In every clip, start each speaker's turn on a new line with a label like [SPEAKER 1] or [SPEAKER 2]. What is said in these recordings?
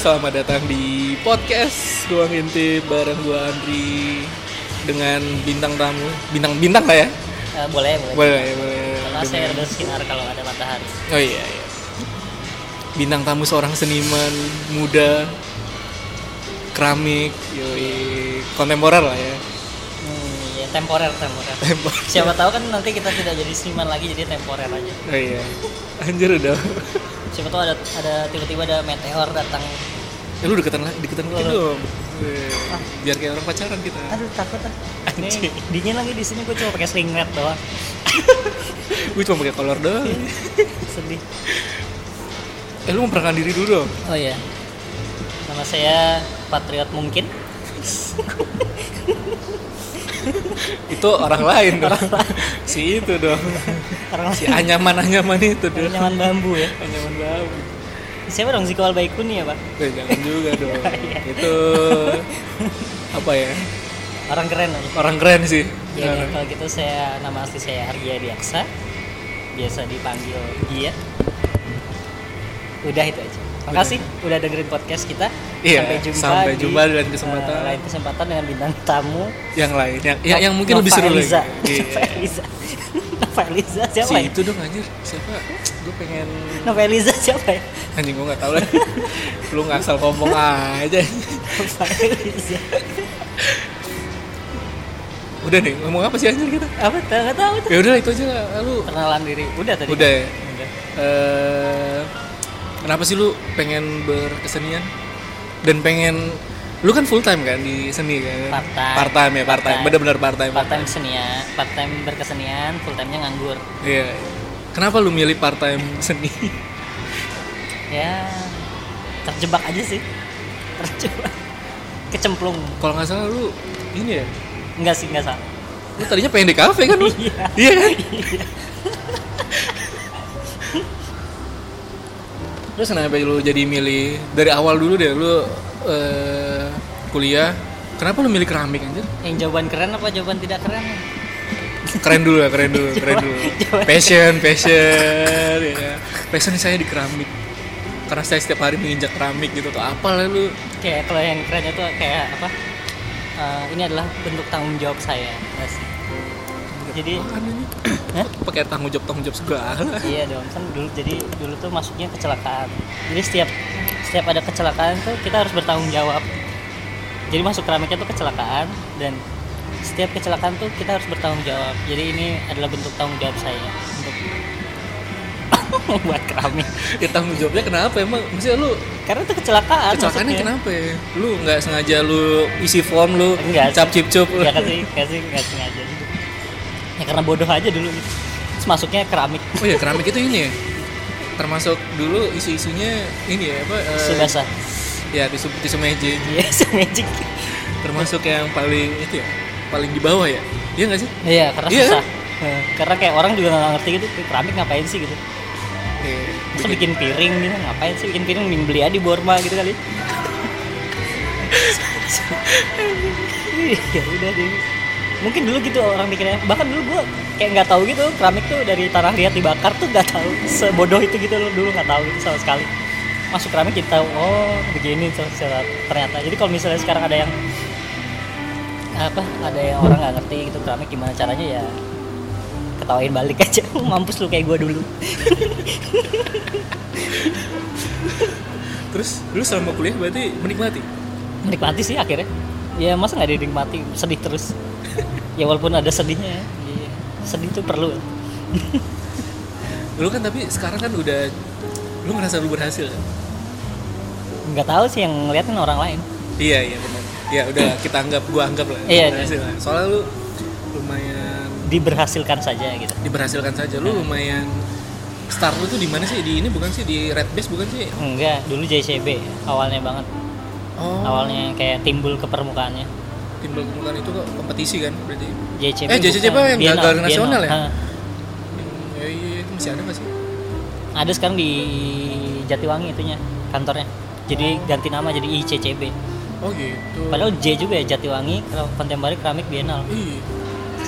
[SPEAKER 1] Selamat datang di podcast Ruang Intip bareng gua Andri dengan bintang tamu, bintang-bintang lah ya.
[SPEAKER 2] Eh, boleh, boleh.
[SPEAKER 1] Boleh, boleh.
[SPEAKER 2] Karena saya bersinar kalau ada matahari.
[SPEAKER 1] Oh iya, iya. Bintang tamu seorang seniman muda keramik, yoi kontemporer lah ya.
[SPEAKER 2] Hmm, ya temporer, temporer.
[SPEAKER 1] Temporer.
[SPEAKER 2] Siapa tahu kan nanti kita tidak jadi seniman lagi jadi temporer aja.
[SPEAKER 1] Oh iya. Anjir udah.
[SPEAKER 2] Siapa tahu ada ada tiba-tiba ada meteor datang.
[SPEAKER 1] Eh, lu deketan lagi, deketan lagi dong. Eh, Biar kayak orang pacaran kita.
[SPEAKER 2] Aduh takut ah.
[SPEAKER 1] Anjing.
[SPEAKER 2] Ini dingin lagi di sini gue cuma pakai singlet doang.
[SPEAKER 1] Gue cuma pakai kolor doang.
[SPEAKER 2] Sedih.
[SPEAKER 1] Eh lu memperkenalkan diri dulu dong.
[SPEAKER 2] Oh iya. Nama saya Patriot mungkin.
[SPEAKER 1] Itu orang lain dong. si itu dong.
[SPEAKER 2] Orang
[SPEAKER 1] Si anyaman-anyaman itu dong.
[SPEAKER 2] nyaman bambu ya.
[SPEAKER 1] Anyaman babu.
[SPEAKER 2] Siapa dong Ziko Albaikuni ya pak?
[SPEAKER 1] Eh, jangan juga dong.
[SPEAKER 2] Iya.
[SPEAKER 1] itu apa ya?
[SPEAKER 2] Orang keren aja.
[SPEAKER 1] Orang keren sih.
[SPEAKER 2] Ya,
[SPEAKER 1] Orang-
[SPEAKER 2] kalau gitu saya nama asli saya Hargia Diaksa. Biasa dipanggil Gia. Udah itu aja. Makasih udah dengerin podcast kita.
[SPEAKER 1] Iya,
[SPEAKER 2] sampai jumpa
[SPEAKER 1] sampai
[SPEAKER 2] di,
[SPEAKER 1] jumpa dan kesempatan.
[SPEAKER 2] eh, lain kesempatan dengan bintang tamu.
[SPEAKER 1] Yang lain, yang yang, yang mungkin
[SPEAKER 2] Nova
[SPEAKER 1] lebih seru lagi.
[SPEAKER 2] Eliza.
[SPEAKER 1] Iya.
[SPEAKER 2] Nova Eliza. Nova Eliza siapa?
[SPEAKER 1] Si
[SPEAKER 2] ya?
[SPEAKER 1] itu dong anjir. Siapa? Gue pengen
[SPEAKER 2] Nova Eliza siapa? ya?
[SPEAKER 1] anjing gue nggak tahu lagi. lu nggak asal ngomong aja.
[SPEAKER 2] Nova Eliza.
[SPEAKER 1] Udah nih, ngomong apa sih anjir kita?
[SPEAKER 2] Apa tuh? Enggak tahu tuh.
[SPEAKER 1] Ya udah itu aja lah. lu.
[SPEAKER 2] Perkenalan diri. Udah tadi.
[SPEAKER 1] Udah ya.
[SPEAKER 2] Udah.
[SPEAKER 1] Eh, kenapa sih lu pengen berkesenian dan pengen lu kan full time kan di seni kan
[SPEAKER 2] Part time.
[SPEAKER 1] part time ya part
[SPEAKER 2] Part
[SPEAKER 1] time
[SPEAKER 2] time.
[SPEAKER 1] benar-benar part time
[SPEAKER 2] Part time senian, part time berkesenian, full time-nya nganggur.
[SPEAKER 1] iya kenapa lu milih part time seni
[SPEAKER 2] ya terjebak aja sih terjebak kecemplung
[SPEAKER 1] kalau nggak salah lu ini ya
[SPEAKER 2] enggak sih enggak salah
[SPEAKER 1] lu tadinya pengen di kafe kan lu
[SPEAKER 2] Iya.
[SPEAKER 1] iya kan terus kenapa lu jadi milih dari awal dulu deh lu eh, kuliah kenapa lu milih keramik anjir
[SPEAKER 2] yang jawaban keren apa jawaban tidak keren
[SPEAKER 1] keren dulu ya keren dulu keren dulu
[SPEAKER 2] Jawaban-
[SPEAKER 1] passion passion ya passion saya di keramik karena saya setiap hari menginjak keramik gitu tuh apa lah lu
[SPEAKER 2] kayak kalau yang keren itu kayak apa eh, ini adalah bentuk tanggung jawab saya enggak sih jadi
[SPEAKER 1] Apaan "Anu ini?
[SPEAKER 2] Hah?
[SPEAKER 1] pakai tanggung jawab tanggung jawab segala
[SPEAKER 2] iya dong kan dulu jadi dulu tuh masuknya kecelakaan jadi setiap setiap ada kecelakaan tuh kita harus bertanggung jawab jadi masuk keramiknya tuh kecelakaan dan setiap kecelakaan tuh kita harus bertanggung jawab jadi ini adalah bentuk tanggung jawab saya untuk membuat keramik
[SPEAKER 1] ya tanggung jawabnya kenapa emang maksudnya
[SPEAKER 2] Ah,
[SPEAKER 1] lu
[SPEAKER 2] karena itu kecelakaan
[SPEAKER 1] kecelakaannya
[SPEAKER 2] maksudnya.
[SPEAKER 1] kenapa ya lu nggak sengaja lu isi form lu
[SPEAKER 2] Enggak sih.
[SPEAKER 1] cap cip cup lu
[SPEAKER 2] ya kasih kasih nggak sengaja ya karena bodoh aja dulu gitu. Terus masuknya keramik
[SPEAKER 1] oh ya keramik itu ini ya termasuk dulu isu-isunya ini ya apa eh,
[SPEAKER 2] subasa
[SPEAKER 1] ya tisu tisu magic
[SPEAKER 2] iya magic
[SPEAKER 1] termasuk yang paling itu ya paling di bawah ya iya nggak sih
[SPEAKER 2] Iya, karena
[SPEAKER 1] Iya
[SPEAKER 2] susah.
[SPEAKER 1] kan?
[SPEAKER 2] Eh, Karena kayak orang juga nggak ngerti gitu, keramik ngapain sih gitu.
[SPEAKER 1] Iya.
[SPEAKER 2] Masa bikin piring gitu, ngapain sih bikin piring, mending beli aja di Borma gitu kali. Iya, udah deh. Mungkin dulu gitu orang mikirnya, bahkan dulu gua kayak nggak tahu gitu keramik tuh dari tanah liat dibakar tuh nggak tahu sebodoh itu gitu loh dulu nggak tahu itu sama sekali masuk keramik kita tahu oh begini tuh secara- ternyata jadi kalau misalnya sekarang ada yang apa ada yang orang nggak ngerti gitu keramik gimana caranya ya ketawain balik aja mampus lu kayak gua dulu
[SPEAKER 1] Terus lu selama kuliah berarti menikmati?
[SPEAKER 2] menikmati sih akhirnya ya masa nggak dinikmati sedih terus ya walaupun ada sedihnya ya. Iya. sedih tuh perlu
[SPEAKER 1] Lu kan tapi sekarang kan udah lu ngerasa lu berhasil kan?
[SPEAKER 2] nggak tahu sih yang ngeliatin orang lain
[SPEAKER 1] Iya iya benar. Ya udah kita anggap gua anggap lah.
[SPEAKER 2] Iya,
[SPEAKER 1] berhasil lah. Soalnya lu lumayan
[SPEAKER 2] diberhasilkan saja gitu
[SPEAKER 1] diberhasilkan saja lu lumayan start lu tuh di mana sih? Di ini bukan sih di Red Base bukan sih?
[SPEAKER 2] enggak dulu JCB awalnya banget
[SPEAKER 1] Oh.
[SPEAKER 2] awalnya kayak timbul ke permukaannya
[SPEAKER 1] Timbal kumpulan itu kok kompetisi kan berarti.
[SPEAKER 2] JCB
[SPEAKER 1] Eh, JCB
[SPEAKER 2] bukan,
[SPEAKER 1] yang
[SPEAKER 2] Biennale,
[SPEAKER 1] gagal
[SPEAKER 2] Biennale.
[SPEAKER 1] nasional ya?
[SPEAKER 2] Ha.
[SPEAKER 1] Hmm, Ya, iya, itu masih ada nggak sih?
[SPEAKER 2] ada sekarang di Jatiwangi itunya kantornya jadi ganti nama jadi ICCB
[SPEAKER 1] Oh gitu.
[SPEAKER 2] padahal J juga ya Jatiwangi Kera- Contemporary Keramik Biennale
[SPEAKER 1] Ih,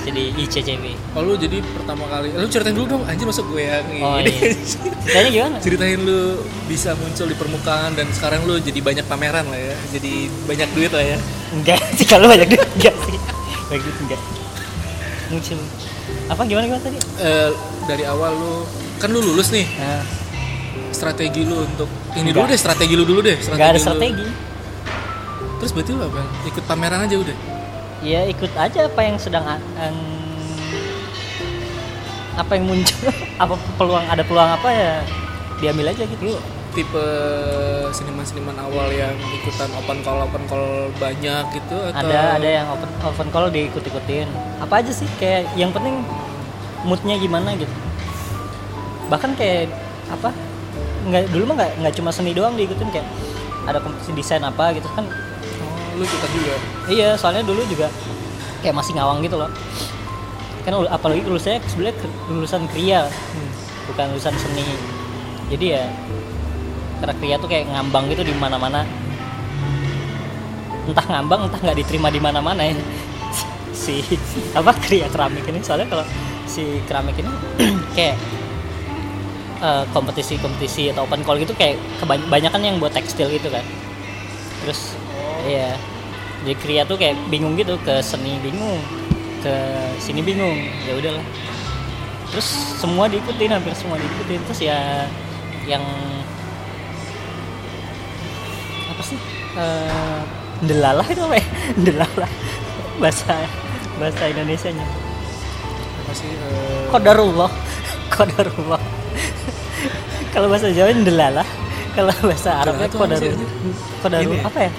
[SPEAKER 2] jadi ICCB
[SPEAKER 1] Oh lu jadi pertama kali, lu ceritain dulu dong anjir masuk gue yang
[SPEAKER 2] Oh,
[SPEAKER 1] ini.
[SPEAKER 2] iya. ceritanya gimana
[SPEAKER 1] ceritain lu bisa muncul di permukaan dan sekarang lu jadi banyak pameran lah ya, jadi banyak duit lah ya.
[SPEAKER 2] enggak sih kalau banyak duit enggak sih banyak duit enggak muncul apa gimana gimana tadi
[SPEAKER 1] Eh, dari awal lu kan lu lulus nih,
[SPEAKER 2] nah,
[SPEAKER 1] strategi lu untuk ini
[SPEAKER 2] Enggak.
[SPEAKER 1] dulu deh, strategi lu dulu deh. Strategi
[SPEAKER 2] nggak ada
[SPEAKER 1] lu.
[SPEAKER 2] strategi
[SPEAKER 1] Terus berarti lu apa? Ikut pameran aja udah.
[SPEAKER 2] ya ikut aja apa yang sedang a- yang apa yang muncul apa peluang ada peluang apa ya diambil aja gitu
[SPEAKER 1] Tipe seniman-seniman awal yang ikutan open call open call banyak gitu atau
[SPEAKER 2] ada ada yang open open call diikut ikutin apa aja sih kayak yang penting moodnya gimana gitu bahkan kayak apa nggak dulu mah nggak nggak cuma seni doang diikutin kayak ada kompetisi desain apa gitu kan
[SPEAKER 1] Oh, lu ikutan juga.
[SPEAKER 2] Iya, soalnya dulu juga kayak masih ngawang gitu loh. Kan ul- apalagi lulusnya sebenarnya ke- lulusan kriya,
[SPEAKER 1] Hmm.
[SPEAKER 2] bukan lulusan seni. Jadi ya karena kriya tuh kayak ngambang gitu di mana-mana. Entah ngambang, entah nggak diterima di mana-mana ya. Si apa kriya keramik ini soalnya kalau si keramik ini kayak eh, kompetisi-kompetisi atau open call gitu kayak kebanyakan yang buat tekstil gitu kan terus iya jadi kriya tuh kayak bingung gitu ke seni bingung ke sini bingung ya udahlah terus semua diikutin hampir semua diikutin terus ya yang apa sih Eh, delalah itu apa ya delalah bahasa bahasa Indonesia nya
[SPEAKER 1] Apa sih? eh,
[SPEAKER 2] kodarullah kodarullah kalau bahasa Jawa delalah kalau bahasa Arabnya
[SPEAKER 1] Delalah tuh apa sih,
[SPEAKER 2] kodarullah
[SPEAKER 1] anjir?
[SPEAKER 2] kodarullah
[SPEAKER 1] Ini ya?
[SPEAKER 2] apa ya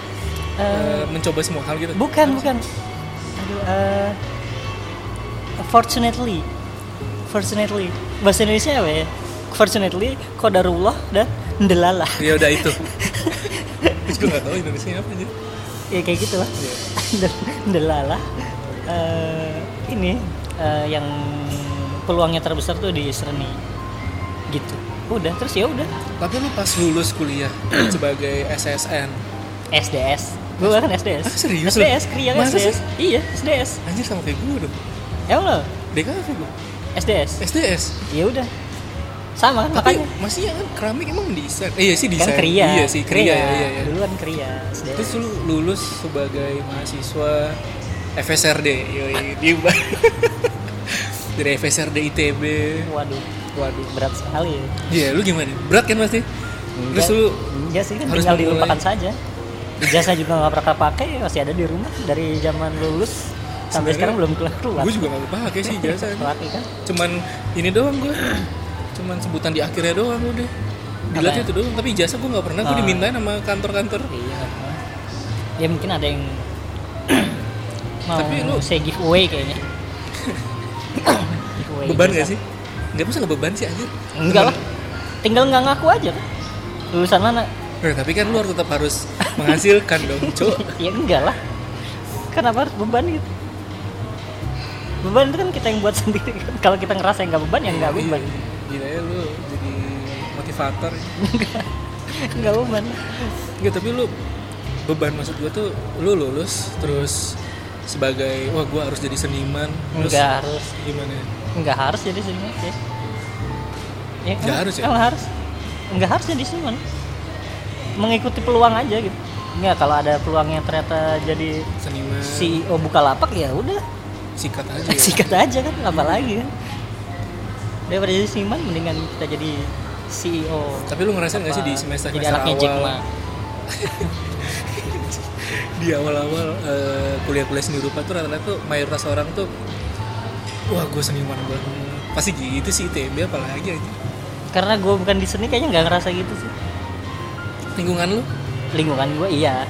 [SPEAKER 2] Eh,
[SPEAKER 1] eh, mencoba semua hal gitu.
[SPEAKER 2] Bukan, bukan. Aduh, eh, fortunately, fortunately, bahasa Indonesia apa ya? Fortunately, kodarullah dan ndelalah.
[SPEAKER 1] Ya udah itu. Gue juga nggak tahu Indonesia apa aja.
[SPEAKER 2] Ya kayak gitu lah.
[SPEAKER 1] Iya.
[SPEAKER 2] ndelalah. eh, ini eh, yang peluangnya terbesar tuh di seni. Gitu. Udah, terus ya udah.
[SPEAKER 1] Tapi lu pas lulus kuliah sebagai SSN,
[SPEAKER 2] SDS. Gue kan SDS.
[SPEAKER 1] Ah, serius lu?
[SPEAKER 2] SDS, kriya kan
[SPEAKER 1] Masa sih?
[SPEAKER 2] SDS. Iya, SDS.
[SPEAKER 1] anjir sama kayak gue dong.
[SPEAKER 2] Emang lo?
[SPEAKER 1] DKV gue,
[SPEAKER 2] SDS.
[SPEAKER 1] SDS.
[SPEAKER 2] Ya udah. Sama kan
[SPEAKER 1] Tapi
[SPEAKER 2] makanya.
[SPEAKER 1] masih ya kan keramik emang desain. Eh, iya sih
[SPEAKER 2] kan
[SPEAKER 1] desain.
[SPEAKER 2] kriya
[SPEAKER 1] Iya sih kriya. Iya, iya, iya.
[SPEAKER 2] dulu kan kriya sederet.
[SPEAKER 1] Terus lu lulus sebagai mahasiswa FSRD, yoi di dari FSRD ITB.
[SPEAKER 2] waduh
[SPEAKER 1] Waduh.
[SPEAKER 2] berat sekali ya
[SPEAKER 1] Iya, lu gimana? Berat kan pasti? Terus lu
[SPEAKER 2] enggak sih kan
[SPEAKER 1] harus
[SPEAKER 2] tinggal
[SPEAKER 1] memulai.
[SPEAKER 2] dilupakan saja ijazah juga nggak pernah pakai masih ada di rumah dari zaman lulus sampai
[SPEAKER 1] Sebenarnya
[SPEAKER 2] sekarang belum keluar keluar
[SPEAKER 1] gue juga gak pakai sih jasa
[SPEAKER 2] Laki kan
[SPEAKER 1] cuman ini doang gue cuman sebutan di akhirnya doang udah dilihat
[SPEAKER 2] Apaan?
[SPEAKER 1] itu doang tapi jasa gue nggak pernah gue
[SPEAKER 2] ya? Ah.
[SPEAKER 1] dimintain sama kantor-kantor
[SPEAKER 2] iya ya mungkin ada yang mau
[SPEAKER 1] Tapi lu-
[SPEAKER 2] saya giveaway kayaknya Giveaway
[SPEAKER 1] beban
[SPEAKER 2] ijazah.
[SPEAKER 1] gak sih nggak bisa nggak beban sih anjir
[SPEAKER 2] enggak lah tinggal nggak ngaku aja kan lulusan mana
[SPEAKER 1] Eh, tapi kan lu harus tetap harus menghasilkan dong cok
[SPEAKER 2] ya enggak lah kenapa harus beban gitu beban itu kan kita yang buat sendiri kan kalau kita ngerasa yang nggak beban ya nggak beban
[SPEAKER 1] Iya. gila ya lu jadi motivator
[SPEAKER 2] nggak beban
[SPEAKER 1] Enggak, tapi lu beban maksud gue tuh lu lulus terus sebagai wah gue harus jadi seniman terus
[SPEAKER 2] nggak harus
[SPEAKER 1] gimana ya?
[SPEAKER 2] nggak harus jadi seniman ya ya
[SPEAKER 1] Nggak harus ya?
[SPEAKER 2] kalau harus nggak harus jadi seniman mengikuti peluang aja gitu nggak kalau ada peluang yang ternyata jadi
[SPEAKER 1] seniman
[SPEAKER 2] CEO Bukalapak ya udah
[SPEAKER 1] sikat aja ya.
[SPEAKER 2] sikat aja kan apalagi kan daripada jadi seniman mendingan kita jadi CEO
[SPEAKER 1] tapi lu ngerasain nggak sih di semester
[SPEAKER 2] jadi
[SPEAKER 1] semester
[SPEAKER 2] anaknya Jack
[SPEAKER 1] awal
[SPEAKER 2] Ma
[SPEAKER 1] di awal-awal eh, kuliah-kuliah seni rupa tuh rata-rata tuh mayoritas orang tuh wah gue seniman banget pasti gitu sih ITB apalagi aja
[SPEAKER 2] karena gue bukan di seni kayaknya nggak ngerasa gitu sih
[SPEAKER 1] lingkungan lu
[SPEAKER 2] lingkungan gue iya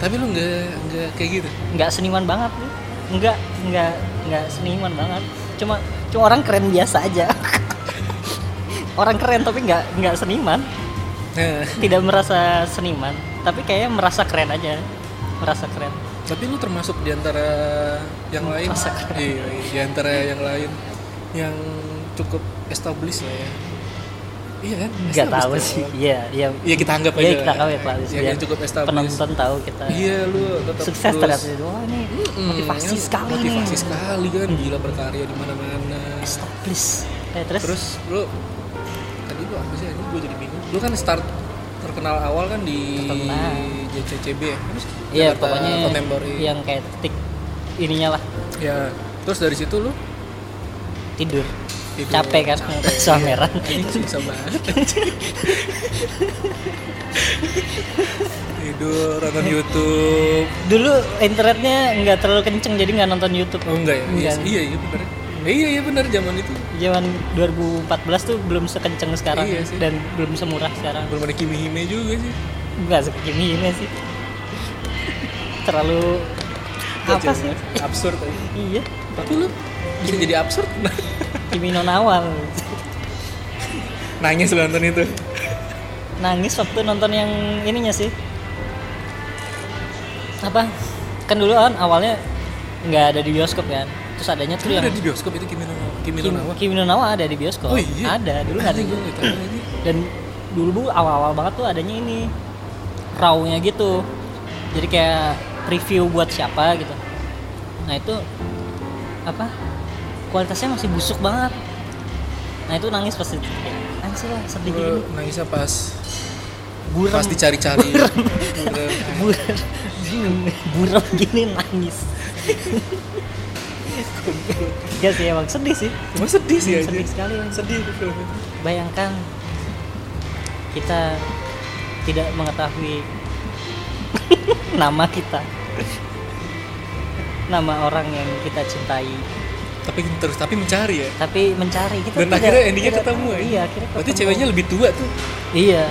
[SPEAKER 1] tapi lu nggak nggak kayak gitu
[SPEAKER 2] nggak seniman banget nih nggak nggak nggak seniman banget cuma cuma orang keren biasa aja orang keren tapi nggak nggak seniman
[SPEAKER 1] nah
[SPEAKER 2] tidak merasa seniman tapi kayaknya merasa keren aja merasa keren
[SPEAKER 1] tapi lu termasuk di antara yang lain
[SPEAKER 2] Masa keren.
[SPEAKER 1] iya, iya, di antara yang lain yang cukup established lah ya Iya kan?
[SPEAKER 2] nggak
[SPEAKER 1] Established
[SPEAKER 2] tahu
[SPEAKER 1] kan?
[SPEAKER 2] sih iya iya
[SPEAKER 1] Iya, kita anggap
[SPEAKER 2] iya
[SPEAKER 1] aja.
[SPEAKER 2] kita anggap ya Pak Lis,
[SPEAKER 1] Yang
[SPEAKER 2] biar
[SPEAKER 1] cukup established.
[SPEAKER 2] penonton tahu kita
[SPEAKER 1] Iya lu tetap
[SPEAKER 2] sukses
[SPEAKER 1] terus.
[SPEAKER 2] terhadap itu wah ini
[SPEAKER 1] Mm-mm,
[SPEAKER 2] motivasi
[SPEAKER 1] kan?
[SPEAKER 2] sekali
[SPEAKER 1] Motivasi
[SPEAKER 2] nih
[SPEAKER 1] sekali kan gila berkarya di mana-mana.
[SPEAKER 2] established eh, terus,
[SPEAKER 1] Terus lu tadi lu apa sih ini gue jadi bingung. Lu kan start terkenal awal kan di
[SPEAKER 2] Terkenal.
[SPEAKER 1] JCCB ya? Apa sih?
[SPEAKER 2] iya
[SPEAKER 1] Jakarta
[SPEAKER 2] pokoknya iya.
[SPEAKER 1] Contemporary.
[SPEAKER 2] yang kayak titik ininya lah
[SPEAKER 1] Ya. Terus dari situ lu
[SPEAKER 2] tidur
[SPEAKER 1] Tidur,
[SPEAKER 2] capek kan
[SPEAKER 1] capek.
[SPEAKER 2] suameran
[SPEAKER 1] Anjing, susah banget anjing. tidur nonton YouTube
[SPEAKER 2] dulu internetnya nggak terlalu kenceng jadi nggak nonton YouTube
[SPEAKER 1] oh enggak ya
[SPEAKER 2] Enggak.
[SPEAKER 1] Iya, iya iya bener Eh, iya iya bener zaman itu
[SPEAKER 2] zaman 2014 tuh belum sekenceng sekarang
[SPEAKER 1] Iya sih.
[SPEAKER 2] dan belum semurah sekarang
[SPEAKER 1] belum ada Kimi Hime juga sih
[SPEAKER 2] nggak segini ini sih terlalu apa
[SPEAKER 1] Kacau
[SPEAKER 2] sih
[SPEAKER 1] banget. absurd aja.
[SPEAKER 2] iya
[SPEAKER 1] tapi lu bisa jadi absurd
[SPEAKER 2] Kimi no Nawa
[SPEAKER 1] nangis lu nonton itu
[SPEAKER 2] nangis waktu nonton yang ininya sih apa kan dulu kan awalnya nggak ada di bioskop kan terus adanya tuh yang
[SPEAKER 1] ada di bioskop itu Kimi no Kimi no
[SPEAKER 2] Kim,
[SPEAKER 1] Nawa
[SPEAKER 2] Kimi no Nawa ada di
[SPEAKER 1] Iya.
[SPEAKER 2] bioskop
[SPEAKER 1] oh iya
[SPEAKER 2] ada dulu nggak ada
[SPEAKER 1] gue nggak tahu lagi
[SPEAKER 2] dan dulu bu awal-awal banget tuh adanya ini rawnya gitu jadi kayak review buat siapa gitu nah itu apa kualitasnya masih busuk banget nah itu nangis pasti kayak, anjir lah sedih
[SPEAKER 1] gue
[SPEAKER 2] gini
[SPEAKER 1] nangisnya
[SPEAKER 2] gitu.
[SPEAKER 1] pas
[SPEAKER 2] buram
[SPEAKER 1] pas dicari-cari Buram.
[SPEAKER 2] buram gini, buram gini nangis ya sih emang sedih sih
[SPEAKER 1] Cuma sedih sih aja
[SPEAKER 2] sedih sekali Bang.
[SPEAKER 1] sedih itu film itu
[SPEAKER 2] Bayangkan kita tidak mengetahui nama kita, nama orang yang kita cintai,
[SPEAKER 1] tapi terus tapi mencari ya
[SPEAKER 2] tapi mencari kita
[SPEAKER 1] dan
[SPEAKER 2] tidak-
[SPEAKER 1] akhirnya endingnya
[SPEAKER 2] tidak-
[SPEAKER 1] ketemu ya
[SPEAKER 2] Iya, akhirnya
[SPEAKER 1] berarti
[SPEAKER 2] ketemu.
[SPEAKER 1] ceweknya lebih tua tuh
[SPEAKER 2] iya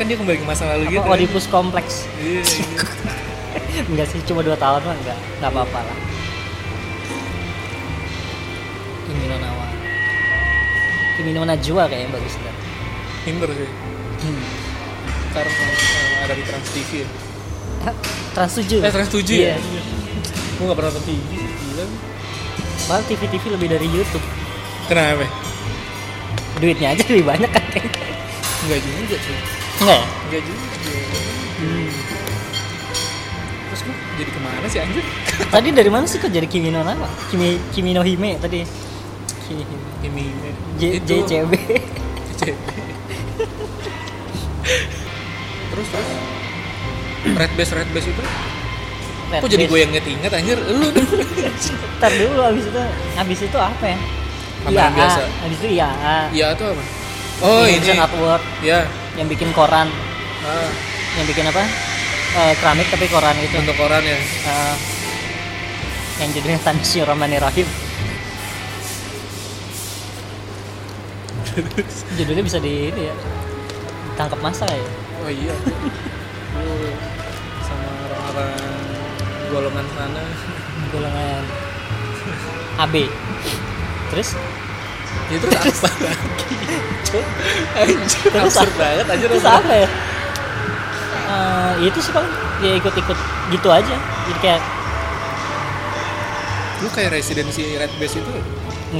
[SPEAKER 1] kan dia kembali ke masa lalu
[SPEAKER 2] apa
[SPEAKER 1] gitu kan?
[SPEAKER 2] Oedipus kompleks
[SPEAKER 1] iya, iya.
[SPEAKER 2] enggak sih cuma dua tahun lah enggak enggak apa-apa lah Kimi no Nawa Kimi no Najwa kayaknya bagus kan
[SPEAKER 1] pinter sih
[SPEAKER 2] Hmm.
[SPEAKER 1] ntar eh, ada di Trans TV ya
[SPEAKER 2] Trans 7
[SPEAKER 1] eh Trans 7 ya
[SPEAKER 2] iya.
[SPEAKER 1] gue gak pernah nonton TV sih, gila
[SPEAKER 2] Padahal TV-TV lebih dari YouTube
[SPEAKER 1] kenapa
[SPEAKER 2] duitnya aja lebih banyak kan kayaknya
[SPEAKER 1] enggak juga cuy
[SPEAKER 2] enggak ya?
[SPEAKER 1] enggak juga
[SPEAKER 2] Hmm.
[SPEAKER 1] terus gue jadi kemana sih anjir
[SPEAKER 2] tadi dari mana sih kok jadi Kimi no Nawa? Kimi, Kimi no Hime tadi Kimi Hime
[SPEAKER 1] ini
[SPEAKER 2] J,
[SPEAKER 1] itu.
[SPEAKER 2] JCB
[SPEAKER 1] JCB. terus terus red base red base itu kok jadi gue ya? yang inget-inget anjir lu
[SPEAKER 2] ntar dulu abis itu abis itu apa ya?
[SPEAKER 1] Apa yang biasa?
[SPEAKER 2] abis itu IAA
[SPEAKER 1] iya tuh apa oh ini
[SPEAKER 2] Indonesian Artwork
[SPEAKER 1] ya
[SPEAKER 2] yang bikin koran
[SPEAKER 1] ah,
[SPEAKER 2] yang bikin apa? Eh, keramik tapi koran itu
[SPEAKER 1] untuk koran ya
[SPEAKER 2] Eh, yang judulnya Tansi Rahim judulnya bisa di ini ya tangkap masa ya
[SPEAKER 1] oh iya lu sama orang-orang golongan sana
[SPEAKER 2] golongan AB terus
[SPEAKER 1] ya terus apa lagi Cuk? anjir
[SPEAKER 2] Terus
[SPEAKER 1] absurd
[SPEAKER 2] apa?
[SPEAKER 1] banget anjir
[SPEAKER 2] terus
[SPEAKER 1] absurd.
[SPEAKER 2] apa ya Eh, itu sih paling ya ikut-ikut gitu aja jadi kayak
[SPEAKER 1] lu kayak residensi red base itu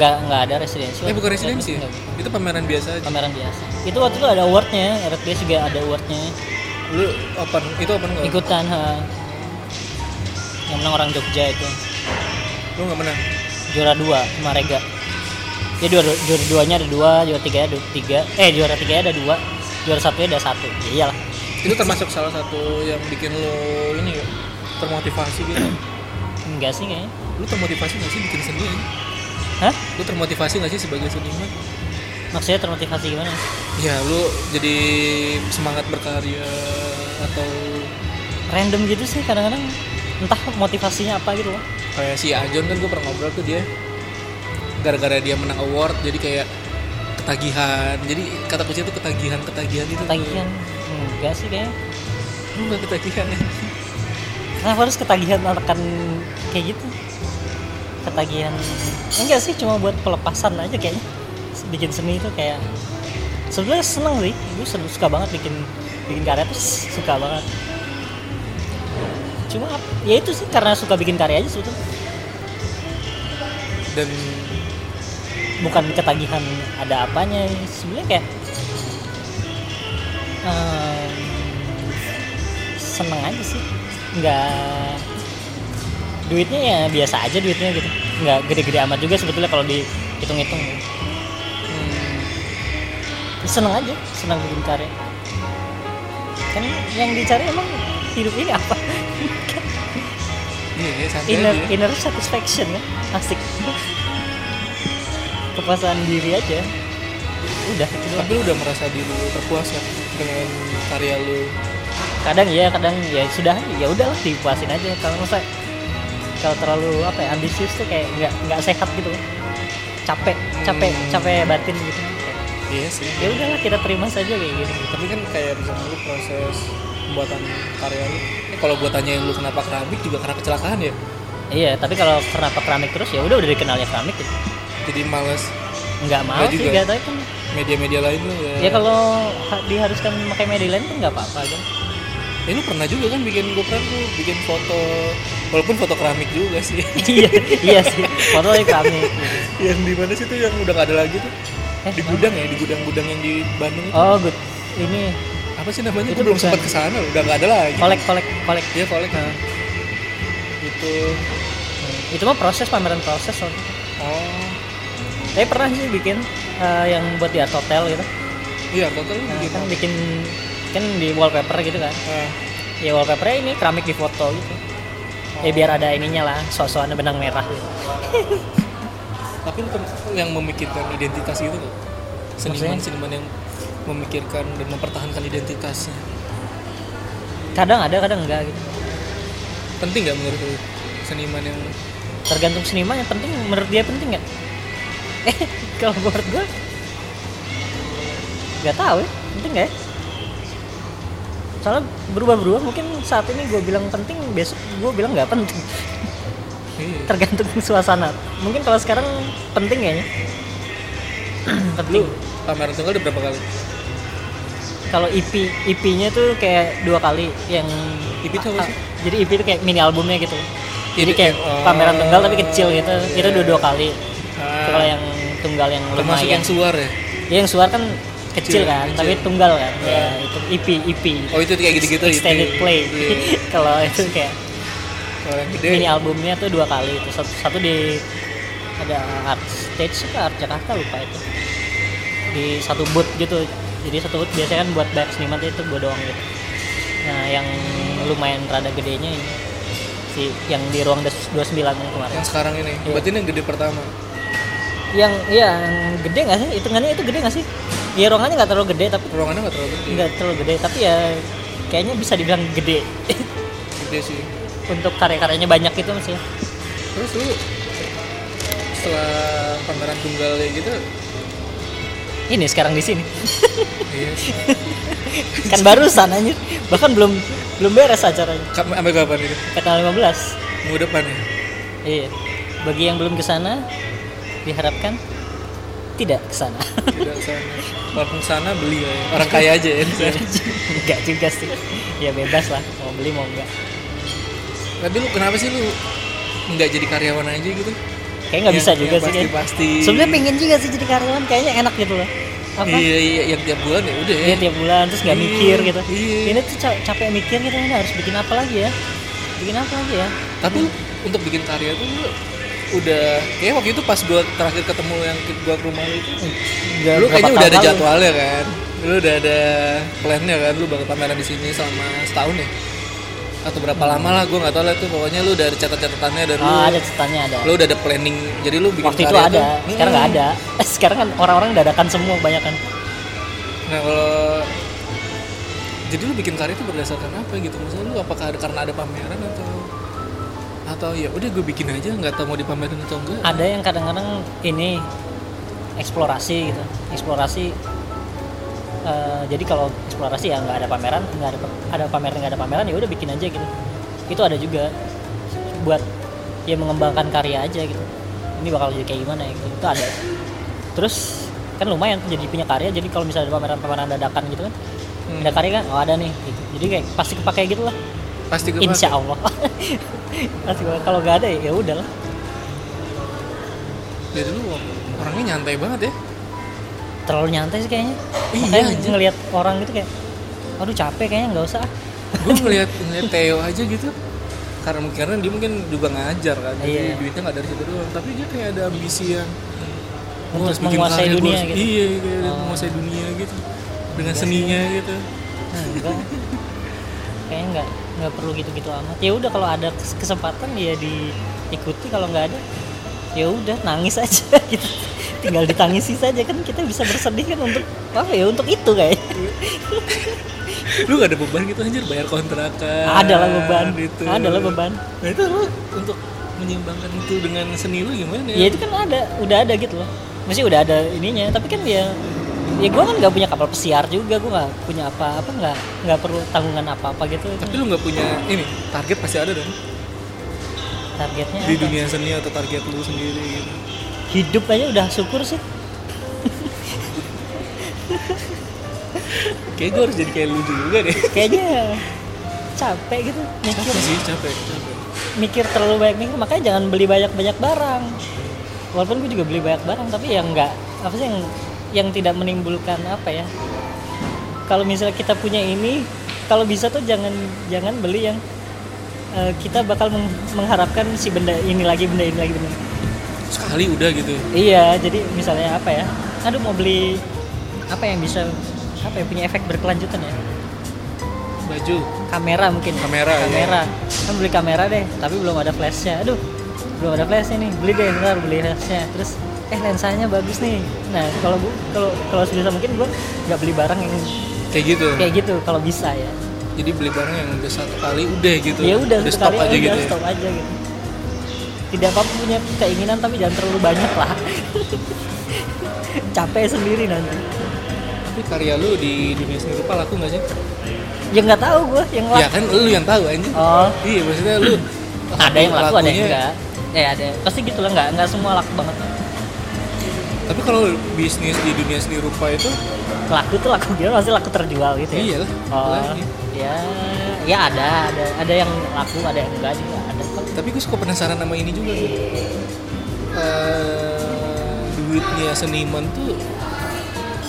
[SPEAKER 2] nggak nggak ada residensi
[SPEAKER 1] eh bukan residensi ya?
[SPEAKER 2] Nggak, nggak.
[SPEAKER 1] itu pameran biasa aja
[SPEAKER 2] pameran biasa itu waktu itu ada awardnya RFBS juga ada awardnya
[SPEAKER 1] lu open itu open nggak
[SPEAKER 2] ikutan ha. yang menang orang Jogja itu
[SPEAKER 1] lu nggak menang
[SPEAKER 2] juara dua sama Rega ya juara juara duanya ada dua juara tiga ada tiga eh juara tiga ada dua juara satunya ada satu ya iyalah
[SPEAKER 1] itu termasuk salah satu yang bikin lu ini ya, termotivasi gitu
[SPEAKER 2] enggak sih kayaknya
[SPEAKER 1] lu termotivasi nggak sih bikin seni ini
[SPEAKER 2] hah
[SPEAKER 1] lu termotivasi nggak sih sebagai seniman
[SPEAKER 2] maksudnya termotivasi gimana
[SPEAKER 1] ya lu jadi semangat berkarya atau
[SPEAKER 2] random gitu sih kadang-kadang entah motivasinya apa gitu loh
[SPEAKER 1] kayak si Ajon kan gue pernah ngobrol tuh dia gara-gara dia menang award jadi kayak ketagihan jadi kata kunci itu ketagihan ketagihan itu
[SPEAKER 2] ketagihan enggak sih kayaknya
[SPEAKER 1] gitu. lu nggak ketagihan ya
[SPEAKER 2] kenapa Nah, harus ketagihan akan kayak gitu ketagihan enggak sih cuma buat pelepasan aja kayaknya bikin seni itu kayak sebenarnya seneng sih gue seru- suka banget bikin bikin karya tuh suka banget cuma ap- ya itu sih karena suka bikin karya aja sebetulnya
[SPEAKER 1] dan
[SPEAKER 2] bukan ketagihan ada apanya sebenarnya kayak eh, seneng aja sih nggak duitnya ya biasa aja duitnya gitu nggak gede-gede amat juga sebetulnya kalau dihitung-hitung
[SPEAKER 1] Hmm,
[SPEAKER 2] seneng aja seneng bikin karya kan yang dicari emang hidup ini apa
[SPEAKER 1] iya, iya, santai
[SPEAKER 2] inner
[SPEAKER 1] aja.
[SPEAKER 2] inner satisfaction ya asik kepuasan diri aja udah itu doang
[SPEAKER 1] Tapi lu udah merasa diri lu terpuas kan dengan karya lu?
[SPEAKER 2] kadang ya kadang ya sudah ya udahlah dipuasin aja kalau masa kalau terlalu apa ya ambisius tuh kayak nggak nggak sehat gitu capek capek
[SPEAKER 1] Hmm.
[SPEAKER 2] capek batin gitu Kayak,
[SPEAKER 1] Iya sih.
[SPEAKER 2] ya udahlah kita terima saja kayak gini gitu
[SPEAKER 1] Tapi kan kayak misalnya lu proses pembuatan karya lu. Eh, kalau gua tanyain lu kenapa keramik juga karena kecelakaan ya?
[SPEAKER 2] iya tapi kalau kenapa keramik terus ya udah udah dikenalnya keramik gitu.
[SPEAKER 1] Jadi males
[SPEAKER 2] nggak mau
[SPEAKER 1] Nggak
[SPEAKER 2] sih
[SPEAKER 1] juga. ya?
[SPEAKER 2] nggak tahu kan
[SPEAKER 1] media-media lain lu ya.
[SPEAKER 2] ya kalau ha- diharuskan pakai media lain tuh nggak apa-apa kan
[SPEAKER 1] Eh, lu pernah juga kan bikin gua pernah tuh bikin foto walaupun foto keramik juga sih.
[SPEAKER 2] iya iya sih foto dari keramik gitu.
[SPEAKER 1] yang di mana sih tuh yang udah gak ada lagi tuh?
[SPEAKER 2] Eh,
[SPEAKER 1] Di gudang ya, di gudang-gudang yang di Bandung. itu.
[SPEAKER 2] oh good ini
[SPEAKER 1] Apa sih namanya?
[SPEAKER 2] Itu
[SPEAKER 1] Gua belum
[SPEAKER 2] bukan.
[SPEAKER 1] sempat ke sana, udah gak ada lagi.
[SPEAKER 2] kolek kolek kolek
[SPEAKER 1] Iya, kolek. Itu
[SPEAKER 2] Hmm, itu mah proses pameran proses loh
[SPEAKER 1] Oh,
[SPEAKER 2] Tapi pernah sih bikin eh, yang buat di art hotel gitu.
[SPEAKER 1] iya total lu
[SPEAKER 2] Nah,
[SPEAKER 1] bikin
[SPEAKER 2] kan bikin kan di wallpaper gitu kan.
[SPEAKER 1] Ah,
[SPEAKER 2] Ya wallpaper ini keramik di foto gitu. Ya
[SPEAKER 1] Oh.
[SPEAKER 2] biar ada ininya lah, sosokan benang merah gitu.
[SPEAKER 1] tapi lu tem- yang memikirkan identitas itu nggak? Seniman-seniman yang memikirkan dan mempertahankan identitasnya.
[SPEAKER 2] Kadang ada, kadang enggak gitu.
[SPEAKER 1] Penting nggak menurut lu seniman yang
[SPEAKER 2] Tergantung seniman yang penting menurut dia penting ya. Eh, kalau menurut gue nggak tahu ya, penting nggak ya? Soalnya berubah-berubah mungkin saat ini gue bilang penting, besok gue bilang nggak penting.
[SPEAKER 1] Iya.
[SPEAKER 2] tergantung suasana mungkin kalau sekarang penting kayaknya
[SPEAKER 1] lu
[SPEAKER 2] penting
[SPEAKER 1] pameran tunggal udah berapa kali?
[SPEAKER 2] kalau E EP EP-nya tuh kayak dua kali yang Ah,
[SPEAKER 1] EP tuh apa sih?
[SPEAKER 2] jadi EP itu kayak mini albumnya gitu jadi
[SPEAKER 1] Jadi
[SPEAKER 2] kayak
[SPEAKER 1] kayak-
[SPEAKER 2] pameran tunggal tapi kecil gitu
[SPEAKER 1] Oh,
[SPEAKER 2] itu
[SPEAKER 1] iya. Ah,
[SPEAKER 2] dua dua kali kalau yang tunggal yang
[SPEAKER 1] termasuk
[SPEAKER 2] lumayan
[SPEAKER 1] yang suar ya.
[SPEAKER 2] ya, yang suar kan
[SPEAKER 1] Kecil,
[SPEAKER 2] kecil kan
[SPEAKER 1] kecil.
[SPEAKER 2] tapi tunggal kan ya
[SPEAKER 1] Ah.
[SPEAKER 2] itu EP EP
[SPEAKER 1] Oh itu kayak gitu-gitu
[SPEAKER 2] extended
[SPEAKER 1] itu.
[SPEAKER 2] play
[SPEAKER 1] Iya.
[SPEAKER 2] kalau itu kayak
[SPEAKER 1] Kalau yang gede.
[SPEAKER 2] mini albumnya tuh dua kali itu satu, satu di ada art stage ke art Jakarta lupa itu di satu booth gitu jadi satu booth biasanya kan buat banyak seniman tuh itu gue doang gitu nah yang lumayan rada gedenya ini si yang di ruang des- 29 kemarin
[SPEAKER 1] Yang sekarang ini.
[SPEAKER 2] Iya.
[SPEAKER 1] Berarti ini yang gede pertama.
[SPEAKER 2] yang iya yang gede nggak sih hitungannya itu gede nggak sih ya ruangannya nggak terlalu gede tapi
[SPEAKER 1] Ruangannya nggak terlalu gede.
[SPEAKER 2] nggak terlalu gede tapi ya kayaknya bisa dibilang gede
[SPEAKER 1] Gede sih.
[SPEAKER 2] untuk karya-karyanya banyak gitu masih
[SPEAKER 1] Terus lu setelah pameran tunggal ya gitu,
[SPEAKER 2] ini sekarang di sini
[SPEAKER 1] iya. sih.
[SPEAKER 2] kan barusan anjir bahkan belum belum beres acaranya
[SPEAKER 1] Kam- Sampai kapan itu?
[SPEAKER 2] ke tanggal 15
[SPEAKER 1] Minggu depan ya?
[SPEAKER 2] iya bagi yang belum ke sana diharapkan tidak ke sana
[SPEAKER 1] tidak sana orang sana beli lah ya orang kaya aja ya di sana.
[SPEAKER 2] enggak juga sih ya bebas lah mau beli mau enggak
[SPEAKER 1] tapi lu kenapa sih lu nggak jadi karyawan aja gitu
[SPEAKER 2] kayak Eh, nggak bisa juga sih
[SPEAKER 1] iya, pasti
[SPEAKER 2] kayak.
[SPEAKER 1] pasti
[SPEAKER 2] sebenarnya pengen juga sih jadi karyawan kayaknya enak gitu loh apa
[SPEAKER 1] iya iya yang tiap bulan ya udah
[SPEAKER 2] Iya, tiap bulan terus nggak
[SPEAKER 1] Iya,
[SPEAKER 2] mikir gitu
[SPEAKER 1] iya.
[SPEAKER 2] ini tuh ca- capek mikir gitu ini harus bikin apa lagi ya bikin apa lagi ya
[SPEAKER 1] tapi lu untuk bikin karya tuh lu udah kayak waktu itu pas gua terakhir ketemu yang ke- gua ke rumah lu itu
[SPEAKER 2] Udah
[SPEAKER 1] lu
[SPEAKER 2] berapa
[SPEAKER 1] kayaknya udah
[SPEAKER 2] tahun
[SPEAKER 1] ada
[SPEAKER 2] lalu.
[SPEAKER 1] jadwalnya kan lu udah ada plannya kan lu bakal pameran di sini selama setahun ya atau berapa lama lah gua nggak tahu lah tuh pokoknya lu udah ada catat-catatannya dan lu
[SPEAKER 2] Ah, ada cetanya ada
[SPEAKER 1] lu udah ada planning jadi lu bikin
[SPEAKER 2] waktu itu
[SPEAKER 1] karya
[SPEAKER 2] ada
[SPEAKER 1] tuh,
[SPEAKER 2] sekarang nggak
[SPEAKER 1] mm,
[SPEAKER 2] ada sekarang kan orang-orang dadakan semua kebanyakan
[SPEAKER 1] Nah kalau jadi lu bikin karya itu berdasarkan apa gitu? Maksudnya lu apakah ada karena ada pameran atau atau ya udah gue bikin aja nggak tahu mau dipamerin atau enggak?
[SPEAKER 2] ada yang kadang-kadang ini eksplorasi gitu eksplorasi eh, jadi kalau eksplorasi ya nggak ada pameran nggak ada ada pameran nggak ada pameran ya udah bikin aja gitu itu ada juga buat ya mengembangkan karya aja gitu ini bakal jadi kayak gimana ya gitu. itu ada terus kan lumayan tuh jadi punya karya jadi kalau misalnya ada pameran-pameran dadakan gitu kan
[SPEAKER 1] Hmm.
[SPEAKER 2] ada karya kan oh ada nih gitu. jadi kayak pasti kepakai gitu lah
[SPEAKER 1] Pasti gue
[SPEAKER 2] Insya Allah. Pasti gua- kalau nggak ada ya ya udahlah.
[SPEAKER 1] Jadi lu orangnya nyantai banget ya?
[SPEAKER 2] Terlalu nyantai sih kayaknya.
[SPEAKER 1] Iya,
[SPEAKER 2] Makanya
[SPEAKER 1] anjir.
[SPEAKER 2] ngelihat orang gitu kayak aduh capek kayaknya nggak usah ah."
[SPEAKER 1] gue ngeliat ngeliat Theo aja gitu karena karena dia mungkin juga ngajar kan jadi
[SPEAKER 2] Iya.
[SPEAKER 1] duitnya nggak dari situ doang tapi dia kayak ada ambisi yang gua
[SPEAKER 2] Untuk
[SPEAKER 1] harus bikin
[SPEAKER 2] menguasai
[SPEAKER 1] karya, gua
[SPEAKER 2] dunia
[SPEAKER 1] harus-
[SPEAKER 2] gitu.
[SPEAKER 1] iya kayak
[SPEAKER 2] Oh.
[SPEAKER 1] menguasai dunia gitu dengan
[SPEAKER 2] Iya sih.
[SPEAKER 1] seninya gitu
[SPEAKER 2] Hmm, enggak kayaknya nggak nggak perlu gitu-gitu amat ya udah kalau ada kes- kesempatan ya diikuti kalau nggak ada ya udah nangis aja gitu tinggal ditangisi saja kan kita bisa bersedih kan untuk apa ya untuk itu kayaknya
[SPEAKER 1] lu gak ada beban gitu anjir bayar kontrakan
[SPEAKER 2] ada lah beban
[SPEAKER 1] gitu.
[SPEAKER 2] ada lah beban
[SPEAKER 1] nah itu lu untuk menyimbangkan itu dengan seni lu gimana
[SPEAKER 2] ya itu kan ada udah ada gitu loh mesti udah ada ininya tapi kan ya ya gue kan nggak punya kapal pesiar juga gue nggak punya apa apa nggak nggak perlu tanggungan apa apa gitu
[SPEAKER 1] tapi lu nggak punya ini target pasti ada dong
[SPEAKER 2] Iya, targetnya
[SPEAKER 1] di
[SPEAKER 2] apa?
[SPEAKER 1] dunia seni atau target lu sendiri gitu
[SPEAKER 2] hidup aja udah syukur sih
[SPEAKER 1] kayak gue harus jadi kayak lu juga deh
[SPEAKER 2] Iya, kayaknya capek gitu mikir
[SPEAKER 1] capek sih capek capek
[SPEAKER 2] mikir terlalu banyak mikir makanya jangan beli banyak banyak barang walaupun gue juga beli banyak barang tapi yang nggak apa sih yang yang tidak menimbulkan apa ya kalau misalnya kita punya ini kalau bisa tuh jangan jangan beli yang eh, kita bakal meng- mengharapkan si benda ini lagi benda ini lagi benda ini.
[SPEAKER 1] sekali udah gitu
[SPEAKER 2] iya jadi misalnya apa ya aduh mau beli apa yang bisa apa ya punya efek berkelanjutan ya
[SPEAKER 1] baju
[SPEAKER 2] kamera mungkin
[SPEAKER 1] Kamera, ya.
[SPEAKER 2] kamera kan beli kamera deh tapi belum ada flashnya aduh belum ada flashnya nih beli deh ntar beli flashnya terus eh lensanya bagus nih nah kalau gua kalau kalau sebisa mungkin gua nggak beli barang yang
[SPEAKER 1] kayak gitu
[SPEAKER 2] kayak gitu kalau bisa ya
[SPEAKER 1] jadi beli barang yang udah satu kali udah gitu
[SPEAKER 2] ya udah
[SPEAKER 1] stop
[SPEAKER 2] sekali
[SPEAKER 1] aja
[SPEAKER 2] udah
[SPEAKER 1] gitu ya.
[SPEAKER 2] stop aja gitu tidak apa punya keinginan tapi jangan terlalu banyak lah capek sendiri nanti
[SPEAKER 1] tapi karya lu di dunia seni rupa laku nggak sih
[SPEAKER 2] ya nggak tahu gua yang
[SPEAKER 1] ya
[SPEAKER 2] laku
[SPEAKER 1] kan lu yang tahu anjing
[SPEAKER 2] oh
[SPEAKER 1] iya maksudnya lu
[SPEAKER 2] ada yang laku ada
[SPEAKER 1] lakunya-
[SPEAKER 2] yang enggak ya ada pasti gitu lah nggak nggak semua laku banget
[SPEAKER 1] tapi kalau bisnis di dunia seni rupa itu
[SPEAKER 2] laku tuh laku gimana pasti laku terjual gitu ya
[SPEAKER 1] iya lah
[SPEAKER 2] oh
[SPEAKER 1] lagi.
[SPEAKER 2] ya ya ada ada ada yang laku ada yang enggak juga ada kok
[SPEAKER 1] tapi gue suka penasaran sama ini juga sih Eh, duitnya seniman tuh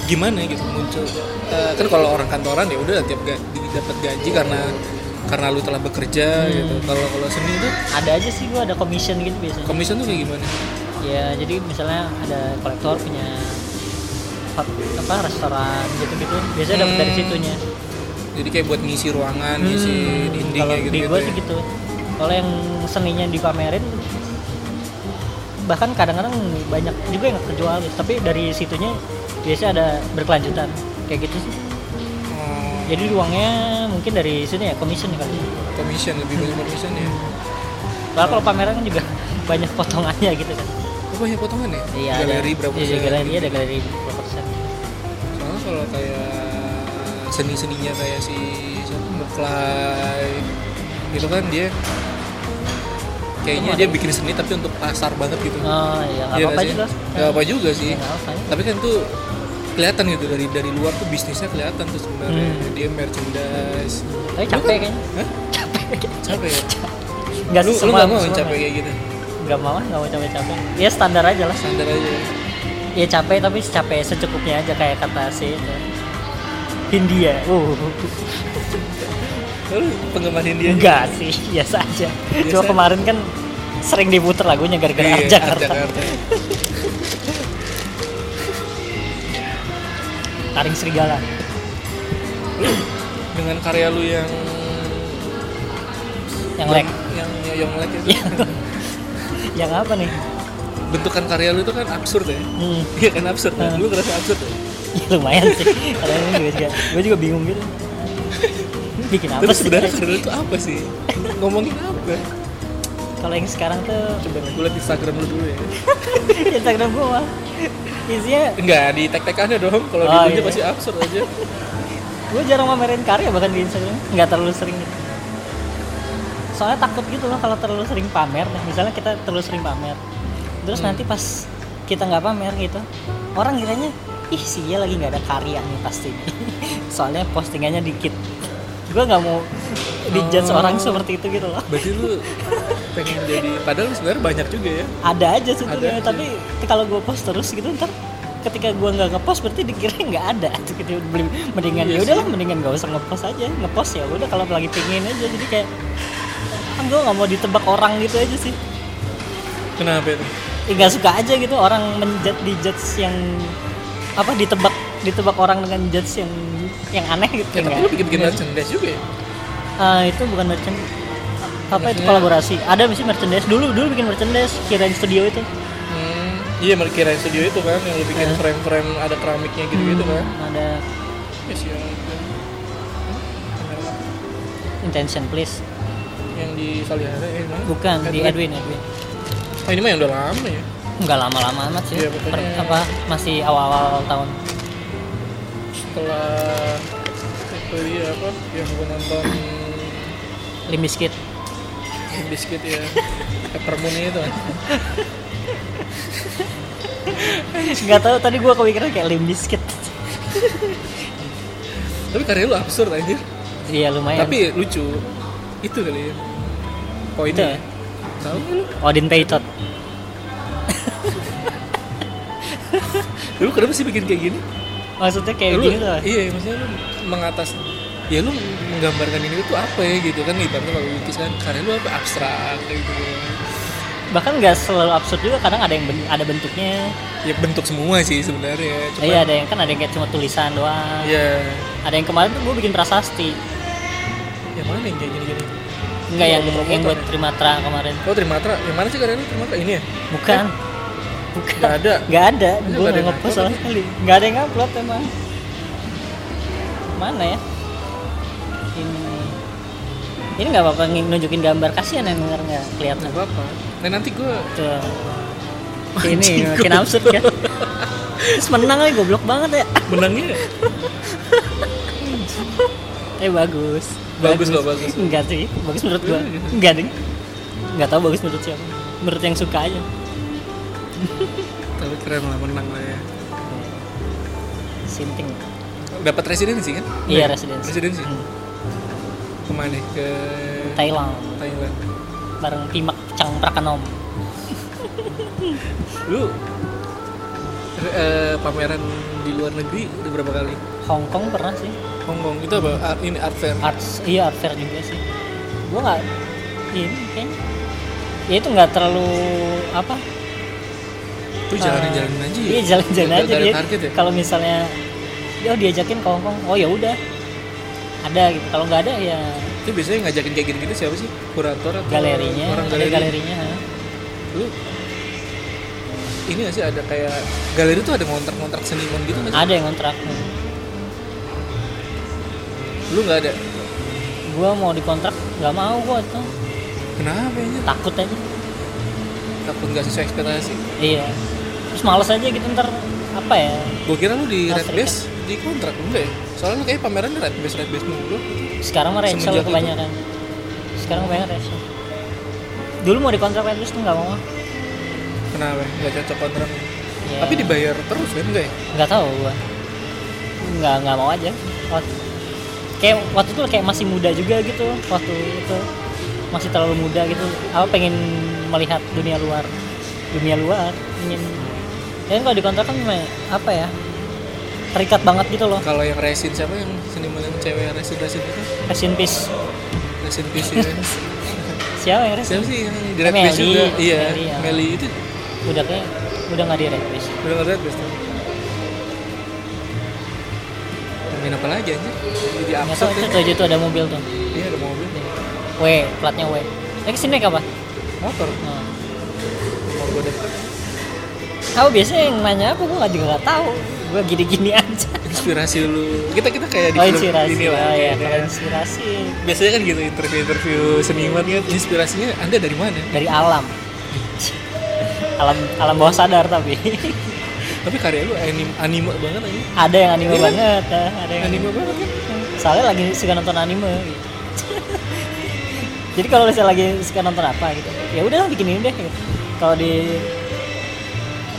[SPEAKER 1] gimana gitu muncul Eh, kan kalau orang kantoran ya udah tiap ga, dapat gaji karena karena lu telah bekerja
[SPEAKER 2] Hmm.
[SPEAKER 1] gitu kalau kalau seni itu
[SPEAKER 2] ada aja sih gua ada commission gitu biasanya
[SPEAKER 1] commission tuh kayak gimana
[SPEAKER 2] ya jadi misalnya ada kolektor punya hot- apa restoran gitu gitu biasanya dapat dari
[SPEAKER 1] Hmm.
[SPEAKER 2] situnya
[SPEAKER 1] jadi kayak buat ngisi ruangan
[SPEAKER 2] Hmm,
[SPEAKER 1] ngisi
[SPEAKER 2] kalau
[SPEAKER 1] dindingnya gitu
[SPEAKER 2] di
[SPEAKER 1] gitu
[SPEAKER 2] gua sih gitu kalau yang seninya dipamerin bahkan kadang-kadang banyak juga yang nggak kejual gitu. tapi dari situnya biasanya ada berkelanjutan kayak gitu sih jadi uangnya mungkin dari sini ya commission kali
[SPEAKER 1] Oh, commission lebih banyak
[SPEAKER 2] Hmm.
[SPEAKER 1] commission ya
[SPEAKER 2] Padahal kalau pameran kan juga banyak potongannya gitu kan
[SPEAKER 1] oh banyak potongan ya galeri Iya,
[SPEAKER 2] ada,
[SPEAKER 1] berapa
[SPEAKER 2] iya,
[SPEAKER 1] persen
[SPEAKER 2] galeri
[SPEAKER 1] gitu.
[SPEAKER 2] ada galeri berapa persen
[SPEAKER 1] soalnya kalau kayak seni-seninya kayak si siapa, Mbak Fly gitu kan dia kayaknya
[SPEAKER 2] Itu mah
[SPEAKER 1] dia
[SPEAKER 2] ada-
[SPEAKER 1] bikin seni tapi untuk pasar banget gitu
[SPEAKER 2] oh iya nggak
[SPEAKER 1] Iya
[SPEAKER 2] apa-apa
[SPEAKER 1] nggak sih?
[SPEAKER 2] juga
[SPEAKER 1] Nggak apa juga sih
[SPEAKER 2] Nggak apa-apa ya.
[SPEAKER 1] tapi kan tuh kelihatan gitu dari dari luar tuh bisnisnya kelihatan tuh sebenarnya
[SPEAKER 2] Hmm.
[SPEAKER 1] dia merchandise
[SPEAKER 2] tapi
[SPEAKER 1] kan-
[SPEAKER 2] capek kayaknya
[SPEAKER 1] Hah? capek ya?
[SPEAKER 2] nggak
[SPEAKER 1] lu
[SPEAKER 2] sih
[SPEAKER 1] lu
[SPEAKER 2] semua
[SPEAKER 1] nggak mau capek
[SPEAKER 2] semua nggak.
[SPEAKER 1] kayak gitu
[SPEAKER 2] nggak mau nggak mau capek-capek ya standar aja lah
[SPEAKER 1] standar aja ya.
[SPEAKER 2] ya capek tapi capek secukupnya aja kayak kata si itu. Hindia uh
[SPEAKER 1] Iya, lu penggemar India gitu? juga?
[SPEAKER 2] enggak sih biasa aja cuma
[SPEAKER 1] iya. Biasa.
[SPEAKER 2] kemarin kan sering diputer lagunya gara-gara
[SPEAKER 1] Iya,
[SPEAKER 2] Jakarta
[SPEAKER 1] Jakarta.
[SPEAKER 2] taring serigala
[SPEAKER 1] dengan karya lu yang
[SPEAKER 2] yang
[SPEAKER 1] Iya.
[SPEAKER 2] Iya. lag
[SPEAKER 1] yang yang, yang lag itu
[SPEAKER 2] yang yang apa nih
[SPEAKER 1] bentukan karya lu itu kan absurd ya
[SPEAKER 2] hmm,
[SPEAKER 1] Iya kan absurd kan?
[SPEAKER 2] Hmm.
[SPEAKER 1] Lu ngerasa absurd ya?
[SPEAKER 2] ya lumayan sih karena ini gue juga gue juga bingung gitu bikin apa
[SPEAKER 1] Tapi
[SPEAKER 2] sih
[SPEAKER 1] sebenarnya karya itu apa sih? Ngomongin apa?
[SPEAKER 2] kalau yang sekarang tuh
[SPEAKER 1] Coba gue liat Instagram lu dulu ya
[SPEAKER 2] Instagram gue mah isinya
[SPEAKER 1] Enggak, di tag aja dong Kalau
[SPEAKER 2] Oh,
[SPEAKER 1] di
[SPEAKER 2] iya.
[SPEAKER 1] iya. pasti absurd aja
[SPEAKER 2] gue jarang mamerin karya bahkan di Instagram nggak terlalu sering gitu soalnya takut gitu loh kalau terlalu sering pamer Nah, misalnya kita terlalu sering pamer terus
[SPEAKER 1] Hmm.
[SPEAKER 2] nanti pas kita nggak pamer gitu orang kiranya ih si dia lagi nggak ada karya nih pasti soalnya postingannya dikit gue nggak mau dijudge
[SPEAKER 1] Oh.
[SPEAKER 2] orang seperti itu gitu loh
[SPEAKER 1] Berarti lu pengen jadi Padahal lu sebenarnya banyak juga ya
[SPEAKER 2] ada aja sih
[SPEAKER 1] Ada
[SPEAKER 2] tuh,
[SPEAKER 1] aja.
[SPEAKER 2] tapi kalau gue post terus gitu ntar ketika gua nggak ngepost berarti dikira nggak ada tuh gitu Beli- mendingan
[SPEAKER 1] Iya
[SPEAKER 2] ya
[SPEAKER 1] sih.
[SPEAKER 2] udahlah mendingan nggak usah ngepost aja ngepost ya udah kalau lagi pingin aja jadi kayak kan gua nggak mau ditebak orang gitu aja sih
[SPEAKER 1] Kenapa itu?
[SPEAKER 2] Ya, nggak suka aja gitu orang menjudge dijudge yang apa ditebak ditebak orang dengan judge yang yang aneh gitu
[SPEAKER 1] Ya, tapi
[SPEAKER 2] nggak?
[SPEAKER 1] lu bikin-bikin
[SPEAKER 2] Nggak sih?
[SPEAKER 1] merchandise juga ya?
[SPEAKER 2] Ah, itu bukan merchandise apa itu
[SPEAKER 1] Maksudnya-
[SPEAKER 2] kolaborasi ada sih merchandise dulu dulu bikin merchandise kirain studio itu
[SPEAKER 1] Hmm, iya, mereka kirain studio itu kan, yang lu bikin
[SPEAKER 2] Eh.
[SPEAKER 1] frame-frame ada keramiknya gitu-gitu kan.
[SPEAKER 2] Hmm, ada
[SPEAKER 1] Ya sih, yang, yang-
[SPEAKER 2] intention please
[SPEAKER 1] yang di Salihara, eh, mana?
[SPEAKER 2] bukan di Edwin Edwin
[SPEAKER 1] Ah, ini mah yang udah lama ya?
[SPEAKER 2] nggak lama-lama amat sih
[SPEAKER 1] Iya, pokoknya-
[SPEAKER 2] Per- apa masih awal-awal tahun
[SPEAKER 1] Setelah itu dia apa, yang gue nonton
[SPEAKER 2] Limbiskit
[SPEAKER 1] Biscuit ya, Peppermoon itu kan.
[SPEAKER 2] nggak tahu tadi gua kepikiran kayak Limbiskit
[SPEAKER 1] Tapi karya lu absurd anjir.
[SPEAKER 2] iya lumayan
[SPEAKER 1] Tapi lucu. Itu kali ya.
[SPEAKER 2] itu ya?
[SPEAKER 1] Poinnya. Tahu nggak lu?
[SPEAKER 2] Odin Paytot
[SPEAKER 1] Lu kenapa sih bikin kayak gini?
[SPEAKER 2] maksudnya kayak
[SPEAKER 1] lu,
[SPEAKER 2] gini tuh
[SPEAKER 1] Iya, maksudnya lu mengatas ya lu menggambarkan ini tuh apa ya gitu kan ibaratnya kalau lukis kan karya lu apa abstrak kayak gitu
[SPEAKER 2] bahkan nggak selalu absurd juga kadang ada yang ben- ada bentuknya
[SPEAKER 1] ya bentuk semua sih sebenarnya cuma
[SPEAKER 2] iya ada yang kan ada yang kayak cuma tulisan doang
[SPEAKER 1] ya
[SPEAKER 2] ada yang kemarin tuh gue bikin prasasti
[SPEAKER 1] yang mana yang kayak gini gini
[SPEAKER 2] Enggak
[SPEAKER 1] Iya,
[SPEAKER 2] yang
[SPEAKER 1] ada
[SPEAKER 2] yang buat
[SPEAKER 1] promotor.
[SPEAKER 2] Trimatra kemarin.
[SPEAKER 1] oh Trimatra yang mana sih karya lu Trimatra ini ya
[SPEAKER 2] Bukan. Bukan.
[SPEAKER 1] Nggak ada.
[SPEAKER 2] Nggak ada.
[SPEAKER 1] Ini nggak ada
[SPEAKER 2] Gue nggak
[SPEAKER 1] yang
[SPEAKER 2] ngepost
[SPEAKER 1] upload
[SPEAKER 2] sama sekali. Nggak ada yang upload emang. Mana ya? Ini. Ini nggak apa-apa ng- nunjukin gambar kasihan yang denger nggak kelihatan.
[SPEAKER 1] nggak apa, -apa. nah nanti gue
[SPEAKER 2] Tuh.
[SPEAKER 1] Anjing,
[SPEAKER 2] Ini makin
[SPEAKER 1] goblok.
[SPEAKER 2] absurd kan. Terus menang lagi goblok banget ya.
[SPEAKER 1] menangnya
[SPEAKER 2] Eh bagus.
[SPEAKER 1] Bagus kok, bagus.
[SPEAKER 2] Enggak sih, bagus menurut gua.
[SPEAKER 1] Iya, gitu.
[SPEAKER 2] Enggak ding. Enggak tahu bagus menurut siapa. Menurut yang suka aja.
[SPEAKER 1] tapi keren lah menang lah ya
[SPEAKER 2] Sinting.
[SPEAKER 1] dapat residensi kan
[SPEAKER 2] Iya, residensi.
[SPEAKER 1] residensi
[SPEAKER 2] Hmm.
[SPEAKER 1] kemana ke
[SPEAKER 2] Thailand
[SPEAKER 1] Thailand
[SPEAKER 2] bareng Pimak Cang Prakanom.
[SPEAKER 1] lu eh, pameran di luar negeri udah berapa kali
[SPEAKER 2] Hong Kong pernah sih.
[SPEAKER 1] Hongkong itu apa Art- ini art fair
[SPEAKER 2] Arts iya art fair juga sih. Gua nggak iya, ini kayaknya. Ya itu nggak terlalu apa?
[SPEAKER 1] Lu jalan-jalan
[SPEAKER 2] eh,
[SPEAKER 1] aja ya?
[SPEAKER 2] Iya jalan-jalan
[SPEAKER 1] Nggak
[SPEAKER 2] aja
[SPEAKER 1] ada
[SPEAKER 2] dia.
[SPEAKER 1] target ya?
[SPEAKER 2] Kalau misalnya dia oh, diajakin ke Hong Kong, oh ya udah. Ada gitu. Kalau nggak ada ya
[SPEAKER 1] Itu biasanya ngajakin kayak gini-gini siapa sih? Kurator atau
[SPEAKER 2] galerinya,
[SPEAKER 1] orang
[SPEAKER 2] ada
[SPEAKER 1] galeri?
[SPEAKER 2] galerinya.
[SPEAKER 1] Lu ini gak sih ada kayak galeri tuh ada ngontrak-ngontrak seniman gitu nggak sih?
[SPEAKER 2] Ada yang kontrak.
[SPEAKER 1] Lu nggak ada?
[SPEAKER 2] Gua mau dikontrak, nggak mau gua tuh.
[SPEAKER 1] Kenapa ya?
[SPEAKER 2] Takut aja.
[SPEAKER 1] Takut nggak sesuai ekspektasi?
[SPEAKER 2] Iya. Terus males aja gitu ntar apa ya?
[SPEAKER 1] Gue kira lu di
[SPEAKER 2] Nggak
[SPEAKER 1] Red
[SPEAKER 2] serikat.
[SPEAKER 1] Base di kontrak enggak ya? Soalnya lu kayak pameran di Red Base Red Base mulu.
[SPEAKER 2] sekarang mah Rachel
[SPEAKER 1] Semenjak itu.
[SPEAKER 2] kebanyakan sekarang kebanyakan Rachel dulu mau dikontrak terus tuh nggak mau ah.
[SPEAKER 1] Kenapa? Nggak cocok kontrak.
[SPEAKER 2] Ya,
[SPEAKER 1] Tapi dibayar terus kan enggak ya?
[SPEAKER 2] nggak tahu gua nggak nggak mau aja waktu, kayak waktu itu kayak masih muda juga gitu waktu itu masih terlalu muda gitu apa pengen melihat dunia luar dunia luar ingin ya kalau dikontrak kan me- apa ya terikat banget gitu loh
[SPEAKER 1] Kalau yang resin siapa yang seniman yang cewek resin resin itu?
[SPEAKER 2] Rest in peace
[SPEAKER 1] Resin piece ya.
[SPEAKER 2] siapa ya Rest?
[SPEAKER 1] Siapa sih yang di Red
[SPEAKER 2] Meli.
[SPEAKER 1] Base juga? Iya,
[SPEAKER 2] Meli, ya.
[SPEAKER 1] Meli itu
[SPEAKER 2] udah kayak udah nggak di Red Base.
[SPEAKER 1] Udah nggak lihat Besta? Main apa lagi anjir? Jadi
[SPEAKER 2] nggak tahu
[SPEAKER 1] absurd
[SPEAKER 2] itu
[SPEAKER 1] ya?
[SPEAKER 2] tuh aja tuh ada mobil tuh
[SPEAKER 1] Iya ada mobil
[SPEAKER 2] W platnya W eh kesini naik apa
[SPEAKER 1] Motor
[SPEAKER 2] Nah.
[SPEAKER 1] Mau gue dapet
[SPEAKER 2] Kamu biasanya yang nanya apa? Gue juga nggak tahu. Gue gini-gini aja.
[SPEAKER 1] Inspirasi lu Kita kita kayak di
[SPEAKER 2] Oh
[SPEAKER 1] film
[SPEAKER 2] inspirasi,
[SPEAKER 1] ini lah
[SPEAKER 2] oh ya,
[SPEAKER 1] kayaknya.
[SPEAKER 2] kalau inspirasi
[SPEAKER 1] Biasanya kan gitu interview-interview seniman kan Inspirasinya anda dari mana?
[SPEAKER 2] dari alam. alam alam bawah sadar tapi
[SPEAKER 1] Tapi karya lu anim, anime banget aja
[SPEAKER 2] ada yang anime
[SPEAKER 1] Iya kan?
[SPEAKER 2] banget, ah, ada yang
[SPEAKER 1] Anime banget kan?
[SPEAKER 2] Soalnya lagi suka nonton anime. gitu. Jadi kalau misalnya lagi suka nonton apa gitu, ya udah bikin ini deh. Gitu. Kalau di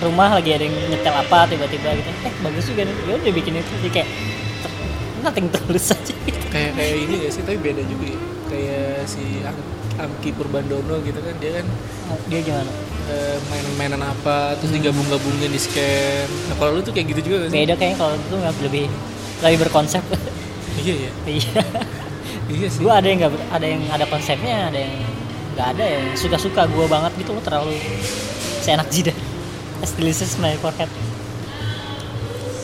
[SPEAKER 2] rumah lagi ada yang nyetel apa tiba-tiba gitu, eh bagus juga nih, ya udah bikin itu. Jadi kayak nothing tulus aja gitu.
[SPEAKER 1] Kayak kayak ini gak sih? Tapi beda juga ya Kayak si Ang Angki Purbandono gitu kan Dia kan
[SPEAKER 2] Dia gimana?
[SPEAKER 1] eh, main-mainan apa terus digabung-gabungin di scan nah, kalau lu tuh kayak gitu juga gak sih?
[SPEAKER 2] beda kayaknya kalau itu nggak lebih lebih berkonsep
[SPEAKER 1] iya ya
[SPEAKER 2] iya
[SPEAKER 1] iya sih
[SPEAKER 2] gue ada yang nggak ber- ada yang ada konsepnya ada yang nggak ada yang suka suka gue banget gitu lo terlalu seenak jidat as delicious my forehead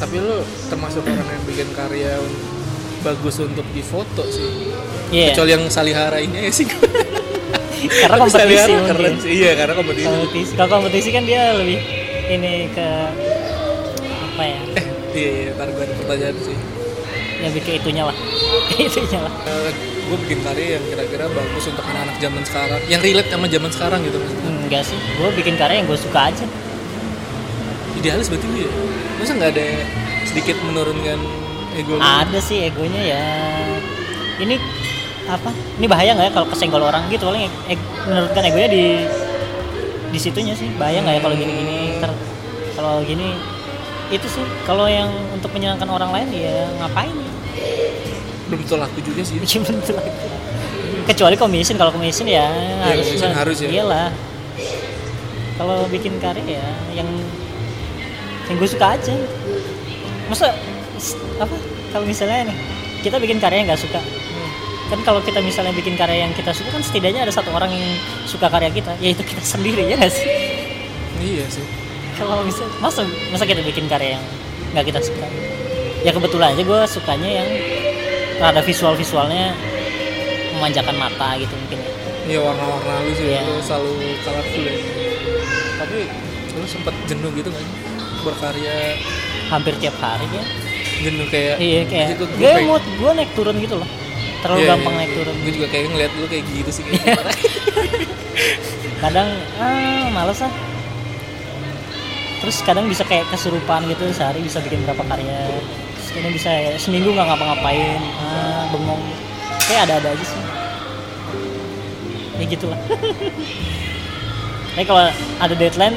[SPEAKER 1] tapi lu termasuk orang yang bikin karya bagus untuk difoto sih
[SPEAKER 2] iya
[SPEAKER 1] kecuali yang salihara ini aja sih
[SPEAKER 2] karena
[SPEAKER 1] Tapi
[SPEAKER 2] kompetisi
[SPEAKER 1] Salihara
[SPEAKER 2] mungkin Hmm.
[SPEAKER 1] keren sih iya karena kompetisi
[SPEAKER 2] kompetisi kalau kompetisi kan dia lebih ini ke apa ya
[SPEAKER 1] eh iya iya ntar gue ada pertanyaan sih
[SPEAKER 2] lebih ke itunya lah Ke itunya lah
[SPEAKER 1] gue Eh, bikin karya yang kira-kira bagus untuk anak-anak zaman sekarang yang relate sama zaman sekarang gitu maksudnya
[SPEAKER 2] enggak sih gue bikin karya yang gue suka aja
[SPEAKER 1] idealis berarti lu ya masa nggak ada sedikit menurunkan ego lu?
[SPEAKER 2] ada sih egonya ya ini apa ini bahaya nggak ya kalau kesenggol orang gitu paling e- e- menurutkan egonya di di situnya sih bahaya nggak ya kalau gini-gini ter kalau gini itu sih kalau yang untuk menyenangkan orang lain ya ngapain
[SPEAKER 1] belum tentu laku juga sih
[SPEAKER 2] Bikin bentuk lagi. kecuali commission kalau commission ya harus
[SPEAKER 1] commission
[SPEAKER 2] lah.
[SPEAKER 1] harus ya.
[SPEAKER 2] iyalah kalau bikin karya ya yang yang gue suka aja masa s- apa kalau misalnya nih kita bikin karya yang nggak suka kan kalau kita misalnya bikin karya yang kita suka kan setidaknya ada satu orang yang suka karya kita yaitu kita sendiri ya nggak sih
[SPEAKER 1] iya sih
[SPEAKER 2] kalau bisa masa masa kita bikin karya yang nggak kita suka ya kebetulan aja gue sukanya yang rada visual visualnya memanjakan mata gitu mungkin
[SPEAKER 1] iya warna-warna lu sih
[SPEAKER 2] Iya.
[SPEAKER 1] lu selalu colorful ya tapi lu sempet jenuh gitu kan berkarya
[SPEAKER 2] hampir tiap hari ya
[SPEAKER 1] jenuh kayak gitu,
[SPEAKER 2] iya kayak
[SPEAKER 1] "Anjir, gua- gua
[SPEAKER 2] gue
[SPEAKER 1] pengen-
[SPEAKER 2] mood gue naik turun gitu loh
[SPEAKER 1] Iya,
[SPEAKER 2] terlalu gampang naik turun
[SPEAKER 1] Gue juga kayak ngeliat lu kayak gitu sih kayak
[SPEAKER 2] kadang ah males ah terus kadang bisa kayak kesurupan gitu sehari bisa bikin berapa karya terus kadang bisa ya, seminggu nggak ngapa-ngapain ah bengong kayak ada-ada aja sih ya gitulah tapi kalau ada deadline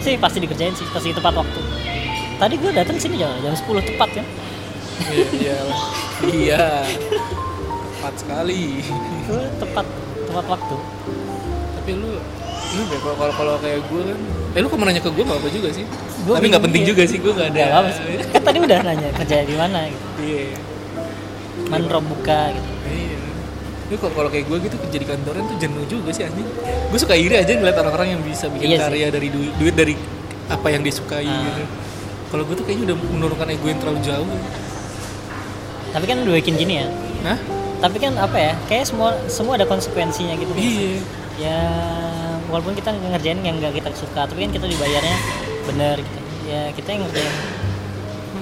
[SPEAKER 2] sih pasti dikerjain sih pasti tepat waktu tadi gue datang sini jam jam 10 tepat kan
[SPEAKER 1] Iya, iya. lah. Iya. Tepat sekali.
[SPEAKER 2] gue tepat tepat waktu
[SPEAKER 1] Tapi lu lu deh kalau kalau- kalau kayak gue kan eh lu kok nanya ke gue nggak apa juga sih
[SPEAKER 2] Gua
[SPEAKER 1] tapi nggak
[SPEAKER 2] bingung,
[SPEAKER 1] penting
[SPEAKER 2] iya.
[SPEAKER 1] juga sih gue nggak ada
[SPEAKER 2] Gak apa-apa sih kan tadi udah nanya kerja di mana gitu
[SPEAKER 1] iya
[SPEAKER 2] man rob buka gitu
[SPEAKER 1] iya Lu kalau kalau kayak gue gitu kerja di kantoran tuh jenuh juga sih anjing gue suka iri aja ngeliat orang-orang yang bisa bikin
[SPEAKER 2] Iya sih.
[SPEAKER 1] karya dari duit, duit dari apa yang disukai
[SPEAKER 2] Ah.
[SPEAKER 1] gitu kalau gue tuh kayaknya udah menurunkan ego yang terlalu jauh
[SPEAKER 2] tapi kan udah bikin gini ya
[SPEAKER 1] Hah?
[SPEAKER 2] tapi kan apa ya kayak semua semua ada konsekuensinya gitu
[SPEAKER 1] iya
[SPEAKER 2] ya walaupun kita ngerjain yang nggak kita suka tapi kan kita dibayarnya bener gitu ya kita yang ngerjain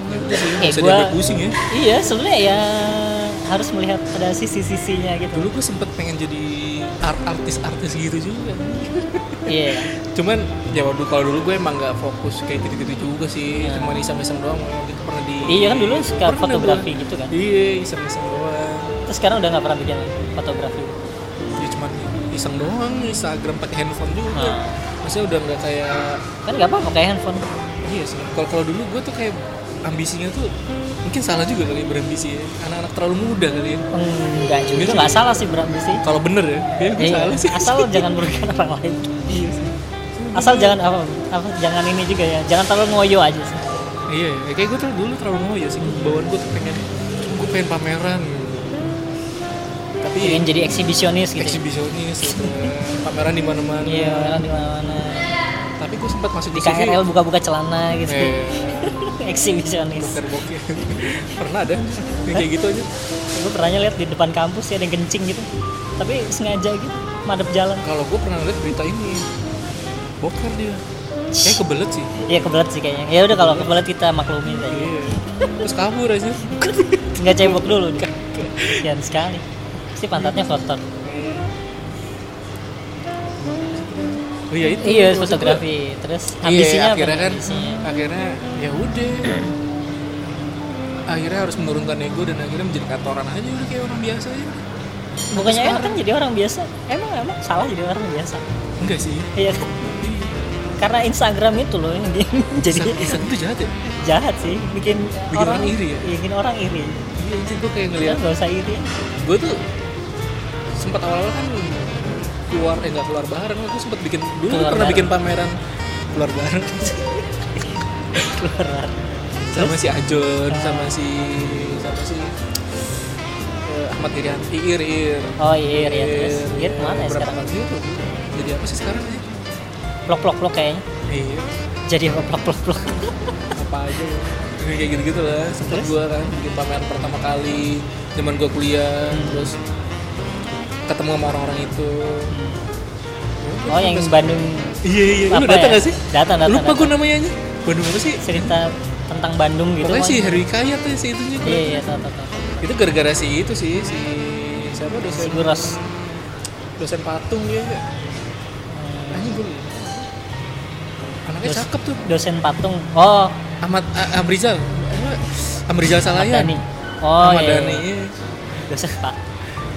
[SPEAKER 1] ya udah sih nggak
[SPEAKER 2] Kayak
[SPEAKER 1] usah
[SPEAKER 2] gua-
[SPEAKER 1] diambil pusing ya
[SPEAKER 2] iya sebenarnya ya harus melihat ada sisi-sisinya gitu
[SPEAKER 1] dulu gue sempet pengen jadi art- artis-artis gitu juga
[SPEAKER 2] iya
[SPEAKER 1] cuman ya waktu kalau dulu gue emang nggak fokus kayak gitu-gitu juga sih
[SPEAKER 2] Ya.
[SPEAKER 1] cuma iseng-iseng doang waktu itu pernah di
[SPEAKER 2] iya kan dulu suka
[SPEAKER 1] Pernah
[SPEAKER 2] fotografi
[SPEAKER 1] gua.
[SPEAKER 2] gitu kan
[SPEAKER 1] iya iseng-iseng doang
[SPEAKER 2] terus sekarang udah nggak pernah bikin fotografi
[SPEAKER 1] ya cuman iseng doang Instagram pakai handphone juga
[SPEAKER 2] Nah.
[SPEAKER 1] maksudnya udah nggak kayak
[SPEAKER 2] kan nggak apa-apa kayak handphone
[SPEAKER 1] iya sih kalau kalau dulu gue tuh kayak ambisinya tuh mungkin salah juga kali berambisi ya anak-anak terlalu muda kali ya
[SPEAKER 2] enggak juga
[SPEAKER 1] Gitu.
[SPEAKER 2] nggak salah sih berambisi
[SPEAKER 1] kalau bener ya kayaknya gue
[SPEAKER 2] Iya,
[SPEAKER 1] salah sih
[SPEAKER 2] asal jangan merugikan orang lain
[SPEAKER 1] iya sih
[SPEAKER 2] asal jangan apa, apa jangan ini juga ya jangan terlalu ngoyo aja sih
[SPEAKER 1] Iya, ya. kayak gue tuh dulu terlalu mau ya sih bawaan gue tuh pengen gue pengen pameran gitu. tapi
[SPEAKER 2] ingin jadi eksibisionis gitu
[SPEAKER 1] eksibisionis gitu. pameran di mana-mana
[SPEAKER 2] iya orang di mana-mana
[SPEAKER 1] tapi gue sempat masuk
[SPEAKER 2] di
[SPEAKER 1] di CV
[SPEAKER 2] KRL buka-buka celana gitu
[SPEAKER 1] eh
[SPEAKER 2] eksibisionis
[SPEAKER 1] dokter bokeh pernah ada yang kayak gitu aja
[SPEAKER 2] gue pernahnya lihat di depan kampus ya ada yang kencing gitu tapi sengaja gitu madep jalan
[SPEAKER 1] kalau gue pernah lihat berita ini boker dia kayak kebelet sih
[SPEAKER 2] iya kebelet sih kayaknya ya udah kalau kebelet kita maklumi aja
[SPEAKER 1] iya terus kabur aja
[SPEAKER 2] nggak cebok dulu nih Kesian sekali pasti pantatnya kotor
[SPEAKER 1] oh iya itu
[SPEAKER 2] iya
[SPEAKER 1] maksud gua.
[SPEAKER 2] fotografi terus
[SPEAKER 1] iya,
[SPEAKER 2] ambisinya apa
[SPEAKER 1] akhirnya
[SPEAKER 2] nih
[SPEAKER 1] kan
[SPEAKER 2] ambisinya?
[SPEAKER 1] akhirnya ya udah akhirnya harus menurunkan ego dan akhirnya menjadi kantoran aja udah kayak orang biasa aja
[SPEAKER 2] bukannya enak
[SPEAKER 1] sekarang.
[SPEAKER 2] kan jadi orang biasa emang emang salah jadi orang biasa
[SPEAKER 1] enggak sih
[SPEAKER 2] iya kan karena Instagram itu loh yang dia- jadi
[SPEAKER 1] Iseng- iseng itu jahat ya
[SPEAKER 2] jahat sih bikin,
[SPEAKER 1] Bikin orang iri ya?
[SPEAKER 2] bikin orang iri
[SPEAKER 1] iya anjir gue kayak
[SPEAKER 2] kita
[SPEAKER 1] ngeliat
[SPEAKER 2] nggak usah iri
[SPEAKER 1] gue tuh sempat awal-awal kan keluar eh nggak keluar bareng aku sempet bikin dulu
[SPEAKER 2] Keluar
[SPEAKER 1] pernah
[SPEAKER 2] bareng.
[SPEAKER 1] bikin pameran keluar bareng
[SPEAKER 2] keluar
[SPEAKER 1] sama si Ajon sama si sama si eh, Ahmad Irianti Ir Ir
[SPEAKER 2] Oh iya, Rian. Terus Rian kemana ya
[SPEAKER 1] iya, berapa
[SPEAKER 2] sekarang?
[SPEAKER 1] kali itu jadi apa sih sekarang sih
[SPEAKER 2] Plok plok plok kayaknya.
[SPEAKER 1] iya
[SPEAKER 2] Jadi apa plok plok plok.
[SPEAKER 1] apa aja ya. Ini kayak gitu-gitu lah sempet
[SPEAKER 2] Terus?
[SPEAKER 1] gue kan bikin pameran pertama kali zaman gue kuliah
[SPEAKER 2] Hmm.
[SPEAKER 1] terus ketemu sama orang-orang itu
[SPEAKER 2] Oh yang Bandung
[SPEAKER 1] iya iya lu
[SPEAKER 2] Apa
[SPEAKER 1] datang
[SPEAKER 2] ya?
[SPEAKER 1] nggak sih
[SPEAKER 2] Datang, datang,
[SPEAKER 1] lupa gue
[SPEAKER 2] datang.
[SPEAKER 1] namanya aja Bandung apa sih
[SPEAKER 2] cerita tentang Bandung gitu.
[SPEAKER 1] pokoknya si
[SPEAKER 2] Mas.
[SPEAKER 1] Harry Kayat ya si itunya gua.
[SPEAKER 2] Iya iya tahu tahu tahu.
[SPEAKER 1] itu gara-gara si itu sih si siapa
[SPEAKER 2] Si
[SPEAKER 1] dosen
[SPEAKER 2] Guros.
[SPEAKER 1] dosen patung dia ya anjing gue anaknya
[SPEAKER 2] Dos-
[SPEAKER 1] Eh, cakep tuh
[SPEAKER 2] Dosen patung. Oh,
[SPEAKER 1] Ahmad A- Amrizal Apa? Amrizal Salayan
[SPEAKER 2] Madani. Oh
[SPEAKER 1] Ahmad
[SPEAKER 2] iya.
[SPEAKER 1] Dhani,
[SPEAKER 2] iya.
[SPEAKER 1] iya.
[SPEAKER 2] Dosen Pak.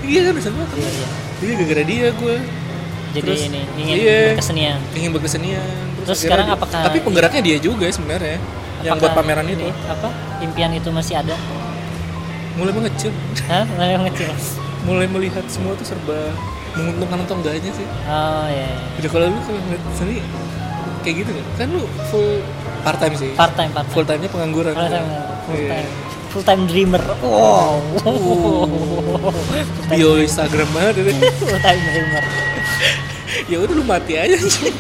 [SPEAKER 1] iya kan dosen patung
[SPEAKER 2] Iya iya.
[SPEAKER 1] jadi gara-gara dia gue
[SPEAKER 2] Jadi
[SPEAKER 1] Terus,
[SPEAKER 2] ini ingin
[SPEAKER 1] iya.
[SPEAKER 2] kesenian.
[SPEAKER 1] ingin berkesenian
[SPEAKER 2] Terus
[SPEAKER 1] akhirnya
[SPEAKER 2] sekarang
[SPEAKER 1] dia-
[SPEAKER 2] apakah-
[SPEAKER 1] tapi penggeraknya dia juga sebenarnya yang buat pameran itu
[SPEAKER 2] apa impian itu masih ada
[SPEAKER 1] mulai mengecil
[SPEAKER 2] Hah? mulai mengecil
[SPEAKER 1] mulai melihat semua tuh serba menguntungkan atau enggaknya sih
[SPEAKER 2] oh iya, iya.
[SPEAKER 1] udah kalau lu kalau ngeliat seni kayak gitu kan kan lu full part time sih
[SPEAKER 2] part time part time
[SPEAKER 1] full time nya pengangguran
[SPEAKER 2] full time full
[SPEAKER 1] Iya.
[SPEAKER 2] time full time dreamer wow
[SPEAKER 1] bio Instagram banget itu
[SPEAKER 2] full time dreamer
[SPEAKER 1] ya udah lu mati aja sih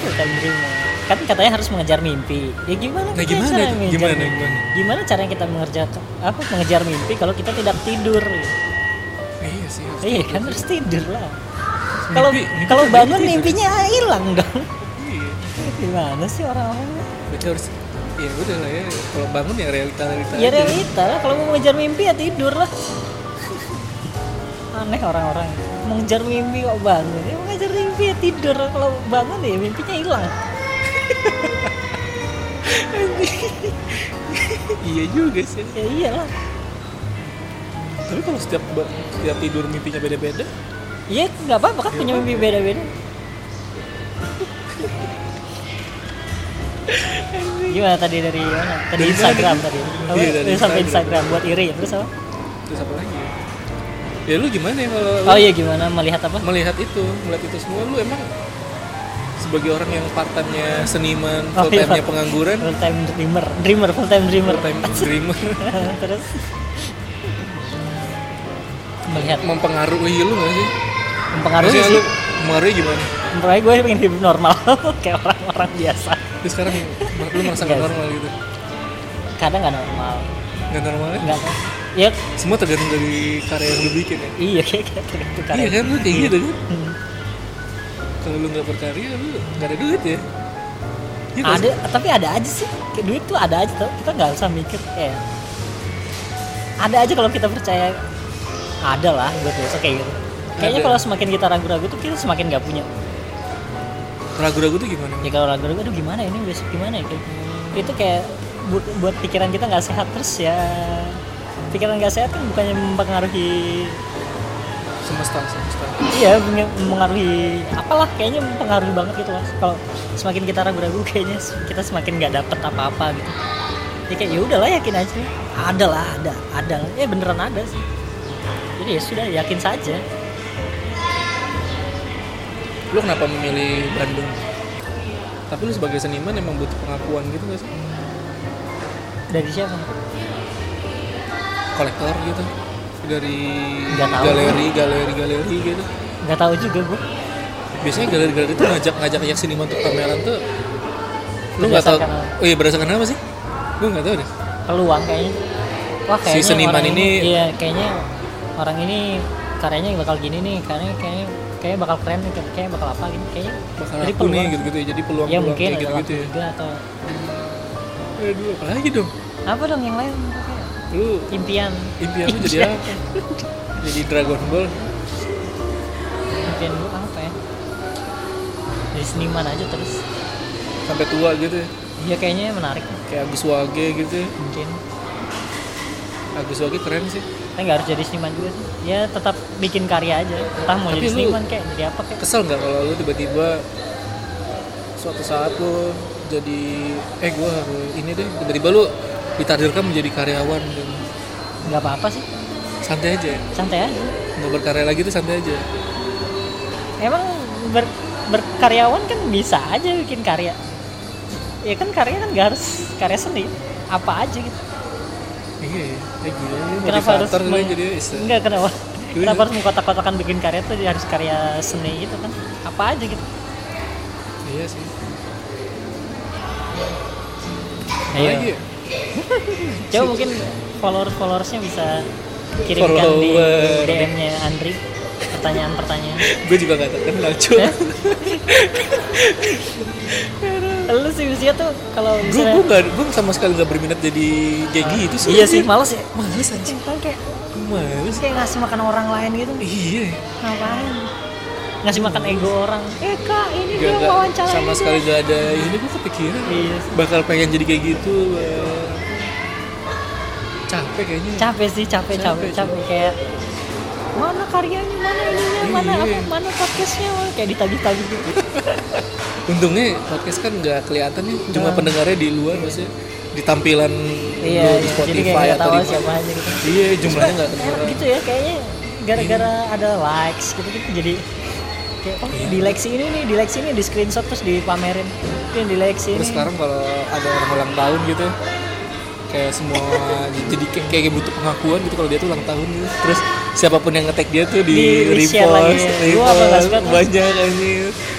[SPEAKER 2] full time dreamer kan katanya harus mengejar mimpi ya gimana
[SPEAKER 1] Nah,
[SPEAKER 2] kita
[SPEAKER 1] gimana
[SPEAKER 2] cara
[SPEAKER 1] itu?
[SPEAKER 2] mengejar
[SPEAKER 1] Gimana,
[SPEAKER 2] mimpi?
[SPEAKER 1] gimana?
[SPEAKER 2] gimana caranya kita mengejar apa mengejar mimpi kalau kita tidak tidur
[SPEAKER 1] iya sih harus
[SPEAKER 2] iya
[SPEAKER 1] gitu.
[SPEAKER 2] kan harus tidur lah kalau
[SPEAKER 1] Mimpi- mimpi
[SPEAKER 2] kalau
[SPEAKER 1] kan
[SPEAKER 2] bangun
[SPEAKER 1] tidur.
[SPEAKER 2] mimpinya hilang dong
[SPEAKER 1] Iya.
[SPEAKER 2] gimana sih orang-orang
[SPEAKER 1] berarti harus ya udah lah ya kalau bangun ya realita realita
[SPEAKER 2] Ya realita lah, kalau mau ngejar mimpi ya tidur lah. Aneh orang-orang mengejar mimpi kok bangun. Ya mengejar mimpi ya tidur. Kalau bangun ya mimpinya hilang.
[SPEAKER 1] iya juga sih
[SPEAKER 2] Ya iyalah.
[SPEAKER 1] tapi kalau setiap ba- setiap tidur mimpinya beda beda
[SPEAKER 2] Iya nggak apa-apa kan punya mimpi beda-beda. Gimana tadi dari mana?
[SPEAKER 1] Dari
[SPEAKER 2] Tadi
[SPEAKER 1] mana
[SPEAKER 2] Instagram
[SPEAKER 1] tadi?
[SPEAKER 2] tadi.
[SPEAKER 1] Iya,
[SPEAKER 2] Apa?
[SPEAKER 1] dari
[SPEAKER 2] Terus sampai
[SPEAKER 1] Instagram.
[SPEAKER 2] Instagram buat iri ya, terus apa?
[SPEAKER 1] terus apa lagi ya? ya lu gimana ya kalau lu
[SPEAKER 2] Oh iya gimana melihat apa?
[SPEAKER 1] melihat itu melihat itu semua lu emang sebagai orang yang part time nya seniman
[SPEAKER 2] Oh,
[SPEAKER 1] full time nya
[SPEAKER 2] iya.
[SPEAKER 1] pengangguran
[SPEAKER 2] Full time dreamer, dreamer full time dreamer.
[SPEAKER 1] full time dreamer
[SPEAKER 2] terus melihat
[SPEAKER 1] mempengaruhi lu gak sih?
[SPEAKER 2] mempengaruhi
[SPEAKER 1] Maksudnya
[SPEAKER 2] sih
[SPEAKER 1] lu mempengaruhi gimana?
[SPEAKER 2] mempengaruhi gue pengen hidup normal kayak orang-orang biasa
[SPEAKER 1] Terus sekarang lu merasa gak
[SPEAKER 2] Guys.
[SPEAKER 1] normal gitu?
[SPEAKER 2] kadang nggak normal
[SPEAKER 1] Gak normal ya?
[SPEAKER 2] nggak ya
[SPEAKER 1] Semua tergantung dari karya yang lu bikin ya?
[SPEAKER 2] iya kayak kayak tergantung karya.
[SPEAKER 1] Iya kan, lu kayak gitu kan?
[SPEAKER 2] Hmm.
[SPEAKER 1] Kalau lu gak berkarya, lu gak ada duit ya? Iya nggak
[SPEAKER 2] ada
[SPEAKER 1] sih?
[SPEAKER 2] tapi ada aja sih Kayak duit tuh ada aja tuh kita nggak usah mikir kayak ada aja kalau kita percaya ada lah buat besok kayak gitu kayaknya
[SPEAKER 1] Ada.
[SPEAKER 2] kalau semakin kita ragu-ragu tuh kita semakin nggak punya
[SPEAKER 1] Ragu-ragu tuh gimana?
[SPEAKER 2] ya kalau ragu-ragu aduh gimana ini besok gimana ya kayak itu kayak buat, buat pikiran kita nggak sehat terus ya pikiran nggak sehat kan bukannya mempengaruhi
[SPEAKER 1] Semesta, semesta
[SPEAKER 2] iya menge- mempengaruhi apalah kayaknya mempengaruhi banget gitu mas kalau semakin kita ragu-ragu kayaknya se- kita semakin nggak dapet apa-apa gitu ya kayak ya udahlah yakin aja ada lah ada ada lah." ya beneran ada sih jadi ya sudah yakin saja
[SPEAKER 1] Lu kenapa memilih Bandung? Tapi lu sebagai seniman emang butuh pengakuan gitu gak sih?
[SPEAKER 2] dari siapa
[SPEAKER 1] Kolektor gitu? Dari
[SPEAKER 2] Nggak tahu.
[SPEAKER 1] galeri, galeri, galeri gitu?
[SPEAKER 2] nggak tahu juga gue
[SPEAKER 1] biasanya galeri-galeri itu ngajak ngajak ngajak seniman untuk pameran tuh lu nggak tahu
[SPEAKER 2] Berdasarkan apa?
[SPEAKER 1] oh iya berdasarkan apa sih gue nggak tahu deh
[SPEAKER 2] peluang kayaknya wah
[SPEAKER 1] Si
[SPEAKER 2] kayaknya
[SPEAKER 1] seniman
[SPEAKER 2] orang
[SPEAKER 1] ini-
[SPEAKER 2] iya kayaknya orang ini karyanya bakal gini nih kayaknya kayaknya kayaknya bakal keren nih kayaknya bakal apa gini kayaknya
[SPEAKER 1] bakal aku
[SPEAKER 2] Jadi
[SPEAKER 1] nih
[SPEAKER 2] peluang.
[SPEAKER 1] gitu-gitu ya jadi peluang
[SPEAKER 2] ya
[SPEAKER 1] peluang
[SPEAKER 2] mungkin
[SPEAKER 1] kayak
[SPEAKER 2] ada
[SPEAKER 1] gitu-gitu
[SPEAKER 2] waktu
[SPEAKER 1] ya
[SPEAKER 2] juga atau
[SPEAKER 1] aduh apa lagi dong
[SPEAKER 2] apa dong yang lain
[SPEAKER 1] lu
[SPEAKER 2] impian
[SPEAKER 1] impian lu jadi
[SPEAKER 2] Impian.
[SPEAKER 1] apa jadi Dragon Ball
[SPEAKER 2] impian gue apa ya jadi seniman aja terus
[SPEAKER 1] sampai tua gitu ya.
[SPEAKER 2] ya kayaknya menarik
[SPEAKER 1] kayak Agus Wage gitu ya.
[SPEAKER 2] mungkin
[SPEAKER 1] Agus Wage keren sih
[SPEAKER 2] tapi nggak harus jadi seniman juga sih ya tetap bikin karya aja entah mau
[SPEAKER 1] Tapi
[SPEAKER 2] jadi
[SPEAKER 1] lu-
[SPEAKER 2] seniman kayak jadi apa kayak
[SPEAKER 1] kesel nggak kalau lu tiba-tiba suatu saat lu jadi eh gue ini deh tiba-tiba lu ditakdirkan menjadi karyawan gitu.
[SPEAKER 2] nggak apa apa sih
[SPEAKER 1] santai aja ya
[SPEAKER 2] santai aja
[SPEAKER 1] mau berkarya lagi tuh santai aja
[SPEAKER 2] emang ber- berkaryawan kan bisa aja bikin karya ya kan karya kan gak harus karya seni apa aja gitu
[SPEAKER 1] iya ya eh, gila ya
[SPEAKER 2] kenapa harus
[SPEAKER 1] motivator gue
[SPEAKER 2] meng-
[SPEAKER 1] jadi Gitu istri
[SPEAKER 2] enggak kenapa
[SPEAKER 1] Gimana?
[SPEAKER 2] kenapa harus mengkotak-kotakan bikin karya tuh harus karya seni gitu kan apa aja gitu
[SPEAKER 1] iya sih
[SPEAKER 2] Ayo. Iya.
[SPEAKER 1] lagi ya? Iya.
[SPEAKER 2] coba mungkin followers followersnya bisa kirimkan
[SPEAKER 1] Follower.
[SPEAKER 2] di DM-nya Andri pertanyaan-pertanyaan
[SPEAKER 1] gue juga gak terkenal cuy
[SPEAKER 2] Hah? lu sih usia tuh kalau
[SPEAKER 1] gue
[SPEAKER 2] misalnya
[SPEAKER 1] gue gak gue sama sekali gak berminat jadi kayak gitu sih
[SPEAKER 2] iya sih males ya
[SPEAKER 1] males anjing
[SPEAKER 2] Kan kayak
[SPEAKER 1] gue males
[SPEAKER 2] kayak ngasih makan orang lain gitu
[SPEAKER 1] iya
[SPEAKER 2] ngapain ngasih makan ego orang eh kak ini
[SPEAKER 1] gak,
[SPEAKER 2] dia
[SPEAKER 1] gak-
[SPEAKER 2] wawancara
[SPEAKER 1] sama
[SPEAKER 2] ini
[SPEAKER 1] sekali
[SPEAKER 2] dia.
[SPEAKER 1] gak ada ini gue kepikiran
[SPEAKER 2] iya sih.
[SPEAKER 1] bakal pengen jadi kayak gitu eh, capek kayaknya
[SPEAKER 2] capek sih capek capek
[SPEAKER 1] Capek,
[SPEAKER 2] capek kayak mana karyanya mana ininya mana
[SPEAKER 1] Iya.
[SPEAKER 2] apa mana podcastnya Wah, kayak ditagih-tagih gitu
[SPEAKER 1] untungnya podcast kan gak kelihatan ya cuma
[SPEAKER 2] Nah.
[SPEAKER 1] pendengarnya di luar maksudnya di tampilan
[SPEAKER 2] iya,
[SPEAKER 1] lu di
[SPEAKER 2] iya. jadi kayak
[SPEAKER 1] Spotify
[SPEAKER 2] nggak
[SPEAKER 1] atau
[SPEAKER 2] tahu
[SPEAKER 1] di
[SPEAKER 2] siapa aja gitu
[SPEAKER 1] iya jumlahnya
[SPEAKER 2] Cuma
[SPEAKER 1] gak kedengeran
[SPEAKER 2] enak gitu ya kayaknya gara-gara ada likes gitu gitu jadi kayak oh
[SPEAKER 1] Iya.
[SPEAKER 2] di like sini nih di like sini di screenshot terus dipamerin ini di like sini
[SPEAKER 1] Terus sekarang kalau ada orang ulang tahun gitu kayak semua jadi kayak, kayak butuh pengakuan gitu kalau dia tuh ulang tahun gitu. Terus siapapun yang ngetek dia tuh di,
[SPEAKER 2] Di- di-share
[SPEAKER 1] repost,
[SPEAKER 2] lagi ya. Gua apa nggak
[SPEAKER 1] repost
[SPEAKER 2] suka tuh.
[SPEAKER 1] banyak ini.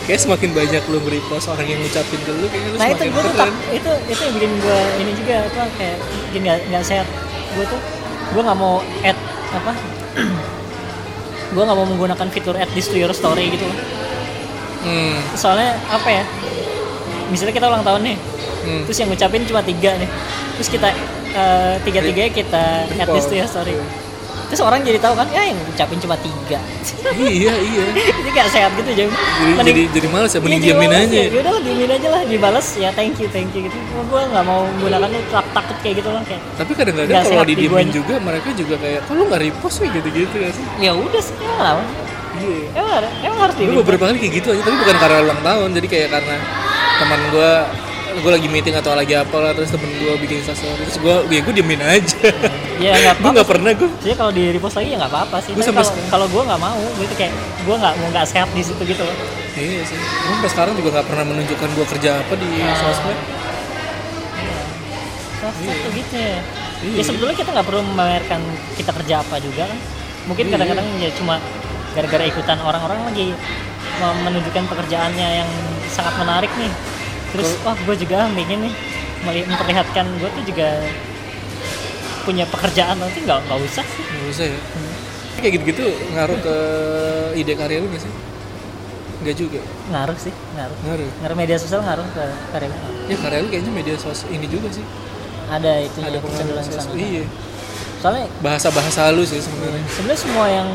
[SPEAKER 1] Kayak semakin banyak lu repost orang yang ngucapin ke lu kayaknya lu
[SPEAKER 2] nah itu
[SPEAKER 1] semakin kan?
[SPEAKER 2] gue tuh
[SPEAKER 1] keren.
[SPEAKER 2] tak- itu itu yang bikin gue ini juga apa kayak bikin nggak nggak sehat gue tuh gue nggak mau add apa gue nggak mau menggunakan fitur add this to your story gitu loh.
[SPEAKER 1] Hmm.
[SPEAKER 2] soalnya apa ya misalnya kita ulang tahun nih
[SPEAKER 1] hmm.
[SPEAKER 2] terus yang ngucapin cuma tiga nih terus kita tiga tiganya kita add this to your story terus orang jadi tahu kan ya yang ngucapin cuma tiga
[SPEAKER 1] iya, iya.
[SPEAKER 2] jadi nggak sehat gitu jadi
[SPEAKER 1] Jadi jadi, jadi males ya mending
[SPEAKER 2] Iya,
[SPEAKER 1] diamin
[SPEAKER 2] dibalas
[SPEAKER 1] aja.
[SPEAKER 2] ya. Yaudah lah diamin aja lah dibalas ya thank you thank you gitu. Gue nggak mau menggunakan tuh tak takut kayak gitu loh kayak.
[SPEAKER 1] Tapi kadang-kadang
[SPEAKER 2] Nggak
[SPEAKER 1] kalau
[SPEAKER 2] sehat di
[SPEAKER 1] didiemin
[SPEAKER 2] guanya.
[SPEAKER 1] juga mereka juga kayak kok lu nggak repost ya gitu-gitu ya sih.
[SPEAKER 2] Ya udah sih emang lah.
[SPEAKER 1] Iya.
[SPEAKER 2] Emang, ada- emang harus
[SPEAKER 1] Gue
[SPEAKER 2] diamin.
[SPEAKER 1] beberapa kali kayak gitu aja, tapi bukan karena ulang tahun, jadi kayak karena teman gue gue lagi meeting atau lagi apa lah terus temen gue bikin instastory terus gue ya gue diemin aja
[SPEAKER 2] Ya nggak
[SPEAKER 1] gue
[SPEAKER 2] apa.
[SPEAKER 1] nggak pernah gue
[SPEAKER 2] Jadi kalau di repost lagi ya nggak apa-apa sih.
[SPEAKER 1] Gua
[SPEAKER 2] Tapi
[SPEAKER 1] sampai
[SPEAKER 2] kalau
[SPEAKER 1] sekarang.
[SPEAKER 2] kalau gue nggak mau, gue tuh kayak gue nggak mau nggak sehat di situ gitu loh.
[SPEAKER 1] iya sih gue sampai sekarang juga nggak pernah menunjukkan gue kerja apa di
[SPEAKER 2] Ah.
[SPEAKER 1] sosmed
[SPEAKER 2] Nah, tuh gitu ya.
[SPEAKER 1] Iya.
[SPEAKER 2] Ya sebetulnya kita nggak perlu memamerkan kita kerja apa juga kan. Mungkin
[SPEAKER 1] Iya.
[SPEAKER 2] kadang-kadang ya cuma gara-gara ikutan orang-orang lagi mem- menunjukkan pekerjaannya yang sangat menarik nih. Terus wah gue juga ingin nih meli- memperlihatkan gue tuh juga punya pekerjaan nanti nggak nggak usah sih.
[SPEAKER 1] nggak usah ya
[SPEAKER 2] Hmm.
[SPEAKER 1] kayak gitu-gitu ngaruh ke ide karya lu nggak sih nggak juga
[SPEAKER 2] Ngaruh sih, ngaruh.
[SPEAKER 1] ngaruh
[SPEAKER 2] Ngaruh media sosial ngaruh ke karya. lu.
[SPEAKER 1] ya karya lu kayaknya media sos ini juga sih
[SPEAKER 2] Ada itu
[SPEAKER 1] ada pengaruh
[SPEAKER 2] kecenderungan
[SPEAKER 1] sos
[SPEAKER 2] sana.
[SPEAKER 1] iya
[SPEAKER 2] Soalnya
[SPEAKER 1] bahasa-bahasa lu sih sebenarnya
[SPEAKER 2] sebenarnya semua yang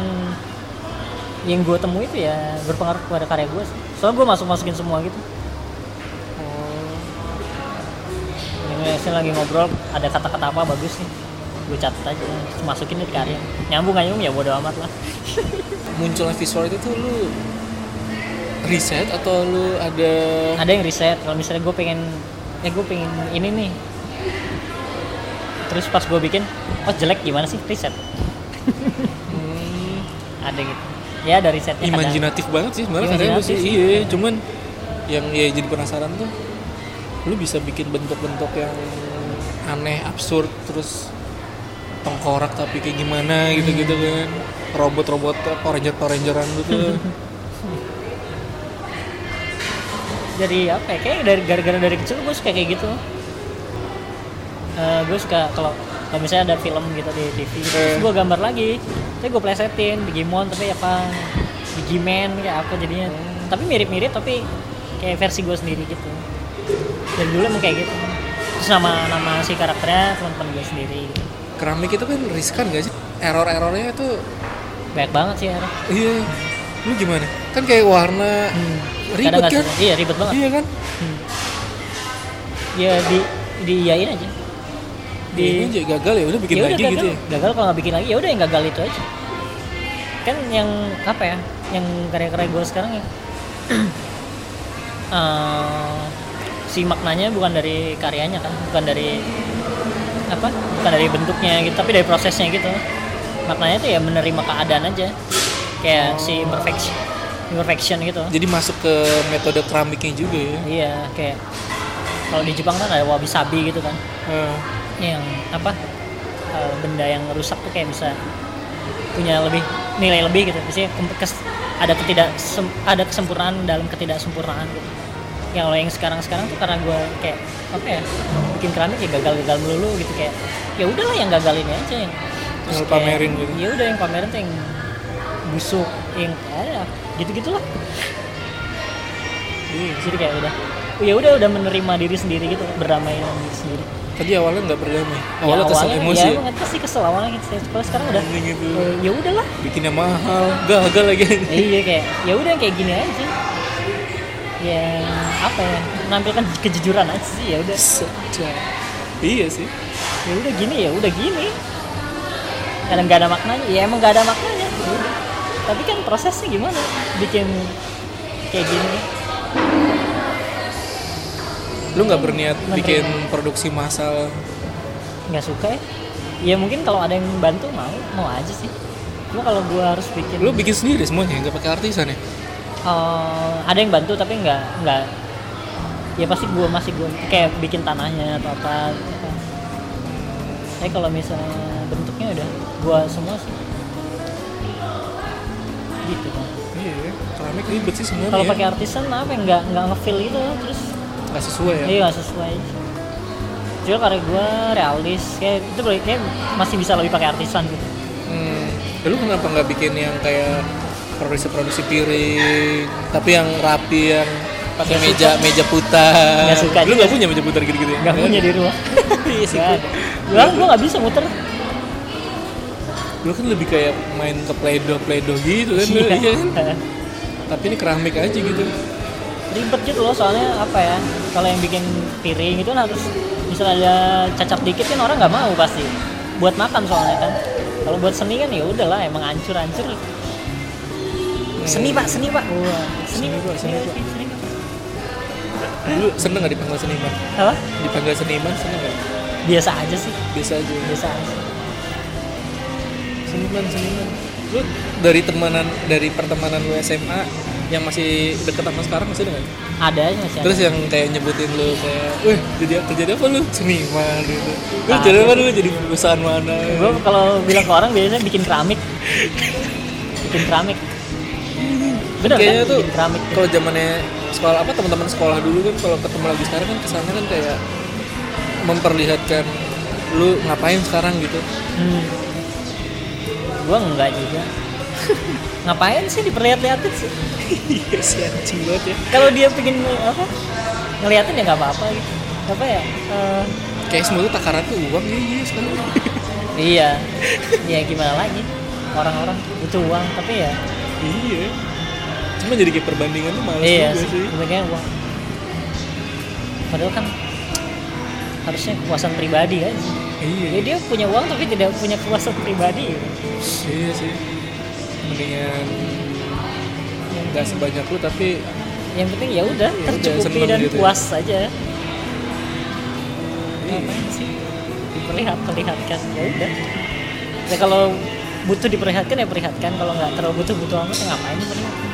[SPEAKER 2] yang gue temui itu ya berpengaruh kepada karya gue soalnya gue masuk masukin semua gitu yang misalnya lagi ngobrol ada kata-kata apa bagus nih gue catat aja terus masukin deh di karya nyambung nggak nyambung ya bodo amat lah
[SPEAKER 1] munculnya visual itu tuh lu riset atau lu ada
[SPEAKER 2] ada yang riset kalau misalnya gue pengen ya gue pengen ini nih terus pas gue bikin oh jelek gimana sih riset
[SPEAKER 1] hmm,
[SPEAKER 2] ada gitu ya eh, ada risetnya kadang.
[SPEAKER 1] imajinatif banget sih sebenarnya karya lu sih
[SPEAKER 2] Imajinatif
[SPEAKER 1] iya cuman yang ya jadi penasaran tuh lu bisa bikin bentuk-bentuk yang aneh absurd terus tengkorak tapi kayak gimana gitu-gitu
[SPEAKER 2] Hmm.
[SPEAKER 1] kan robot-robot Power Ranger Power Rangeran gitu
[SPEAKER 2] dari apa ya kayak dari gara-gara dari kecil gue suka kayak gitu Eh gue suka kalau kalau misalnya ada film gitu di TV terus
[SPEAKER 1] Eh.
[SPEAKER 2] gue gambar lagi tapi gue plesetin Digimon tapi apa Digiman kayak apa jadinya
[SPEAKER 1] Hmm.
[SPEAKER 2] tapi mirip-mirip tapi kayak versi gue sendiri gitu dari dulu emang kayak gitu terus nama nama si karakternya teman-teman gue sendiri gitu.
[SPEAKER 1] keramik itu kan riskan gak sih error-errornya itu
[SPEAKER 2] banyak banget sih akhirnya.
[SPEAKER 1] iya lu gimana kan kayak warna
[SPEAKER 2] Hmm.
[SPEAKER 1] ribet
[SPEAKER 2] Kadang nggak
[SPEAKER 1] kan
[SPEAKER 2] senang. iya ribet banget
[SPEAKER 1] iya kan
[SPEAKER 2] Hmm. ya di diiyain aja
[SPEAKER 1] di
[SPEAKER 2] di
[SPEAKER 1] aja gagal ya udah bikin
[SPEAKER 2] Ya udah,
[SPEAKER 1] lagi
[SPEAKER 2] gagal.
[SPEAKER 1] gitu ya
[SPEAKER 2] Gagal kalau nggak bikin lagi ya udah yang gagal itu aja. Kan yang apa ya? Yang karya-karya gue sekarang ya. eh, si maknanya bukan dari karyanya kan, bukan dari apa? Bukan dari bentuknya gitu, tapi dari prosesnya gitu. maknanya tuh ya menerima keadaan aja
[SPEAKER 1] Oh.
[SPEAKER 2] kayak si imperfection imperfection gitu
[SPEAKER 1] Jadi masuk ke metode keramiknya juga ya.
[SPEAKER 2] iya kayak kalau di Jepang kan ada wabi sabi gitu kan
[SPEAKER 1] Eh,
[SPEAKER 2] yang apa eh, benda yang rusak tuh kayak bisa punya lebih nilai lebih gitu Maksudnya kem- kes- ada ketidak sem- ada kesempurnaan dalam ketidaksempurnaan gitu yang kalau yang sekarang sekarang tuh karena gue kayak apa ya bikin keramik ya gagal-gagal melulu gitu kayak ya udahlah yang gagal ini aja yang
[SPEAKER 1] Yang lu
[SPEAKER 2] kayak,
[SPEAKER 1] pamerin gitu.
[SPEAKER 2] ya udah yang pamerin tuh yang busuk yang kayak gitu gitulah
[SPEAKER 1] iya.
[SPEAKER 2] jadi kayak udah ya udah udah menerima diri sendiri gitu berdamai dengan diri sendiri
[SPEAKER 1] Tadi awalnya nggak berdamai. Awalnya kesel emosi
[SPEAKER 2] ya,
[SPEAKER 1] ya.
[SPEAKER 2] emang pasti kesel awalnya gitu Kalau sekarang udah
[SPEAKER 1] Ini gitu.
[SPEAKER 2] eh, ya udahlah
[SPEAKER 1] Bikinnya mahal, gagal lagi.
[SPEAKER 2] Ya iya kayak ya udah kayak gini aja ya apa ya menampilkan kejujuran aja sih ya udah
[SPEAKER 1] Sejak. Iya sih.
[SPEAKER 2] ya udah gini ya udah gini karena nggak ada maknanya ya emang nggak ada maknanya Ya udah. tapi kan prosesnya gimana bikin kayak gini
[SPEAKER 1] Lu nggak berniat
[SPEAKER 2] Menerima.
[SPEAKER 1] bikin produksi massal
[SPEAKER 2] nggak suka ya ya mungkin kalau ada yang bantu mau mau aja sih cuma kalau gua harus bikin
[SPEAKER 1] Lu bikin sendiri semuanya, nggak pakai artisan ya?
[SPEAKER 2] Eh, ada yang bantu tapi nggak nggak ya pasti gua masih gua kayak bikin tanahnya atau apa gitu kan. tapi kalau misalnya bentuknya udah gua semua sih gitu kan
[SPEAKER 1] Iya, ya. keramik ribet sih sebenarnya.
[SPEAKER 2] kalau
[SPEAKER 1] ya.
[SPEAKER 2] pakai artisan apa ya, nggak nggak ngefeel gitu terus
[SPEAKER 1] nggak sesuai ya.
[SPEAKER 2] iya nggak sesuai juga karena gua realis kayak itu boleh- kayak masih bisa lebih pakai artisan gitu
[SPEAKER 1] Hmm. Ya, Lu kenapa nggak bikin yang kayak produksi-produksi piring, tapi yang rapi yang pakai
[SPEAKER 2] Nggak
[SPEAKER 1] meja meja putar.
[SPEAKER 2] Nggak suka
[SPEAKER 1] Lu
[SPEAKER 2] juga
[SPEAKER 1] nggak punya meja putar gitu-gitu ya?
[SPEAKER 2] nggak punya di rumah
[SPEAKER 1] Iya sih.
[SPEAKER 2] Nggak ada. gua gua nggak bisa muter
[SPEAKER 1] Lu kan lebih kayak main ke playdoh playdoh gitu kan, lu, iya kan? Tapi ini keramik aja gitu.
[SPEAKER 2] ribet gitu loh soalnya apa ya kalau yang bikin piring itu harus misalnya ada cacat dikit kan orang nggak mau pasti buat makan soalnya kan kalau buat seni kan ya udahlah emang hancur hancur seni pak seni pak Wah, Iya, seni
[SPEAKER 1] Seni, Pak, seni, Pak.
[SPEAKER 2] seni, Pak.
[SPEAKER 1] Lu seneng nggak dipanggil seniman?
[SPEAKER 2] apa
[SPEAKER 1] Dipanggil seniman seneng nggak?
[SPEAKER 2] biasa aja sih
[SPEAKER 1] Biasa aja.
[SPEAKER 2] biasa aja
[SPEAKER 1] Seniman, seniman. Lu dari temanan dari pertemanan lu SMA yang masih deket sama sekarang masih ada nggak?
[SPEAKER 2] ada aja masih ada.
[SPEAKER 1] Terus yang kayak nyebutin lu kayak, "Wih, jadi terjadi apa lu? Seniman gitu." Lu
[SPEAKER 2] Ah.
[SPEAKER 1] jadi apa lu? Jadi perusahaan mana?
[SPEAKER 2] gue kalau bilang ke orang biasanya bikin keramik bikin keramik bener kan
[SPEAKER 1] Kayaknya tuh
[SPEAKER 2] bikin keramik
[SPEAKER 1] kalau zamannya sekolah apa teman-teman sekolah dulu kan kalau ketemu lagi sekarang kan kesannya kan kayak memperlihatkan lu ngapain sekarang gitu.
[SPEAKER 2] Hmm. Gua enggak juga. Ngapain sih diperlihat-lihatin sih?
[SPEAKER 1] Iya sih anjing banget ya.
[SPEAKER 2] Kalau dia pingin apa? Ngeliatin ya nggak apa-apa gitu. Apa ya? Eh,
[SPEAKER 1] Kayak semua tuh takaran tuh uang iya iya sekarang.
[SPEAKER 2] iya. ya gimana lagi? Orang-orang butuh uang tapi ya
[SPEAKER 1] iya. Cuma jadi kayak perbandingan tuh males
[SPEAKER 2] iya
[SPEAKER 1] juga sih.
[SPEAKER 2] sebenarnya uang. Padahal kan harusnya kepuasan pribadi kan.
[SPEAKER 1] Iya.
[SPEAKER 2] Ya dia punya uang tapi tidak punya kepuasan pribadi. gitu.
[SPEAKER 1] Iya sih. Mendingan nggak sebanyak lu tapi
[SPEAKER 2] Yang penting ya udah
[SPEAKER 1] Iya, udah,
[SPEAKER 2] tercukupi
[SPEAKER 1] seneng
[SPEAKER 2] dan
[SPEAKER 1] gitu ya.
[SPEAKER 2] puas saja.
[SPEAKER 1] iya.
[SPEAKER 2] ngapain sih diperlihat perlihatkan ya udah ya kalau butuh diperlihatkan ya perlihatkan kalau nggak terlalu butuh butuh amat ya ngapain diperlihatkan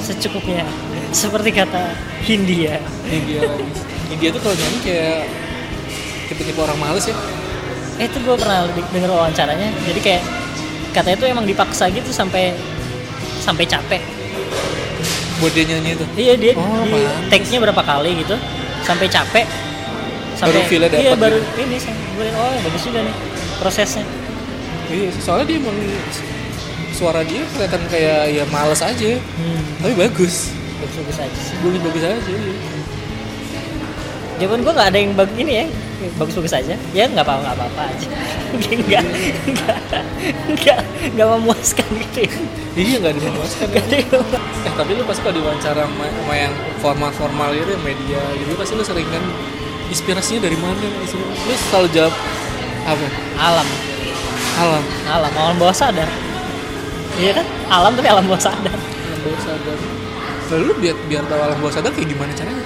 [SPEAKER 2] secukupnya seperti kata ya. Hindia
[SPEAKER 1] India lagi. India tuh kalau nyanyi kayak tipe-tipe orang males ya.
[SPEAKER 2] eh itu gue pernah lebih denger wawancaranya jadi kayak katanya tuh emang dipaksa gitu sampai sampai capek
[SPEAKER 1] Buat dia nyanyi itu.
[SPEAKER 2] iya dia
[SPEAKER 1] Oh,
[SPEAKER 2] di
[SPEAKER 1] pantes.
[SPEAKER 2] take-nya berapa kali gitu sampai capek sampai
[SPEAKER 1] feel-nya dapat
[SPEAKER 2] iya baru
[SPEAKER 1] gitu.
[SPEAKER 2] ini saya kemudian oh bagus juga nih prosesnya
[SPEAKER 1] Iya, sih. soalnya dia emang suara dia kelihatan kayak ya males aja,
[SPEAKER 2] hmm,
[SPEAKER 1] tapi bagus.
[SPEAKER 2] bagus-bagus aja sih
[SPEAKER 1] Bagus-bagus aja. iya.
[SPEAKER 2] Jawaban gue nggak ada yang bag ini ya bagus-bagus aja ya nggak apa nggak apa-apa aja nggak nggak nggak nggak memuaskan gitu ya
[SPEAKER 1] Iya, nggak dimuaskan.
[SPEAKER 2] Nggak ada yang-
[SPEAKER 1] Eh, tapi lu pasti kalau diwawancara sama, sama yang formal-formal gitu, media gitu, pasti lu sering kan inspirasinya dari mana? Lu selalu jawab apa?
[SPEAKER 2] alam
[SPEAKER 1] Alam.
[SPEAKER 2] alam alam bawah sadar iya kan alam tapi alam bawah sadar
[SPEAKER 1] Alam bawah sadar. Lalu lu biar biar tahu alam bawah sadar kayak gimana caranya?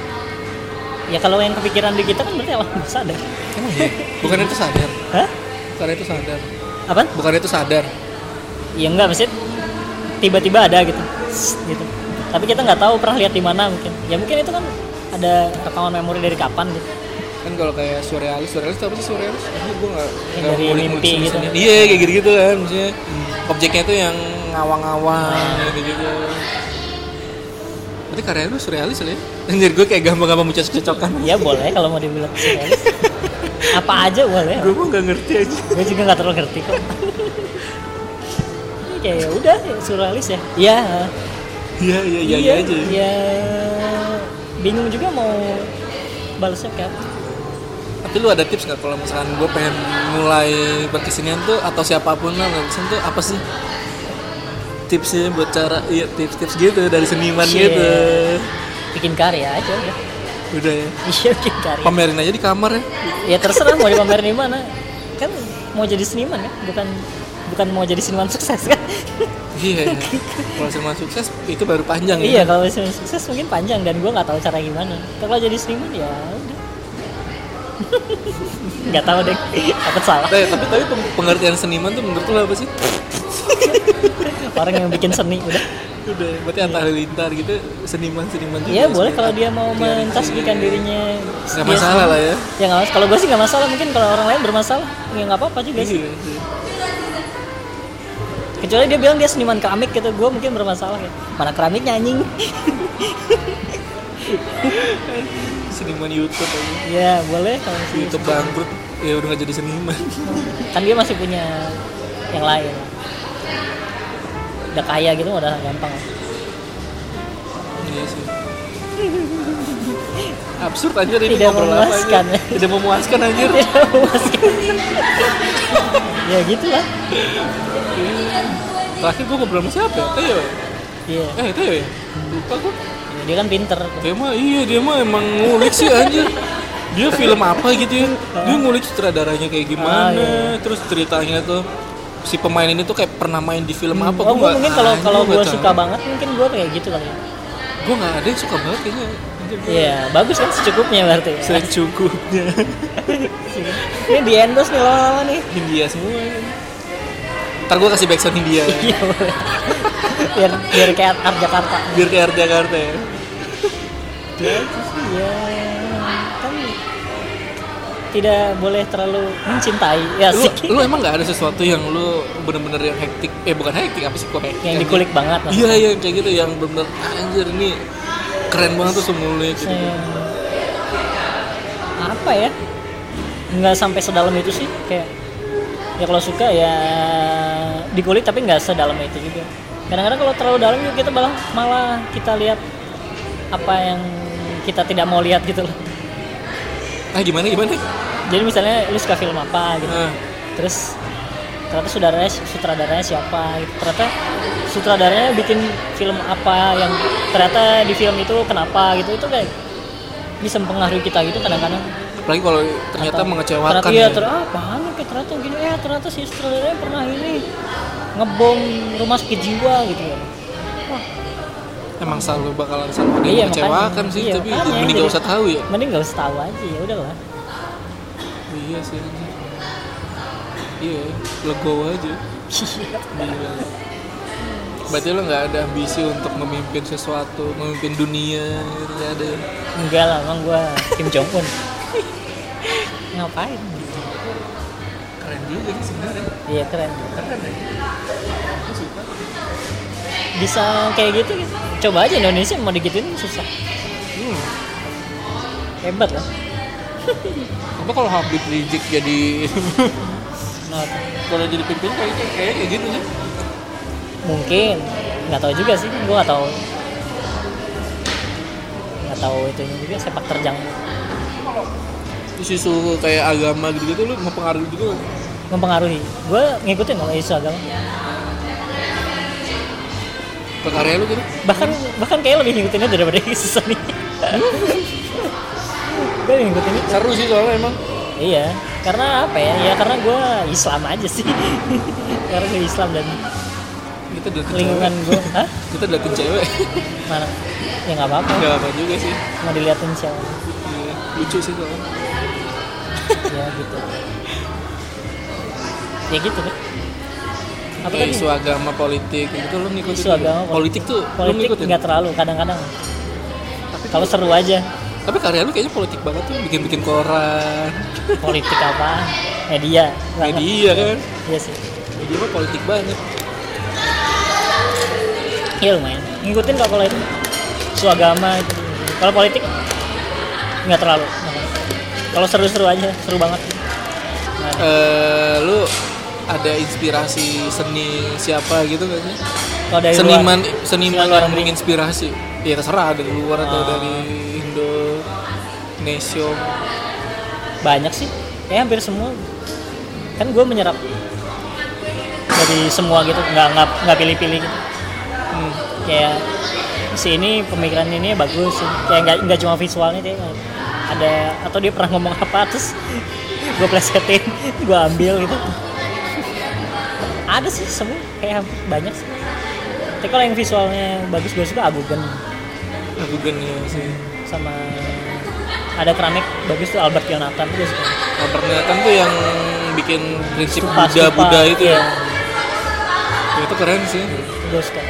[SPEAKER 2] ya kalau yang kepikiran di kita kan berarti alam bawah sadar
[SPEAKER 1] Emang ya? Bukan itu iya? sadar.
[SPEAKER 2] hah
[SPEAKER 1] Karena itu sadar.
[SPEAKER 2] apa
[SPEAKER 1] bukannya itu sadar
[SPEAKER 2] ya enggak maksudnya tiba-tiba ada gitu Sss, gitu tapi kita nggak tahu pernah lihat di mana mungkin ya mungkin itu kan ada rekaman memori dari kapan gitu
[SPEAKER 1] kan kalau kayak surrealis surrealis itu apa sih surrealis ini gue nggak
[SPEAKER 2] Yang
[SPEAKER 1] nggak
[SPEAKER 2] dari
[SPEAKER 1] ngulik-ngulik
[SPEAKER 2] mimpi gitu.
[SPEAKER 1] seni-seni. iya kayak gitu gitu kan maksudnya objeknya tuh yang ngawang-ngawang gitu gitu berarti karya lu surrealis kali ya anjir gue kayak gampang-gampang mencocok cocokan
[SPEAKER 2] ya boleh kalau mau dibilang surrealis apa aja boleh
[SPEAKER 1] gue mau nggak ngerti aja
[SPEAKER 2] gue juga nggak terlalu ngerti kok Ini kayak ya udah ya, surrealis ya iya
[SPEAKER 1] iya iya iya aja ya.
[SPEAKER 2] iya. bingung juga mau balasnya kayak apa
[SPEAKER 1] tapi lu ada tips nggak kalau misalkan gue pengen mulai berkesenian tuh atau siapapun lah berkesenian tuh apa sih tipsnya buat cara iya tips-tips gitu dari seniman
[SPEAKER 2] Shit.
[SPEAKER 1] gitu
[SPEAKER 2] bikin karya aja udah
[SPEAKER 1] udah ya
[SPEAKER 2] iya bikin karya
[SPEAKER 1] pamerin aja di kamar ya
[SPEAKER 2] ya terserah mau dipamerin di mana kan mau jadi seniman kan bukan bukan mau jadi seniman sukses kan
[SPEAKER 1] iya iya. kalau seniman sukses itu baru panjang ya
[SPEAKER 2] iya kalau seniman sukses mungkin panjang dan gue nggak tahu cara gimana kalau jadi seniman ya udah nggak tahu deh apa salah
[SPEAKER 1] tapi tapi, tapi peng- pengertian seniman tuh menurut lu apa sih
[SPEAKER 2] orang yang bikin seni udah
[SPEAKER 1] udah berarti antara lintar gitu seniman seniman juga
[SPEAKER 2] Iya boleh kalau dia
[SPEAKER 1] sebenarnya.
[SPEAKER 2] mau mentasbihkan dirinya.
[SPEAKER 1] nggak
[SPEAKER 2] dia
[SPEAKER 1] masalah lah ya
[SPEAKER 2] sendiri. Ya nggak masalah. Kalau gue sih nggak masalah. Mungkin kalau orang lain bermasalah, ya nggak apa-apa juga sih.
[SPEAKER 1] Iya, iya.
[SPEAKER 2] Kecuali dia bilang dia seniman keramik gitu, gue mungkin bermasalah ya. Mana keramiknya anjing?
[SPEAKER 1] seniman YouTube aja.
[SPEAKER 2] ya boleh kalau sih.
[SPEAKER 1] YouTube bangkrut ya udah nggak jadi seniman
[SPEAKER 2] Kan dia masih punya yang lain. Udah kaya gitu udah gampang.
[SPEAKER 1] Iya sih. Absurd anjir ini
[SPEAKER 2] Tidak
[SPEAKER 1] ngobrol apa
[SPEAKER 2] memuaskan. Iya.
[SPEAKER 1] anjir. Tidak memuaskan anjir.
[SPEAKER 2] Tidak memuaskan. ya gitulah.
[SPEAKER 1] Terakhir gue ngobrol sama siapa? ya? Teo.
[SPEAKER 2] Iya.
[SPEAKER 1] Eh, Teo ya? Lupa gue.
[SPEAKER 2] Dia kan pinter.
[SPEAKER 1] Teo mah iya, dia mah emang ngulik sih anjir. Dia film apa gitu ya? Dia ngulik sutradaranya kayak gimana,
[SPEAKER 2] Ah, iya.
[SPEAKER 1] terus ceritanya tuh si pemain ini tuh kayak pernah main di film apa Gua
[SPEAKER 2] Oh, gue
[SPEAKER 1] nggak-
[SPEAKER 2] mungkin kalau
[SPEAKER 1] anjir,
[SPEAKER 2] kalau
[SPEAKER 1] nggak
[SPEAKER 2] gue
[SPEAKER 1] tahu.
[SPEAKER 2] suka banget mungkin gue kayak gitu kali ya.
[SPEAKER 1] gue nggak ada yang suka banget kayaknya Anjir, gua-
[SPEAKER 2] Iya, bagus kan secukupnya berarti. ya.
[SPEAKER 1] secukupnya
[SPEAKER 2] Ini di endorse nih lama-lama nih.
[SPEAKER 1] India semua ntar gue kasih backsound India ya.
[SPEAKER 2] Iya, boleh. biar biar kayak Art Jakarta.
[SPEAKER 1] biar ke Air Jakarta ya
[SPEAKER 2] Iya, kan tidak boleh terlalu mencintai ya
[SPEAKER 1] lu,
[SPEAKER 2] sih
[SPEAKER 1] lu emang nggak ada sesuatu yang lu bener-bener yang hektik eh bukan hektik apa sih kok hektik
[SPEAKER 2] yang
[SPEAKER 1] anjing?
[SPEAKER 2] dikulik banget mas.
[SPEAKER 1] iya iya kayak gitu yang bener anjir ini keren banget tuh semulanya gitu.
[SPEAKER 2] Saya- apa ya? Nggak sampai sedalam itu sih kayak ya kalau suka ya dikulik tapi nggak sedalam itu juga. Kadang-kadang kalau terlalu dalam juga kita malah malah kita lihat apa yang kita tidak mau lihat gitu loh.
[SPEAKER 1] ah gimana gimana
[SPEAKER 2] Iya. jadi misalnya lu suka film apa gitu
[SPEAKER 1] Ah,
[SPEAKER 2] terus ternyata saudaranya sutradaranya siapa gitu. ternyata sutradaranya bikin film apa yang ternyata di film itu kenapa gitu itu kayak bisa mempengaruhi kita gitu kadang-kadang
[SPEAKER 1] apalagi kalau ternyata
[SPEAKER 2] Atau-
[SPEAKER 1] mengecewakan
[SPEAKER 2] ternyata, iya
[SPEAKER 1] ya.
[SPEAKER 2] ter ah, apaan ya, kayak ternyata gini eh ternyata si sutradaranya pernah ini ngebom rumah sakit jiwa gitu ya
[SPEAKER 1] emang selalu bakalan selalu ada yang
[SPEAKER 2] Iya,
[SPEAKER 1] mengecewakan
[SPEAKER 2] makanya.
[SPEAKER 1] sih
[SPEAKER 2] Iya,
[SPEAKER 1] tapi
[SPEAKER 2] makanya.
[SPEAKER 1] mending gak
[SPEAKER 2] Jadi-
[SPEAKER 1] usah tahu ya
[SPEAKER 2] mending gak usah tahu aja ya udahlah
[SPEAKER 1] iya sih anjir. iya legowo aja Gila. berarti lo nggak ada ambisi untuk memimpin sesuatu memimpin dunia gitu nggak ada ya?
[SPEAKER 2] enggak lah emang gua Kim Jong Un ngapain
[SPEAKER 1] keren juga sih sebenarnya
[SPEAKER 2] iya keren
[SPEAKER 1] keren ya Gua suka.
[SPEAKER 2] bisa kayak gitu, gitu. coba aja Indonesia mau digituin susah
[SPEAKER 1] Hmm.
[SPEAKER 2] hebat lah
[SPEAKER 1] Apa kalau Habib Rizik jadi
[SPEAKER 2] Nah,
[SPEAKER 1] kalau jadi pimpinan kayaknya kayaknya kayak gitu sih.
[SPEAKER 2] mungkin nggak tahu juga sih gua nggak tahu nggak tahu itunya juga sepak terjang
[SPEAKER 1] Isu-isu kayak agama gitu-gitu lu mempengaruhi gitu juga. nggak?
[SPEAKER 2] mempengaruhi gua ngikutin kalau isu agama
[SPEAKER 1] Ke karya lu gitu.
[SPEAKER 2] bahkan bahkan kayak lebih ngikutinnya daripada isu seni gue ngikutin itu
[SPEAKER 1] Seru sih soalnya emang.
[SPEAKER 2] iya karena apa ya ya karena gua Islam aja sih karena gue Islam dan
[SPEAKER 1] Kita deketin
[SPEAKER 2] lingkungan
[SPEAKER 1] cewek.
[SPEAKER 2] gua hah
[SPEAKER 1] Kita deketin cewek.
[SPEAKER 2] mana ya nggak apa-apa
[SPEAKER 1] Enggak apa juga sih.
[SPEAKER 2] mau diliatin siapa
[SPEAKER 1] Iya, lucu sih soalnya.
[SPEAKER 2] ya gitu ya gitu kan apa
[SPEAKER 1] Kayak
[SPEAKER 2] tadi
[SPEAKER 1] isu agama politik itu lo ngikutin
[SPEAKER 2] isu
[SPEAKER 1] juga?
[SPEAKER 2] agama
[SPEAKER 1] politik tuh lo
[SPEAKER 2] politik
[SPEAKER 1] ngikutin ya.
[SPEAKER 2] nggak terlalu kadang-kadang kalau seru aja
[SPEAKER 1] tapi karya lu kayaknya politik banget tuh bikin bikin koran
[SPEAKER 2] politik apa media banget.
[SPEAKER 1] media kan
[SPEAKER 2] iya sih
[SPEAKER 1] media mah politik banget
[SPEAKER 2] iya lumayan ngikutin kok kalau itu isu agama itu kalau politik nggak terlalu kalau seru-seru aja seru banget Nah,
[SPEAKER 1] Eh, lu ada inspirasi seni siapa gitu gak sih
[SPEAKER 2] kalau dari luar-
[SPEAKER 1] seniman seniman
[SPEAKER 2] seniman luar
[SPEAKER 1] yang
[SPEAKER 2] negeri.
[SPEAKER 1] menginspirasi ya terserah dari luar atau
[SPEAKER 2] Ah.
[SPEAKER 1] dari Indonesia
[SPEAKER 2] banyak sih ya hampir semua kan gue menyerap dari semua gitu nggak nggak nggak pilih-pilih gitu
[SPEAKER 1] hmm.
[SPEAKER 2] kayak si ini pemikiran ini bagus sih. kayak nggak nggak cuma visualnya dia ada atau dia pernah ngomong apa terus gue plesetin gue ambil gitu ada sih semua kayak hampir banyak sih tapi kalau yang visualnya bagus gue suka agugen
[SPEAKER 1] aku gen ya sih
[SPEAKER 2] sama ada keramik bagus tuh Albert Yonatan gue suka
[SPEAKER 1] nah, pernyataan tuh yang bikin prinsip
[SPEAKER 2] Stupa,
[SPEAKER 1] Buddha
[SPEAKER 2] stupa,
[SPEAKER 1] Buddha itu
[SPEAKER 2] iya.
[SPEAKER 1] ya itu keren sih
[SPEAKER 2] gue suka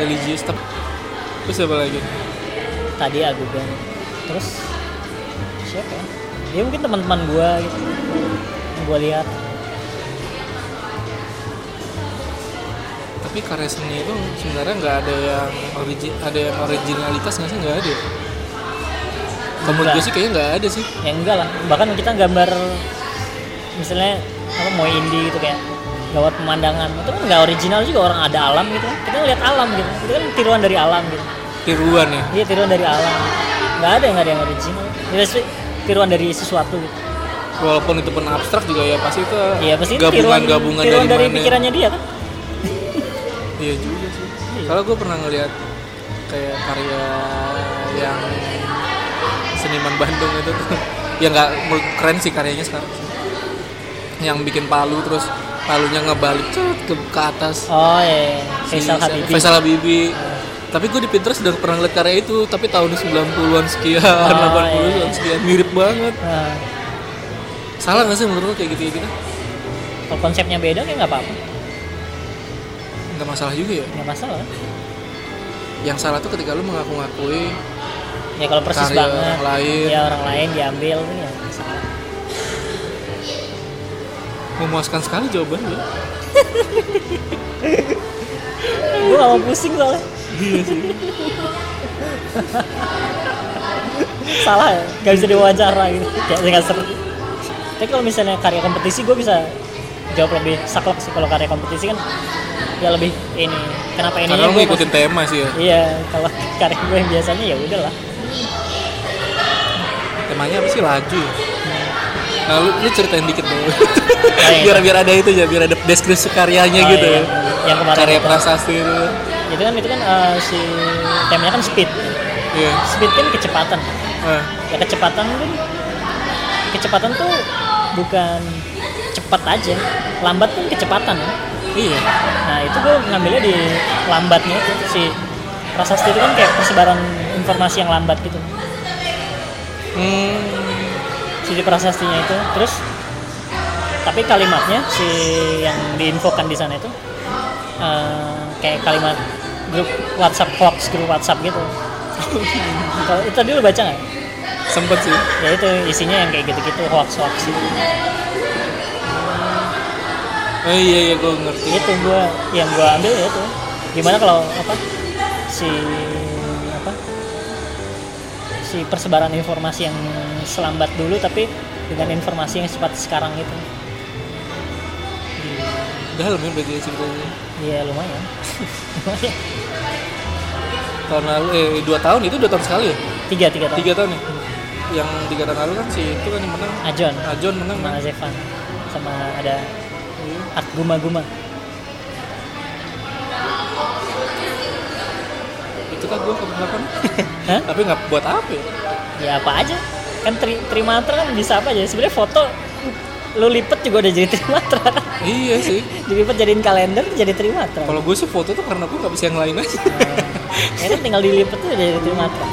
[SPEAKER 1] religius tapi terus apa lagi
[SPEAKER 2] tadi Agugan terus siapa ya dia mungkin teman-teman gue gitu yang gue lihat
[SPEAKER 1] tapi karya seni itu sebenarnya nggak ada yang origi- ada yang originalitas nggak sih nggak ada Kalau menurut gue
[SPEAKER 2] Nggak.
[SPEAKER 1] sih kayaknya nggak ada sih
[SPEAKER 2] ya enggak lah bahkan kita gambar misalnya apa mau indie gitu kayak gawat pemandangan itu kan nggak original juga orang ada alam gitu kan. kita lihat alam gitu itu kan tiruan dari alam gitu
[SPEAKER 1] tiruan ya
[SPEAKER 2] iya tiruan dari alam nggak ada yang nggak ada yang original Jadi, pasti tiruan dari sesuatu gitu
[SPEAKER 1] walaupun itu pun abstrak juga ya pasti itu
[SPEAKER 2] iya pasti itu tiruan,
[SPEAKER 1] gabungan-gabungan
[SPEAKER 2] tiruan
[SPEAKER 1] dari,
[SPEAKER 2] dari,
[SPEAKER 1] mana
[SPEAKER 2] pikirannya dia kan
[SPEAKER 1] iya juga sih
[SPEAKER 2] Iya.
[SPEAKER 1] kalau gue pernah ngeliat kayak karya yang seniman Bandung itu tuh ya nggak menurut keren sih karyanya sekarang sih. yang bikin palu terus palunya ngebalik cet, ke, ke atas
[SPEAKER 2] oh iya, iya. Faisal
[SPEAKER 1] Si-
[SPEAKER 2] Habibie
[SPEAKER 1] Faisal Habibie. Tapi gue di Pinterest udah pernah ngeliat karya itu, tapi tahun 90-an sekian,
[SPEAKER 2] Oh,
[SPEAKER 1] 80-an
[SPEAKER 2] iya.
[SPEAKER 1] sekian, mirip banget.
[SPEAKER 2] Nah,
[SPEAKER 1] Salah gak sih menurut lo kayak gitu gitu?
[SPEAKER 2] kalau konsepnya beda kayak nggak apa-apa
[SPEAKER 1] Gak masalah juga ya.
[SPEAKER 2] nggak masalah
[SPEAKER 1] Yang salah tuh ketika lo mengaku-ngakui
[SPEAKER 2] ya kalau persis
[SPEAKER 1] Karya
[SPEAKER 2] banget
[SPEAKER 1] orang lain.
[SPEAKER 2] ya orang lain diambil ya nggak salah
[SPEAKER 1] memuaskan sekali jawaban lo.
[SPEAKER 2] gue gak mau pusing soalnya
[SPEAKER 1] Iya sih.
[SPEAKER 2] salah ya gak bisa diwawancara gitu kayak nggak seru tapi kalau misalnya karya kompetisi gue bisa jawab lebih saklek sih kalau karya kompetisi kan ya lebih ini kenapa ini
[SPEAKER 1] Karena lo
[SPEAKER 2] gua
[SPEAKER 1] ngikutin tema sih ya.
[SPEAKER 2] pas- iya kalau karya gue yang biasanya ya udahlah
[SPEAKER 1] Temanya apa sih laju. ya? Nah, lu, lu ceritain dikit dong.
[SPEAKER 2] iya.
[SPEAKER 1] biar biar ada itu ya, biar ada deskripsi karyanya
[SPEAKER 2] Oh,
[SPEAKER 1] gitu.
[SPEAKER 2] iya. yang kemarin
[SPEAKER 1] Karya
[SPEAKER 2] itu.
[SPEAKER 1] prasasti itu.
[SPEAKER 2] itu kan itu kan eh, si temanya kan speed
[SPEAKER 1] Iya.
[SPEAKER 2] speed kan kecepatan
[SPEAKER 1] Ah,
[SPEAKER 2] ya kecepatan kan kecepatan tuh bukan cepat aja lambat pun kecepatan ya.
[SPEAKER 1] iya.
[SPEAKER 2] Nah itu gue ngambilnya di lambatnya itu si prasasti itu kan kayak persebaran informasi yang lambat gitu.
[SPEAKER 1] Hmm.
[SPEAKER 2] Sisi prasastinya itu terus tapi kalimatnya si yang diinfokan di sana itu eh, kayak kalimat grup WhatsApp hoax grup WhatsApp gitu. Kalau itu tadi lu baca nggak?
[SPEAKER 1] Sempet sih.
[SPEAKER 2] Ya itu isinya yang kayak gitu-gitu hoax hoax gitu.
[SPEAKER 1] Oh iya iya gue ngerti.
[SPEAKER 2] itu gua yang gua ambil ya itu gimana kalau apa si apa si persebaran informasi yang selambat dulu tapi dengan informasi yang cepat sekarang itu
[SPEAKER 1] Dalam ya berarti ya ceritanya.
[SPEAKER 2] iya lumayan Lumayan.
[SPEAKER 1] Tahun lalu eh dua tahun itu dua tahun sekali ya?
[SPEAKER 2] tiga tiga tahun
[SPEAKER 1] Tiga tahun ya? Yang tiga tahun lalu kan si itu kan yang menang.
[SPEAKER 2] Ajon
[SPEAKER 1] Ajon menang
[SPEAKER 2] sama
[SPEAKER 1] kan?
[SPEAKER 2] Zevan sama ada
[SPEAKER 1] Iya.
[SPEAKER 2] Art Guma Guma
[SPEAKER 1] Itu kan gue kapan-kapan.
[SPEAKER 2] Hah?
[SPEAKER 1] Tapi nggak buat apa ya?
[SPEAKER 2] ya apa aja kan tri trimatra kan bisa apa aja sebenarnya foto lu lipet juga udah jadi trimatra
[SPEAKER 1] Iya sih.
[SPEAKER 2] dilipet jadiin kalender jadi trimatra
[SPEAKER 1] Kalau gue sih foto tuh karena gue nggak bisa yang lain aja.
[SPEAKER 2] ya kan tinggal dilipet tuh udah jadi trimatra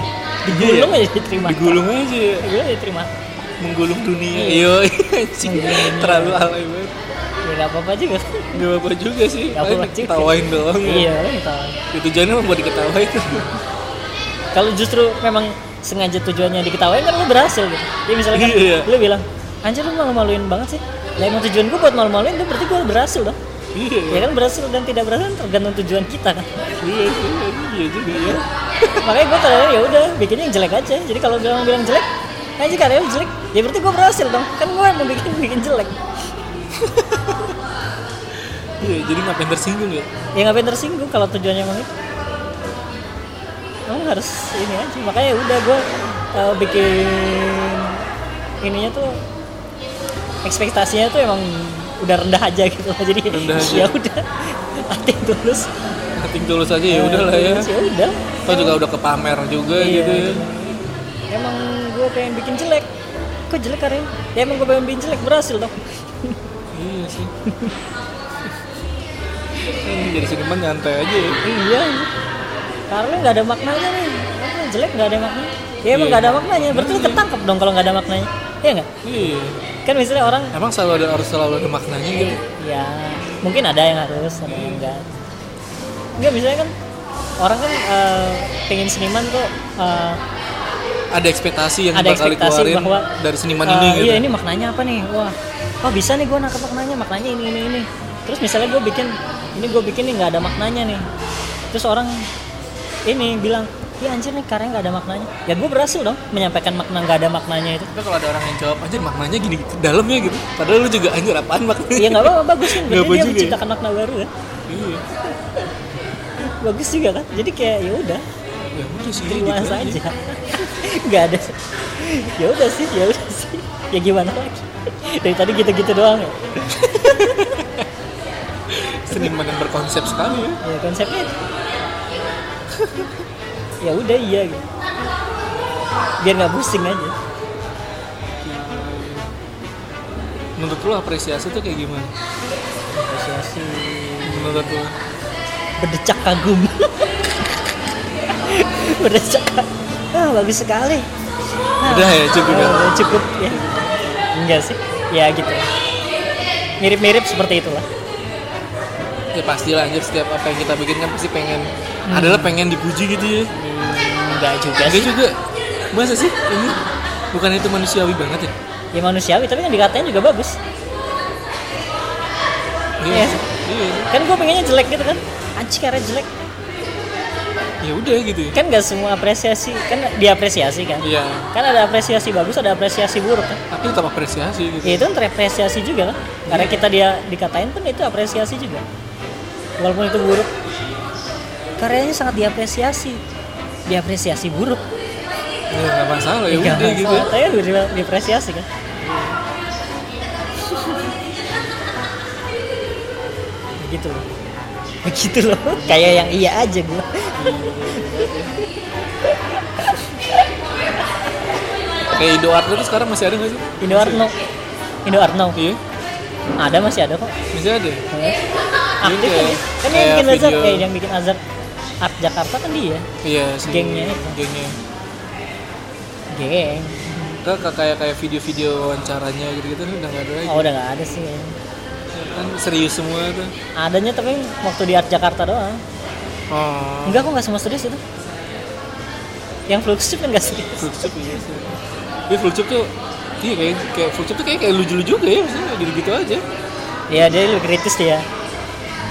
[SPEAKER 1] Iya,
[SPEAKER 2] digulung aja jadi trimatra
[SPEAKER 1] Digulung aja. ya.
[SPEAKER 2] digulung jadi trimatra
[SPEAKER 1] Menggulung dunia. Iya. anjing.
[SPEAKER 2] Menggulung dunia.
[SPEAKER 1] Terlalu alay banget.
[SPEAKER 2] ya nggak apa-apa juga
[SPEAKER 1] Gak apa-apa juga sih,
[SPEAKER 2] Nggak apa-apa
[SPEAKER 1] paling
[SPEAKER 2] juga.
[SPEAKER 1] ketawain doang
[SPEAKER 2] iya lu ketawain
[SPEAKER 1] ya tujuannya emang buat diketawain Iya,
[SPEAKER 2] kalau justru memang sengaja tujuannya diketawain kan lu berhasil gitu jadi misalnya kan
[SPEAKER 1] Iya.
[SPEAKER 2] lu bilang anjir lu malu-maluin banget sih lah emang tujuan gua buat malu-maluin itu berarti gua berhasil dong
[SPEAKER 1] iya
[SPEAKER 2] ya kan berhasil dan tidak berhasil tergantung tujuan kita kan
[SPEAKER 1] iya iya juga ya
[SPEAKER 2] makanya gua kadang ya udah bikinnya yang jelek aja jadi kalau bilang bilang jelek anjir karya lu jelek ya berarti gua berhasil dong kan gua yang bikin bikin jelek
[SPEAKER 1] iya jadi ngapain tersinggung ya
[SPEAKER 2] ya ngapain tersinggung kalau tujuannya emang itu emang harus ini aja makanya ya udah gue bikin ininya tuh ekspektasinya tuh emang udah rendah aja gitu loh. jadi
[SPEAKER 1] Rendah aja.
[SPEAKER 2] ya udah hati yang tulus
[SPEAKER 1] Nanti tulus aja ya udahlah ya
[SPEAKER 2] Tulus, ya udah
[SPEAKER 1] Tau juga udah ke pamer juga
[SPEAKER 2] Iya,
[SPEAKER 1] gitu ya
[SPEAKER 2] emang gue pengen bikin jelek kok jelek karena ya emang gue pengen bikin jelek berhasil dong
[SPEAKER 1] Iya sih Hmm, jadi seniman nyantai aja ya
[SPEAKER 2] iya karena nggak ada maknanya nih Apa, jelek nggak ada maknanya ya emang
[SPEAKER 1] Iya.
[SPEAKER 2] nggak ada maknanya berarti lu ketangkep dong kalau nggak ada maknanya iya nggak
[SPEAKER 1] Iya
[SPEAKER 2] kan misalnya orang
[SPEAKER 1] Emang selalu ada, harus selalu ada maknanya gitu
[SPEAKER 2] ya mungkin ada yang harus ada yang enggak enggak misalnya kan orang kan eh, pengen seniman tuh eh,
[SPEAKER 1] Ada ekspektasi yang
[SPEAKER 2] Ada
[SPEAKER 1] bakal
[SPEAKER 2] ekspektasi
[SPEAKER 1] dikeluarin
[SPEAKER 2] bahwa,
[SPEAKER 1] dari seniman
[SPEAKER 2] eh,
[SPEAKER 1] ini gitu
[SPEAKER 2] iya ini maknanya apa nih wah oh bisa nih gue nangkep maknanya maknanya ini ini ini terus misalnya gue bikin ini gue bikin nih nggak ada maknanya nih terus orang ini bilang ya anjir nih karya nggak ada maknanya ya gue berhasil dong menyampaikan makna nggak ada maknanya itu
[SPEAKER 1] Tapi kalau ada orang yang jawab, anjir maknanya gini ke dalam ya gitu Padahal lu juga anjir apaan maknanya
[SPEAKER 2] ya nggak apa-apa bagus kan
[SPEAKER 1] Nggak
[SPEAKER 2] berarti
[SPEAKER 1] apa
[SPEAKER 2] dia
[SPEAKER 1] juga ya.
[SPEAKER 2] menciptakan makna baru kan
[SPEAKER 1] Iya
[SPEAKER 2] bagus juga kan jadi kayak ya udah
[SPEAKER 1] Ya udah sih gitu
[SPEAKER 2] terima saja nggak ada ya udah sih ya udah sih ya gimana lagi dari tadi gitu-gitu doang ya,
[SPEAKER 1] Seniman yang berkonsep sekali ya
[SPEAKER 2] ya konsepnya itu. ya udah iya gitu biar nggak pusing aja
[SPEAKER 1] Menurut lu apresiasi tuh kayak gimana?
[SPEAKER 2] asosiasi
[SPEAKER 1] Menurut lu
[SPEAKER 2] berdecak kagum berdecak kagum. ah bagus sekali Ah,
[SPEAKER 1] Udah ya, cukup ya?
[SPEAKER 2] ah, cukup ya enggak sih ya gitu mirip-mirip seperti itulah
[SPEAKER 1] Ya pastilah anjir setiap apa yang kita bikin kan pasti pengen Adalah pengen dipuji gitu ya
[SPEAKER 2] enggak juga
[SPEAKER 1] Enggak
[SPEAKER 2] Hmm. Iya sih
[SPEAKER 1] juga. Masa sih ini bukan itu manusiawi banget ya?
[SPEAKER 2] ya manusiawi tapi kan dikatain juga bagus Iya.
[SPEAKER 1] sih. Iya.
[SPEAKER 2] kan gue pengennya jelek gitu kan anjing karena jelek
[SPEAKER 1] Ya udah gitu ya.
[SPEAKER 2] kan gak semua apresiasi kan diapresiasi kan
[SPEAKER 1] Iya.
[SPEAKER 2] kan ada apresiasi bagus ada apresiasi buruk kan
[SPEAKER 1] Tapi tetap apresiasi gitu.
[SPEAKER 2] ya itu kan apresiasi juga kan karena
[SPEAKER 1] Iya.
[SPEAKER 2] kita dia dikatain pun itu apresiasi juga walaupun itu buruk karyanya sangat diapresiasi diapresiasi buruk
[SPEAKER 1] Ya nggak masalah ya
[SPEAKER 2] Nggak
[SPEAKER 1] udah gitu.
[SPEAKER 2] masalah. Tapi kan di- diapresiasi kan begitu loh begitu loh kayak yang iya aja gue
[SPEAKER 1] Kayak Indoart itu sekarang masih ada nggak sih?
[SPEAKER 2] Indo Arno Indo Arno
[SPEAKER 1] Iya.
[SPEAKER 2] ada masih ada kok
[SPEAKER 1] Masih ada. ya?
[SPEAKER 2] aktif
[SPEAKER 1] kayak-
[SPEAKER 2] kan ya?
[SPEAKER 1] Iya. kayak
[SPEAKER 2] kan yang bikin Azab
[SPEAKER 1] video.
[SPEAKER 2] kayak yang bikin Azab Art Jakarta kan dia
[SPEAKER 1] Iya sih.
[SPEAKER 2] Gengnya itu.
[SPEAKER 1] Gengnya.
[SPEAKER 2] geng
[SPEAKER 1] Nggak, Kayak kayak kayak video-video wawancaranya gitu-gitu tuh udah nggak ada lagi.
[SPEAKER 2] oh udah nggak ada sih
[SPEAKER 1] Kan serius semua tuh.
[SPEAKER 2] adanya tapi waktu di Art Jakarta doang
[SPEAKER 1] Oh.
[SPEAKER 2] enggak kok nggak semua serius itu yang fluxship kan nggak serius
[SPEAKER 1] Fluksup iya sih. Tapi Fluksup tuh Iya kayak kayak Fluksup tuh kayak kayak lucu juga ya maksudnya gitu-gitu aja.
[SPEAKER 2] ya dia lebih kritis dia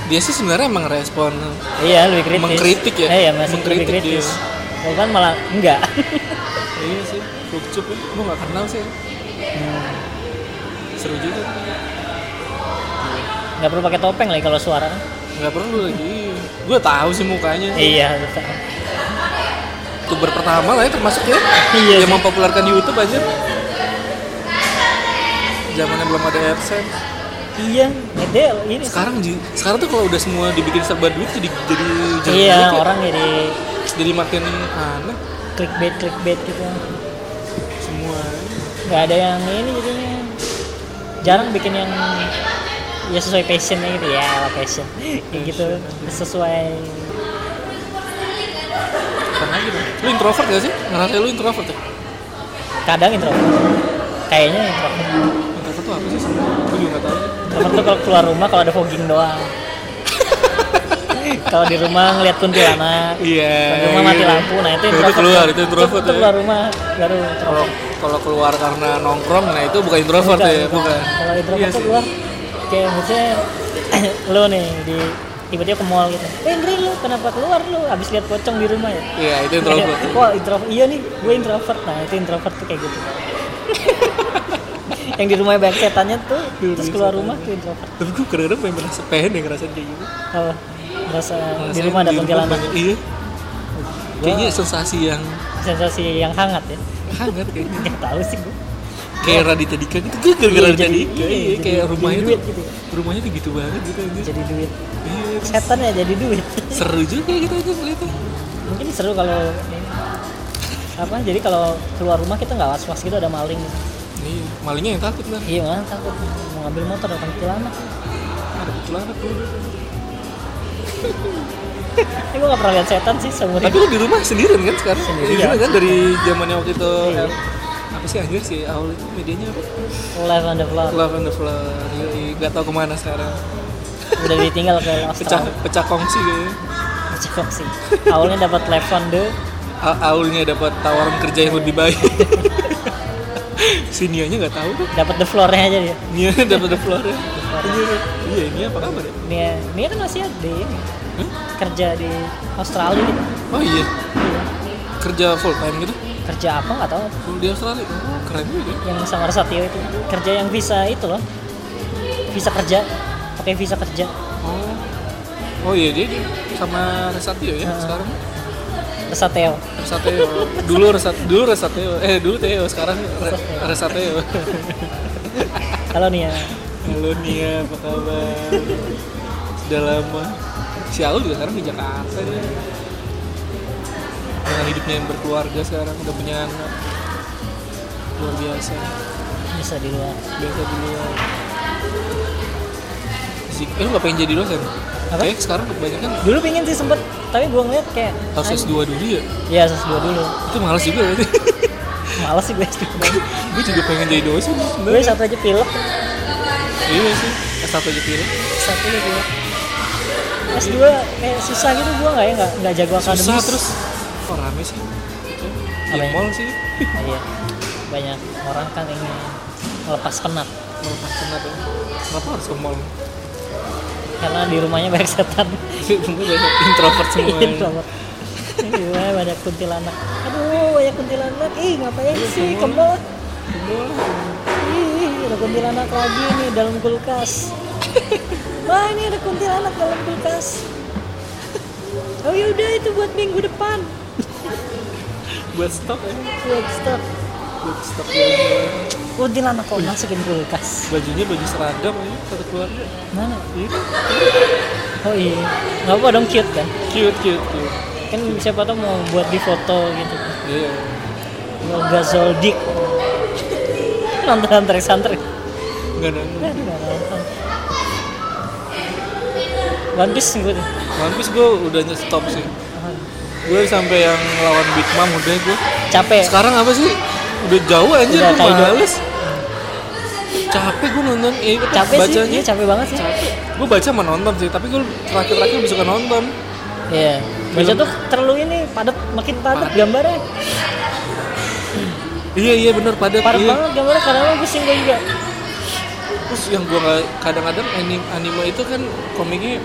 [SPEAKER 1] Dia sih sebenarnya emang respon
[SPEAKER 2] iya lebih kritis
[SPEAKER 1] Mengkritik ya?
[SPEAKER 2] Eh, iya masih
[SPEAKER 1] Mengkritik
[SPEAKER 2] lebih
[SPEAKER 1] iya.
[SPEAKER 2] kritis
[SPEAKER 1] dia.
[SPEAKER 2] Kalau kan malah enggak
[SPEAKER 1] Iya sih, Flukcup ya. Gue gak kenal sih.
[SPEAKER 2] Hmm.
[SPEAKER 1] Seru juga.
[SPEAKER 2] nggak perlu pakai topeng lagi kalau suara kan
[SPEAKER 1] Gak perlu lagi. Gue tahu sih mukanya.
[SPEAKER 2] iya betul.
[SPEAKER 1] Youtuber pertama lah ya termasuk ya.
[SPEAKER 2] Iya
[SPEAKER 1] Yang mempopulerkan YouTube aja. Zamannya belum ada AdSense.
[SPEAKER 2] iya dia ini sih.
[SPEAKER 1] Sekarang ji- sekarang tuh kalau udah semua dibikin serba duit jadi jadi jadi
[SPEAKER 2] iya
[SPEAKER 1] duit ya.
[SPEAKER 2] orang jadi
[SPEAKER 1] jadi makin aneh
[SPEAKER 2] clickbait clickbait gitu
[SPEAKER 1] semua.
[SPEAKER 2] nggak ada yang ini jadinya jarang bikin yang ya sesuai passionnya gitu ya ala passion kayak gitu sesuai
[SPEAKER 1] Apa lagi dong? Lu introvert gak sih? Ngerasa lu introvert ya?
[SPEAKER 2] kadang introvert kayaknya introvert
[SPEAKER 1] Introvert tuh apa sih? Gue juga gak tau.
[SPEAKER 2] Temen tuh kalau keluar rumah kalau ada fogging doang. kalau di rumah ngeliat kuntilanak.
[SPEAKER 1] Iya.
[SPEAKER 2] Kalau di rumah mati
[SPEAKER 1] iya.
[SPEAKER 2] lampu, nah itu
[SPEAKER 1] Nah,
[SPEAKER 2] introvert.
[SPEAKER 1] keluar, itu introvert.
[SPEAKER 2] Itu
[SPEAKER 1] ya.
[SPEAKER 2] keluar rumah baru
[SPEAKER 1] Kalau
[SPEAKER 2] introvert.
[SPEAKER 1] kalau keluar karena nongkrong, nah itu bukan introvert ya, bukan.
[SPEAKER 2] Kalau introvert
[SPEAKER 1] Iya
[SPEAKER 2] tuh
[SPEAKER 1] sih.
[SPEAKER 2] keluar kayak misalnya lo nih di tiba-tiba ke mall gitu. Eh Indri lu kenapa keluar lu? Abis lihat pocong di rumah ya?
[SPEAKER 1] Iya, itu introvert.
[SPEAKER 2] Kayak, Wah introvert, iya nih gue introvert. Nah itu introvert tuh kayak gitu. yang di rumah banyak setannya tuh,
[SPEAKER 1] Di
[SPEAKER 2] terus
[SPEAKER 1] rumah
[SPEAKER 2] keluar
[SPEAKER 1] setan.
[SPEAKER 2] rumah tuh introvert.
[SPEAKER 1] Tapi gue kadang-kadang pengen merasa pengen ya ngerasain kayak gitu.
[SPEAKER 2] Apa? Merasa di
[SPEAKER 1] Ngerasain
[SPEAKER 2] rumah ada kuntilanak.
[SPEAKER 1] banyak- Iya. Kayaknya sensasi yang
[SPEAKER 2] Sensasi yang hangat ya.
[SPEAKER 1] hangat kayaknya.
[SPEAKER 2] Gak tahu sih gue.
[SPEAKER 1] Kayak Raditya Dika gitu, gue gara-gara
[SPEAKER 2] Iya,
[SPEAKER 1] Raditya
[SPEAKER 2] jadi-
[SPEAKER 1] Dika.
[SPEAKER 2] iya,
[SPEAKER 1] Iya,
[SPEAKER 2] jadi-
[SPEAKER 1] kayak
[SPEAKER 2] jadi
[SPEAKER 1] rumahnya tuh,
[SPEAKER 2] duet gitu ya.
[SPEAKER 1] rumahnya tuh gitu banget gitu aja.
[SPEAKER 2] Jadi duit.
[SPEAKER 1] Iya,
[SPEAKER 2] Setan ya jadi duit.
[SPEAKER 1] seru juga gitu aja ngeliatnya.
[SPEAKER 2] Mungkin seru kalau ini. apa jadi kalau keluar rumah kita nggak was was gitu ada maling
[SPEAKER 1] Iya, malingnya yang takut kan.
[SPEAKER 2] iya malah takut mau ngambil motor datang kuntilanak
[SPEAKER 1] Ada kuntilanak tuh.
[SPEAKER 2] eh gue nggak pernah lihat setan sih seumur
[SPEAKER 1] Tapi
[SPEAKER 2] hidup
[SPEAKER 1] lu di rumah sendirian kan sekarang?
[SPEAKER 2] Sendirian.
[SPEAKER 1] Sendirian kan dari zamannya waktu itu.
[SPEAKER 2] Iya.
[SPEAKER 1] eh, Apa sih anjir sih awal itu medianya apa?
[SPEAKER 2] live on the vlog
[SPEAKER 1] Love and the Flower. Yoi, Gak tau kemana sekarang.
[SPEAKER 2] udah ditinggal ke
[SPEAKER 1] Pecah
[SPEAKER 2] Australia
[SPEAKER 1] pecah kongsi kayaknya.
[SPEAKER 2] pecah kongsi awalnya dapat live on the
[SPEAKER 1] A- Aulnya dapat tawaran kerja yang lebih baik. Sinianya nggak tahu tuh.
[SPEAKER 2] dapat the floornya aja dia
[SPEAKER 1] Nia dapat the floor ya.
[SPEAKER 2] Iya.
[SPEAKER 1] Iya, ini apa kabar ya?
[SPEAKER 2] Nia, Nia kan masih ada ini
[SPEAKER 1] Hah?
[SPEAKER 2] kerja di Australia gitu.
[SPEAKER 1] Oh iya,
[SPEAKER 2] Iya.
[SPEAKER 1] kerja full time gitu.
[SPEAKER 2] Kerja apa nggak tahu
[SPEAKER 1] Full di Australia. Oh, keren juga. ya.
[SPEAKER 2] yang sama Satyo itu kerja yang visa itu loh visa kerja pakai visa kerja
[SPEAKER 1] Oh. Oh iya, dia, dia sama Resatio ya
[SPEAKER 2] Heeh.
[SPEAKER 1] sekarang.
[SPEAKER 2] Satyo
[SPEAKER 1] Resateo. Dulu Resat dulu Resateo. Eh, dulu Teo, sekarang Re Resateo.
[SPEAKER 2] kalau ya, Nia
[SPEAKER 1] Halo Nia, apa kabar? Sudah lama. Si Aul juga sekarang di Jakarta dia. Dengan hidupnya yang berkeluarga sekarang udah punya anak. Luar biasa.
[SPEAKER 2] bisa di luar
[SPEAKER 1] Biasa dulu. Zik, eh, lu gak pengen jadi dosen?
[SPEAKER 2] Apa?
[SPEAKER 1] Kayak sekarang kebanyakan
[SPEAKER 2] dulu pingin sih sempet tapi gue ngeliat kayak
[SPEAKER 1] harus S2 dulu ya?
[SPEAKER 2] ya S2 dulu
[SPEAKER 1] Itu males juga berarti.
[SPEAKER 2] males sih gue S2
[SPEAKER 1] gue juga pengen jadi dosen
[SPEAKER 2] gue
[SPEAKER 1] sebenernya.
[SPEAKER 2] satu aja pilek
[SPEAKER 1] Iya sih, S1 aja pilih.
[SPEAKER 2] satu aja pilek S2 kayak susah gitu gue nggak ya nggak nggak jago akademis
[SPEAKER 1] Susah terus. Kok rame sih?
[SPEAKER 2] Apa
[SPEAKER 1] Ya,
[SPEAKER 2] ya?
[SPEAKER 1] mall sih.
[SPEAKER 2] Nah, iya banyak orang kan ingin melepas penat
[SPEAKER 1] Melepas penat ya. Kenapa harus ke mall?
[SPEAKER 2] karena di rumahnya banyak setan
[SPEAKER 1] Mungkin banyak introvert semua.
[SPEAKER 2] Iya, introvert. Ini gimana banyak kuntilanak. Aduh, banyak kuntilanak. Ih, ngapain sih ke mall?
[SPEAKER 1] Mall.
[SPEAKER 2] Ih, ada kuntilanak lagi nih dalam kulkas. Wah, ini ada kuntilanak dalam kulkas. Oh yaudah itu buat minggu depan. Iya,
[SPEAKER 1] Buat stok ya.
[SPEAKER 2] Buat stok.
[SPEAKER 1] Buat stok ya.
[SPEAKER 2] Kuntilanak kok masukin kulkas.
[SPEAKER 1] Bajunya baju seragam ya, satu keluarga.
[SPEAKER 2] Mana?
[SPEAKER 1] Iya.
[SPEAKER 2] Oh iya. Gak apa dong cute kan?
[SPEAKER 1] Cute, cute, cute.
[SPEAKER 2] Kan siapa tau mau buat di foto gitu.
[SPEAKER 1] Iya.
[SPEAKER 2] Olga Zoldik. Nonton santrek-santrek.
[SPEAKER 1] Enggak nanggung.
[SPEAKER 2] Aduh, Kan, nggak nonton. One Piece gue tuh.
[SPEAKER 1] One Piece gue udah stop sih. Gue sampai yang lawan Big Mom udah gue.
[SPEAKER 2] Capek.
[SPEAKER 1] Sekarang apa sih? Udah jauh anjir,
[SPEAKER 2] Udah
[SPEAKER 1] gue
[SPEAKER 2] Kaido.
[SPEAKER 1] males. Capek gue nonton, eh, apa,
[SPEAKER 2] Capek sih.
[SPEAKER 1] bacanya.
[SPEAKER 2] Iya, capek banget sih.
[SPEAKER 1] gue baca sama nonton sih tapi gue terakhir-terakhir lebih suka nonton
[SPEAKER 2] Iya. Baca tuh terlalu ini padat, makin padat
[SPEAKER 1] Padat.
[SPEAKER 2] gambarnya.
[SPEAKER 1] iya iya bener padat
[SPEAKER 2] Parah
[SPEAKER 1] iya.
[SPEAKER 2] banget gambarnya kadang-kadang pusing gue juga.
[SPEAKER 1] terus yang gue nggak kadang-kadang anime, anime itu kan komiknya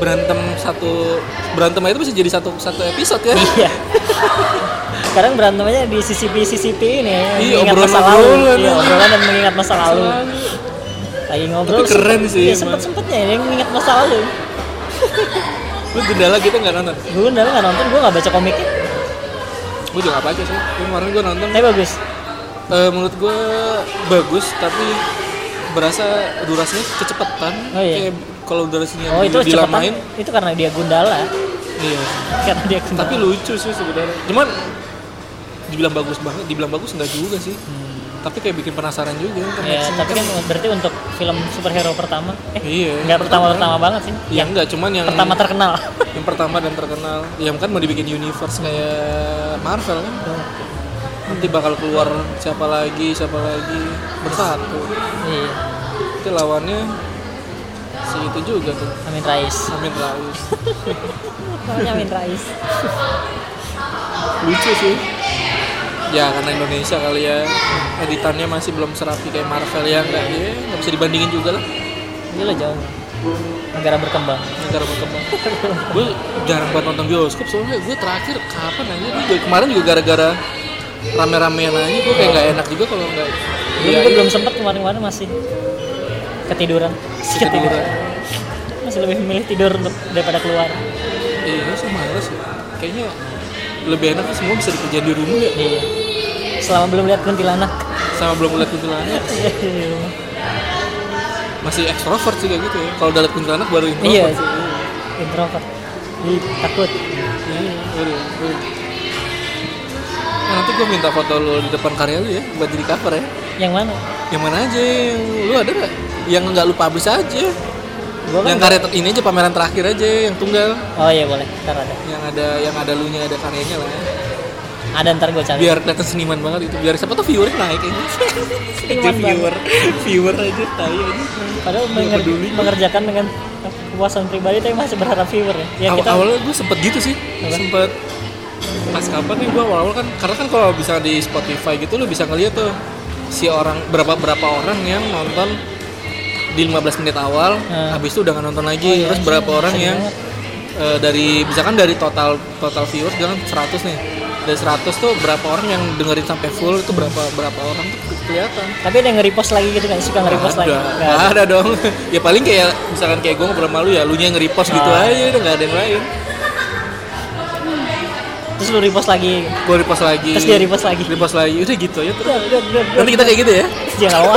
[SPEAKER 1] berantem satu berantem aja itu bisa jadi satu satu episode ya
[SPEAKER 2] Iya. Kadang berantem aja di CCP-CCP ini ya,
[SPEAKER 1] Iya,
[SPEAKER 2] mengingat masa lalu.
[SPEAKER 1] obrolan-obrolan.
[SPEAKER 2] Iya, obrolan dan mengingat masa lalu.
[SPEAKER 1] Selalu.
[SPEAKER 2] Lagi ngobrol.
[SPEAKER 1] Tapi keren
[SPEAKER 2] sempet-
[SPEAKER 1] sih,
[SPEAKER 2] Iya,
[SPEAKER 1] emang.
[SPEAKER 2] sempet-sempetnya ini mengingat masa lalu.
[SPEAKER 1] lu gendala kita nggak nonton
[SPEAKER 2] Gue udah nggak nonton, gue nggak baca komiknya.
[SPEAKER 1] gue juga apa aja sih kemarin gue nonton
[SPEAKER 2] Tapi bagus.
[SPEAKER 1] eh, menurut gue bagus tapi berasa durasinya kecepatan
[SPEAKER 2] Oh,
[SPEAKER 1] kayak
[SPEAKER 2] iya.
[SPEAKER 1] kalau durasinya
[SPEAKER 2] Oh, itu
[SPEAKER 1] di-
[SPEAKER 2] cepetan.
[SPEAKER 1] dilamain
[SPEAKER 2] Itu karena dia gundala.
[SPEAKER 1] iya
[SPEAKER 2] Karena dia gundala.
[SPEAKER 1] tapi lucu sih sebenarnya cuman dibilang bagus banget dibilang bagus nggak juga sih
[SPEAKER 2] Hmm.
[SPEAKER 1] tapi kayak bikin penasaran juga
[SPEAKER 2] Ya,
[SPEAKER 1] connection-nya
[SPEAKER 2] tapi
[SPEAKER 1] kan.
[SPEAKER 2] kan berarti untuk film superhero pertama, eh
[SPEAKER 1] iya
[SPEAKER 2] nggak pertama pertama banget sih,
[SPEAKER 1] ya enggak cuman yang
[SPEAKER 2] pertama terkenal.
[SPEAKER 1] yang pertama dan terkenal ya kan mau dibikin universe kayak Marvel kan nanti bakal keluar siapa lagi siapa lagi bersatu
[SPEAKER 2] Iya.
[SPEAKER 1] itu lawannya si itu juga tuh
[SPEAKER 2] Amin Rais
[SPEAKER 1] Amin Rais
[SPEAKER 2] namanya Amin Rais
[SPEAKER 1] lucu sih ya karena Indonesia kali ya editannya masih belum serapi kayak Marvel ya nggak ya nggak bisa dibandingin juga lah
[SPEAKER 2] ini lo jauh negara berkembang
[SPEAKER 1] negara berkembang gue jarang banget nonton bioskop soalnya gue terakhir kapan aja nih Dari kemarin juga gara-gara rame-ramean aja gue kayak nggak enak juga kalau nggak
[SPEAKER 2] belum
[SPEAKER 1] iya,
[SPEAKER 2] gue belum sempet kemarin-kemarin masih ketiduran Masih
[SPEAKER 1] ketiduran
[SPEAKER 2] masih lebih memilih tidur untuk- daripada keluar
[SPEAKER 1] iya gue sih males ya kayaknya lebih enak sih semua bisa dikerjain di rumah ya
[SPEAKER 2] iya selama belum lihat kuntilanak
[SPEAKER 1] sama belum melihat kuntilanak
[SPEAKER 2] Iya, di rumah.
[SPEAKER 1] masih ekstrovert juga gitu ya kalau udah lihat kuntilanak baru introvert
[SPEAKER 2] iya
[SPEAKER 1] sih.
[SPEAKER 2] sih introvert Ih, takut
[SPEAKER 1] Iya, iya, waduh, waduh. Nah, nanti gue minta foto lo di depan karya lu ya buat jadi cover ya
[SPEAKER 2] yang mana
[SPEAKER 1] yang mana aja yang lu ada nggak yang nggak lu publish aja
[SPEAKER 2] gua kan
[SPEAKER 1] yang karya ter- ini aja pameran terakhir aja yang tunggal
[SPEAKER 2] oh iya boleh ntar ada
[SPEAKER 1] yang ada yang ada lu nya ada karyanya lah ya.
[SPEAKER 2] ada ntar gue cari
[SPEAKER 1] biar kelihatan seniman banget itu biar siapa tuh viewer naik aja
[SPEAKER 2] Seniman
[SPEAKER 1] Aja viewer viewer aja tahu aja
[SPEAKER 2] padahal menger- mengerjakan dengan kepuasan pribadi tapi masih berharap viewer ya, ya
[SPEAKER 1] Aw-
[SPEAKER 2] kita
[SPEAKER 1] awalnya gue sempet gitu sih
[SPEAKER 2] Apa?
[SPEAKER 1] sempet pas kapan nih gue awal-awal kan karena kan kalau bisa di Spotify gitu lu bisa ngeliat tuh si orang berapa berapa orang yang nonton di 15 menit awal
[SPEAKER 2] Hmm.
[SPEAKER 1] habis itu udah nggak nonton lagi
[SPEAKER 2] Oh, iya,
[SPEAKER 1] terus
[SPEAKER 2] anjing,
[SPEAKER 1] berapa orang
[SPEAKER 2] sedih
[SPEAKER 1] yang
[SPEAKER 2] banget.
[SPEAKER 1] eh, dari misalkan dari total total viewers dengan 100 nih dari 100 tuh berapa orang yang dengerin sampai full itu berapa berapa orang tuh kelihatan
[SPEAKER 2] tapi ada yang nge-repost lagi gitu kan suka nge-repost lagi
[SPEAKER 1] ada,
[SPEAKER 2] Nggak ada.
[SPEAKER 1] nggak ada dong ya paling kayak misalkan kayak gue ngobrol malu ya lu nya nge-repost gitu
[SPEAKER 2] Ah.
[SPEAKER 1] aja udah nggak ada yang lain
[SPEAKER 2] terus lu repost lagi
[SPEAKER 1] gue repost lagi
[SPEAKER 2] Terus dia repost lagi.
[SPEAKER 1] repost lagi udah gitu ya terus
[SPEAKER 2] Udah, udah, udah, udah.
[SPEAKER 1] nanti kita kayak gitu ya
[SPEAKER 2] jangan lama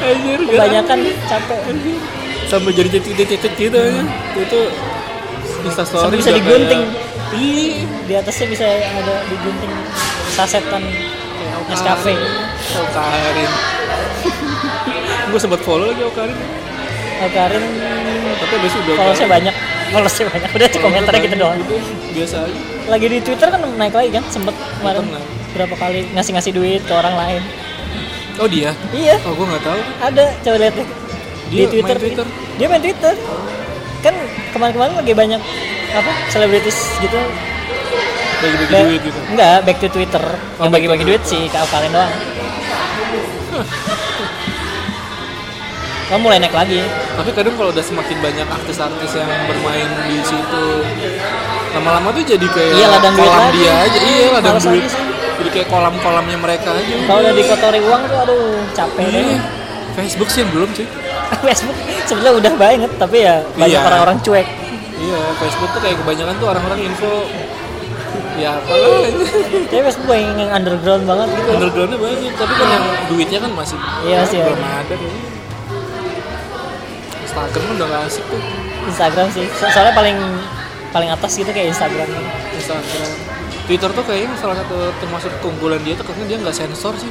[SPEAKER 1] Anjir, gak-
[SPEAKER 2] kebanyakan capek
[SPEAKER 1] sampai jadi titik-titik gitu aja itu instastory
[SPEAKER 2] Sampai bisa
[SPEAKER 1] udah
[SPEAKER 2] digunting.
[SPEAKER 1] kayak- Ih,
[SPEAKER 2] di atasnya bisa ada digunting sasetan Nescafe
[SPEAKER 1] Okarin gue sempat follow lagi Okarin
[SPEAKER 2] Al Karin
[SPEAKER 1] tapi abis itu udah
[SPEAKER 2] kalau saya
[SPEAKER 1] gak-
[SPEAKER 2] banyak kalau saya banyak udah tuh komentarnya gitu doang
[SPEAKER 1] Gitu, biasa aja
[SPEAKER 2] lagi di Twitter kan naik lagi kan sempet kemarin
[SPEAKER 1] Pernah.
[SPEAKER 2] berapa kali ngasih-ngasih duit ke orang lain
[SPEAKER 1] oh dia
[SPEAKER 2] iya
[SPEAKER 1] oh gue nggak tahu
[SPEAKER 2] ada coba lihat deh
[SPEAKER 1] Dia
[SPEAKER 2] di Twitter,
[SPEAKER 1] main Twitter?
[SPEAKER 2] dia main Twitter kan kemarin-kemarin lagi banyak apa selebritis gitu
[SPEAKER 1] bagi-bagi
[SPEAKER 2] Ba-
[SPEAKER 1] duit gitu
[SPEAKER 2] enggak back to Twitter
[SPEAKER 1] Oh, back
[SPEAKER 2] yang
[SPEAKER 1] to
[SPEAKER 2] bagi-bagi duit sih ke kalian doang kamu mulai naik lagi
[SPEAKER 1] tapi kadang kalau udah semakin banyak artis-artis yang bermain di situ lama-lama tuh jadi kayak
[SPEAKER 2] Iya, ladang duit
[SPEAKER 1] kolam
[SPEAKER 2] lagi.
[SPEAKER 1] dia aja iya ladang
[SPEAKER 2] Males
[SPEAKER 1] duit
[SPEAKER 2] lagi sih.
[SPEAKER 1] jadi kayak kolam-kolamnya mereka aja
[SPEAKER 2] kalau udah dikotori uang tuh aduh capek deh
[SPEAKER 1] Iya. Facebook sih yang belum sih
[SPEAKER 2] Facebook sebenarnya udah banget tapi ya banyak
[SPEAKER 1] Hmm. Iya.
[SPEAKER 2] orang-orang cuek
[SPEAKER 1] iya Facebook tuh kayak kebanyakan tuh orang-orang info ya apalah
[SPEAKER 2] tapi Facebook yang, yang underground banget gitu
[SPEAKER 1] undergroundnya banyak tapi kan yang duitnya kan masih
[SPEAKER 2] Iya sih,
[SPEAKER 1] belum ada kayaknya. Instagram kan udah gak asik tuh
[SPEAKER 2] Instagram sih So- soalnya paling paling atas gitu kayak Instagram
[SPEAKER 1] Instagram Twitter tuh kayaknya salah satu termasuk keunggulan dia tuh karena dia nggak sensor sih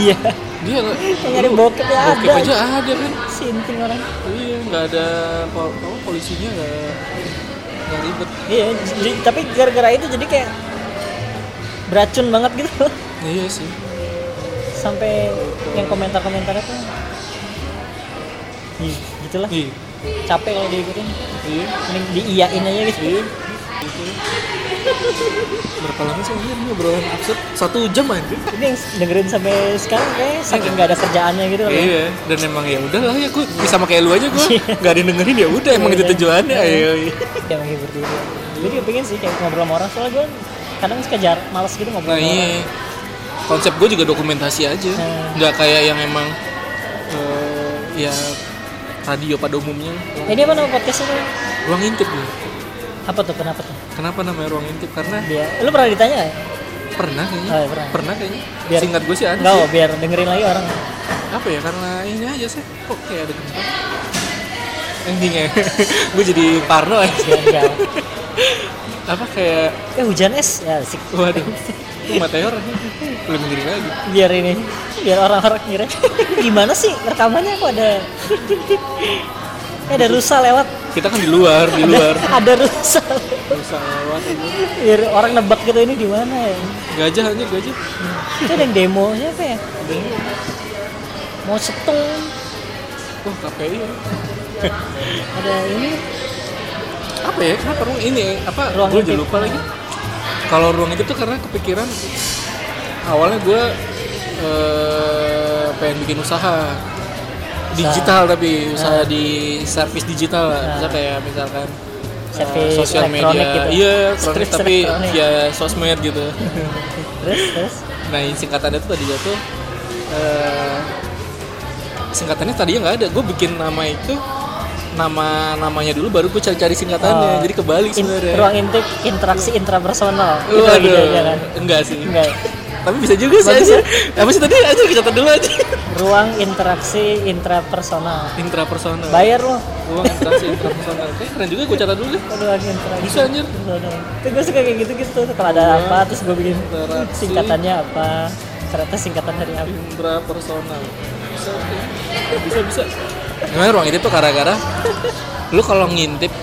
[SPEAKER 2] iya
[SPEAKER 1] dia nggak
[SPEAKER 2] Yang nyari bokep ya
[SPEAKER 1] bokep
[SPEAKER 2] ada.
[SPEAKER 1] aja ada kan
[SPEAKER 2] sinting orang
[SPEAKER 1] iya nggak ada pol- apa, polisinya nggak nggak ribet
[SPEAKER 2] iya jadi- tapi gara-gara itu jadi kayak beracun banget gitu
[SPEAKER 1] Nah, iya sih
[SPEAKER 2] sampai yang komentar-komentarnya tuh Ih, gitulah
[SPEAKER 1] iya
[SPEAKER 2] capek kalau diikutin
[SPEAKER 1] iya
[SPEAKER 2] mending diiyain aja gitu
[SPEAKER 1] iya Gitu. berapa lama sih ini obrolan absurd satu jam aja
[SPEAKER 2] ini yang dengerin sampai sekarang kayak saking nggak ada kerjaannya gitu loh
[SPEAKER 1] iya dan emang ya udahlah ya gue bisa sama kayak lu aja gue nggak ada yang dengerin ya udah emang itu
[SPEAKER 2] Iya.
[SPEAKER 1] tujuannya ayo iya.
[SPEAKER 2] dia menghibur diri jadi pengen sih kayak ngobrol sama orang soalnya gue kadang suka jar malas gitu ngobrol
[SPEAKER 1] Nah
[SPEAKER 2] sama orang.
[SPEAKER 1] iya konsep gue juga dokumentasi aja,
[SPEAKER 2] Hmm.
[SPEAKER 1] nggak kayak yang emang eh, ya radio pada umumnya.
[SPEAKER 2] ini apa nama podcastnya tuh?
[SPEAKER 1] Ruang intip nih.
[SPEAKER 2] apa tuh kenapa tuh
[SPEAKER 1] Kenapa namanya ruang intip? Karena
[SPEAKER 2] dia lu pernah ditanya nggak?
[SPEAKER 1] pernah kayaknya,
[SPEAKER 2] Oh, iya, pernah.
[SPEAKER 1] kayaknya.
[SPEAKER 2] Biar-
[SPEAKER 1] Singkat gue sih ada.
[SPEAKER 2] nggak oh, biar dengerin lagi orang
[SPEAKER 1] Apa ya? Karena ini aja sih. Kok kayak ada gempa? Ending ya. gue jadi Parno ya.
[SPEAKER 2] biar nggak
[SPEAKER 1] Apa kayak
[SPEAKER 2] eh hujan es ya asik.
[SPEAKER 1] waduh. Itu meteor. Belum mikirin lagi.
[SPEAKER 2] biar ini biar orang-orang ngira gimana sih rekamannya kok ada eh, ada rusa lewat
[SPEAKER 1] Kita kan di luar, di luar.
[SPEAKER 2] ada rusa
[SPEAKER 1] Bisa lewat.
[SPEAKER 2] biar orang nebak gitu ini di mana ya
[SPEAKER 1] Gajah aja gajah.
[SPEAKER 2] itu ada yang demo siapa ya mau setung
[SPEAKER 1] wah KPI ya.
[SPEAKER 2] ada ini
[SPEAKER 1] apa ya kenapa ruang ini apa
[SPEAKER 2] Ruang
[SPEAKER 1] gue jadi
[SPEAKER 2] intip.
[SPEAKER 1] lupa lagi kalau ruang itu tuh karena kepikiran awalnya gue eh, pengen bikin usaha digital tapi
[SPEAKER 2] Ah.
[SPEAKER 1] usaha di service digital lah
[SPEAKER 2] Nah.
[SPEAKER 1] bisa kayak misalkan eh,
[SPEAKER 2] Service
[SPEAKER 1] sosial
[SPEAKER 2] elektronik
[SPEAKER 1] media
[SPEAKER 2] gitu.
[SPEAKER 1] iya elektronik,
[SPEAKER 2] Service
[SPEAKER 1] tapi ya.
[SPEAKER 2] elektronik.
[SPEAKER 1] via sosmed gitu
[SPEAKER 2] terus terus
[SPEAKER 1] nah yang singkatannya tuh tadi tuh eh, singkatannya tadinya nggak ada gue bikin nama itu nama namanya dulu baru gue cari-cari singkatannya
[SPEAKER 2] Oh,
[SPEAKER 1] jadi kebalik
[SPEAKER 2] in-
[SPEAKER 1] sebenarnya
[SPEAKER 2] ruang intip interaksi intrapersonal itu
[SPEAKER 1] Waduh,
[SPEAKER 2] lagi aja kan
[SPEAKER 1] ya enggak sih.
[SPEAKER 2] enggak
[SPEAKER 1] Tapi bisa juga sih aja.
[SPEAKER 2] Bagus
[SPEAKER 1] Apa sih tadi aja kita dulu aja.
[SPEAKER 2] ruang interaksi intrapersonal
[SPEAKER 1] Intrapersonal.
[SPEAKER 2] bayar lo
[SPEAKER 1] Uang interaksi intrapersonal. Kayak keren juga gue catat dulu deh.
[SPEAKER 2] ruang interaksi
[SPEAKER 1] Bisa anjir. Iya,
[SPEAKER 2] Personal. Itu gue suka kayak gitu-gitu Kalau ada
[SPEAKER 1] Ruang
[SPEAKER 2] apa, terus gue bikin
[SPEAKER 1] interaksi.
[SPEAKER 2] singkatannya apa Ternyata singkatan dari apa
[SPEAKER 1] Intrapersonal. Bisa bisa. bisa. Namanya ruang intip tuh gara-gara lu kalau ngintip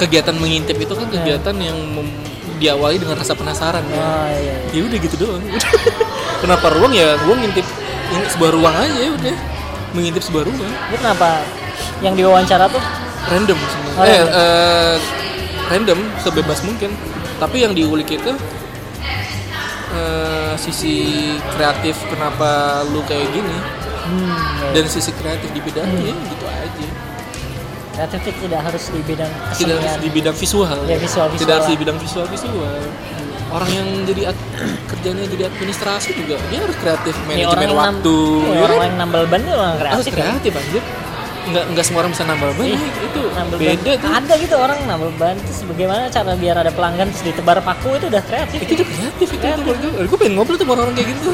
[SPEAKER 1] kegiatan mengintip itu kan kegiatan yang mem- diawali dengan rasa penasaran ya.
[SPEAKER 2] Oh iya
[SPEAKER 1] Ya udah gitu doang. Udah. Kenapa ruang ya? Gue ngintip ngintip sebuah ruang aja ya udah. Mengintip sebuah ruang.
[SPEAKER 2] Lu kenapa yang diwawancara tuh
[SPEAKER 1] random sebenarnya.
[SPEAKER 2] Oh,
[SPEAKER 1] eh,
[SPEAKER 2] random.
[SPEAKER 1] eh, random sebebas mungkin. Tapi yang diulik itu eh, sisi kreatif kenapa lu kayak gini
[SPEAKER 2] hmm, ya.
[SPEAKER 1] dan sisi kreatif di
[SPEAKER 2] Hmm.
[SPEAKER 1] bidangnya gitu aja.
[SPEAKER 2] kreatif itu tidak harus di bidang
[SPEAKER 1] Hmm. Tidak harus
[SPEAKER 2] kesenian
[SPEAKER 1] di bidang visual.
[SPEAKER 2] Ya, Hmm. visual-visual
[SPEAKER 1] Tidak harus di
[SPEAKER 2] lah.
[SPEAKER 1] bidang visual visual. Orang yang jadi ad- kerjanya jadi administrasi juga dia harus kreatif
[SPEAKER 2] Ya, orang
[SPEAKER 1] manajemen
[SPEAKER 2] yang nam-
[SPEAKER 1] waktu.
[SPEAKER 2] ya,
[SPEAKER 1] Ya,
[SPEAKER 2] orang
[SPEAKER 1] kan?
[SPEAKER 2] yang nambal ban tuh orang
[SPEAKER 1] harus
[SPEAKER 2] kreatif kan?
[SPEAKER 1] kreatif anjir. Enggak enggak semua orang bisa nambal ban.
[SPEAKER 2] Iya,
[SPEAKER 1] Itu
[SPEAKER 2] nambal ban.
[SPEAKER 1] beda tuh.
[SPEAKER 2] ada gitu orang nambal ban terus bagaimana cara biar ada pelanggan terus ditebar paku itu udah kreatif
[SPEAKER 1] itu juga kreatif itu itu menurut gue gue pengen ngobrol tuh sama orang kayak gitu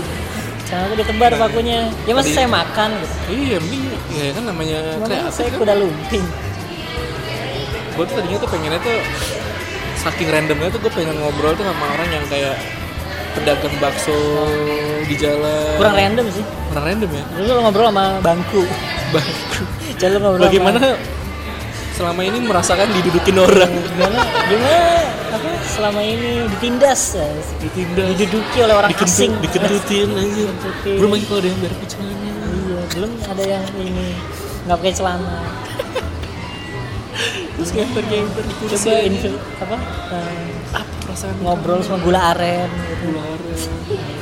[SPEAKER 2] cara aku ditebar
[SPEAKER 1] Iya.
[SPEAKER 2] pakunya ya masa
[SPEAKER 1] Tadi-
[SPEAKER 2] saya makan gitu
[SPEAKER 1] iya mending ya kan namanya
[SPEAKER 2] Mana
[SPEAKER 1] kreatif
[SPEAKER 2] saya
[SPEAKER 1] kan
[SPEAKER 2] kuda lumping
[SPEAKER 1] gue tuh tadinya tuh pengennya tuh saking randomnya tuh gue pengen ngobrol tuh sama orang yang kayak pedagang bakso di jalan
[SPEAKER 2] kurang random sih
[SPEAKER 1] kurang random ya
[SPEAKER 2] dulu lo ngobrol sama bangku
[SPEAKER 1] Bang,
[SPEAKER 2] Jangan lo ngobrol sama,
[SPEAKER 1] bagaimana selama ini merasakan didudukin orang
[SPEAKER 2] gimana gimana apa selama ini ditindas ya.
[SPEAKER 1] ditindas
[SPEAKER 2] diduduki oleh orang
[SPEAKER 1] dikentut-
[SPEAKER 2] asing
[SPEAKER 1] dikentutin anjir
[SPEAKER 2] Dikentutin.
[SPEAKER 1] belum lagi kalau ada yang bayar pecelanya
[SPEAKER 2] iya belum ada yang ini nggak pakai celana
[SPEAKER 1] terus ngemper ngemper
[SPEAKER 2] coba infil apa eh,
[SPEAKER 1] apa Ah, perasaan
[SPEAKER 2] ngobrol sama gula aren gitu.
[SPEAKER 1] Gula aren. Iya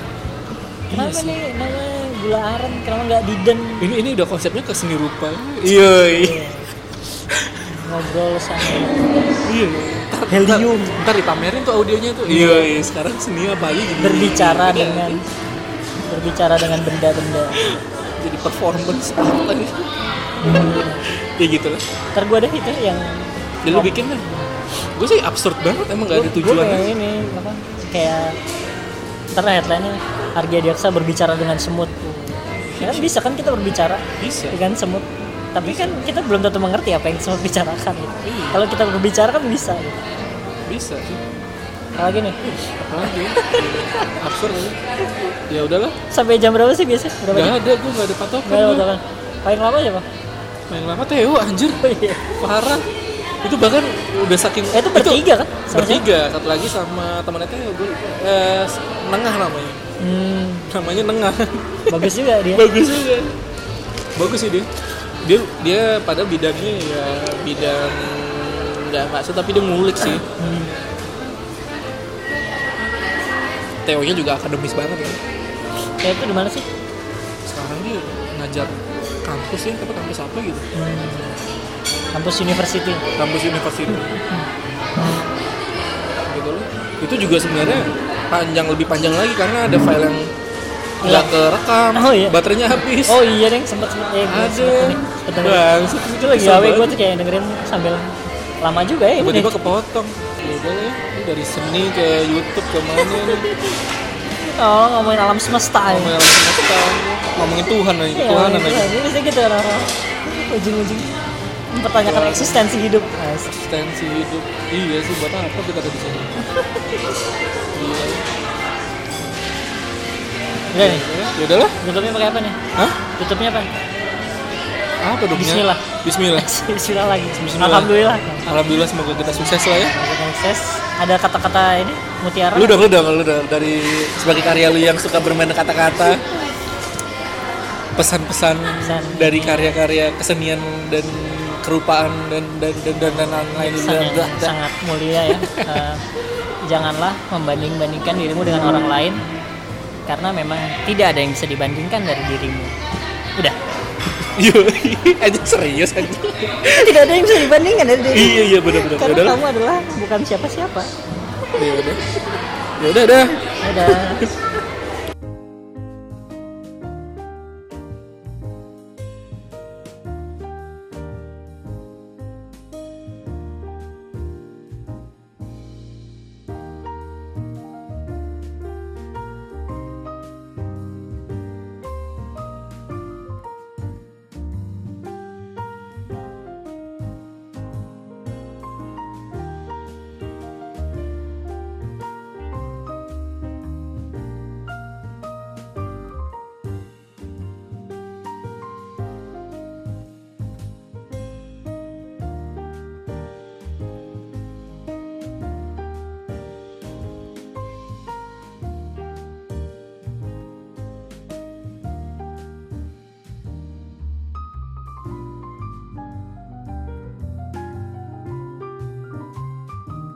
[SPEAKER 2] kenapa
[SPEAKER 1] sih.
[SPEAKER 2] nih nama gula aren kenapa nggak diden
[SPEAKER 1] Ini ini udah konsepnya ke seni rupa. Iya.
[SPEAKER 2] ngobrol sama
[SPEAKER 1] Iya.
[SPEAKER 2] Helium.
[SPEAKER 1] Ntar dipamerin tuh audionya tuh. Iya. Sekarang seni apa aja jadi
[SPEAKER 2] berbicara
[SPEAKER 1] Iya,
[SPEAKER 2] dengan berbicara dengan benda-benda
[SPEAKER 1] jadi performance art lagi. ya gitu lah.
[SPEAKER 2] ntar gue ada itu yang
[SPEAKER 1] Ya lu bikin lah. Gue sih absurd banget emang gak ada
[SPEAKER 2] Gua-
[SPEAKER 1] tujuan.
[SPEAKER 2] gua kayak ini apa kayak ntar headline-nya Argia Diaksa berbicara dengan semut ya kan bisa kan kita berbicara
[SPEAKER 1] Bisa.
[SPEAKER 2] dengan semut tapi kan kita belum tentu mengerti apa yang semut bicarakan gitu.
[SPEAKER 1] Iya.
[SPEAKER 2] kalau kita berbicara kan bisa gitu.
[SPEAKER 1] Bisa sih.
[SPEAKER 2] apalagi nih
[SPEAKER 1] Apalagi ya. absurd aja. Ya udahlah.
[SPEAKER 2] sampai jam berapa sih biasanya berapa
[SPEAKER 1] Gak
[SPEAKER 2] jam?
[SPEAKER 1] ada gue gak ada patokan.
[SPEAKER 2] Nggak ada
[SPEAKER 1] gua.
[SPEAKER 2] patokan. paling lama aja pak
[SPEAKER 1] Main lama Theo anjir. Parah. Itu bahkan udah saking
[SPEAKER 2] eh, itu bertiga kan Sama siapa?
[SPEAKER 1] bertiga satu lagi sama temannya teh gue eh, nengah namanya
[SPEAKER 2] hmm,
[SPEAKER 1] namanya nengah
[SPEAKER 2] bagus juga dia
[SPEAKER 1] bagus juga bagus sih dia dia dia pada bidangnya ya bidang nggak bakso tapi dia ngulik sih
[SPEAKER 2] Hmm.
[SPEAKER 1] Teo nya juga akademis banget ya
[SPEAKER 2] Ya, itu di mana sih
[SPEAKER 1] sekarang dia ngajar kampus ya apa kampus apa gitu
[SPEAKER 2] Hmm, kampus university
[SPEAKER 1] kampus universitas gitu loh itu juga sebenarnya panjang lebih panjang lagi karena ada file yang nggak
[SPEAKER 2] Hilang.
[SPEAKER 1] kerekam
[SPEAKER 2] Hmm. Iya. Oh, iya.
[SPEAKER 1] baterainya habis
[SPEAKER 2] oh iya deng sempet sempet eh gua
[SPEAKER 1] Ada.
[SPEAKER 2] sempet nih, sempet dengerin.
[SPEAKER 1] Bang,
[SPEAKER 2] itu lagi gawe gue tuh kayak dengerin sambil lama juga ya ini
[SPEAKER 1] tiba-tiba kepotong. Ya udah lah ya, ini dari seni ke YouTube ke mana nih?
[SPEAKER 2] oh ngomongin alam semesta ya
[SPEAKER 1] Ngomongin alam semesta, ngomongin Tuhan aja,
[SPEAKER 2] Iya,
[SPEAKER 1] Tuhan
[SPEAKER 2] iya,
[SPEAKER 1] aja.
[SPEAKER 2] iya, biasanya gitu orang-orang ujung-ujung mempertanyakan
[SPEAKER 1] Tuhan.
[SPEAKER 2] eksistensi hidup Asik.
[SPEAKER 1] Eksistensi hidup. Iya sih buat apa kita ada di sini? Iya.
[SPEAKER 2] udah nih
[SPEAKER 1] Ya udahlah.
[SPEAKER 2] tutupnya pakai apa nih
[SPEAKER 1] Hah?
[SPEAKER 2] tutupnya apa
[SPEAKER 1] Apa dong?
[SPEAKER 2] Bismillah.
[SPEAKER 1] Bismillah.
[SPEAKER 2] Bismillah lagi
[SPEAKER 1] Bismillah.
[SPEAKER 2] alhamdulillah
[SPEAKER 1] Alhamdulillah semoga kita sukses lah ya.
[SPEAKER 2] Melakukan sukses ada kata-kata ini mutiara
[SPEAKER 1] Lu dong, lu dong, lu dong dari sebagai karya lu yang suka bermain kata-kata. pesan-pesan
[SPEAKER 2] Pesan.
[SPEAKER 1] dari karya-karya kesenian dan kerupaan dan dan dan dan dan lain-lain
[SPEAKER 2] pesan yang sangat mulia ya. Eh, janganlah membanding-bandingkan dirimu dengan orang lain karena memang tidak ada yang bisa dibandingkan dari dirimu. Udah,
[SPEAKER 1] Yoi, aja serius aja.
[SPEAKER 2] tidak ada yang bisa dibandingkan dari dirimu.
[SPEAKER 1] iya iya benar-benar.
[SPEAKER 2] Karena
[SPEAKER 1] Udah lah.
[SPEAKER 2] kamu adalah bukan siapa-siapa.
[SPEAKER 1] Ya udah. Ya udah dah.
[SPEAKER 2] Udah.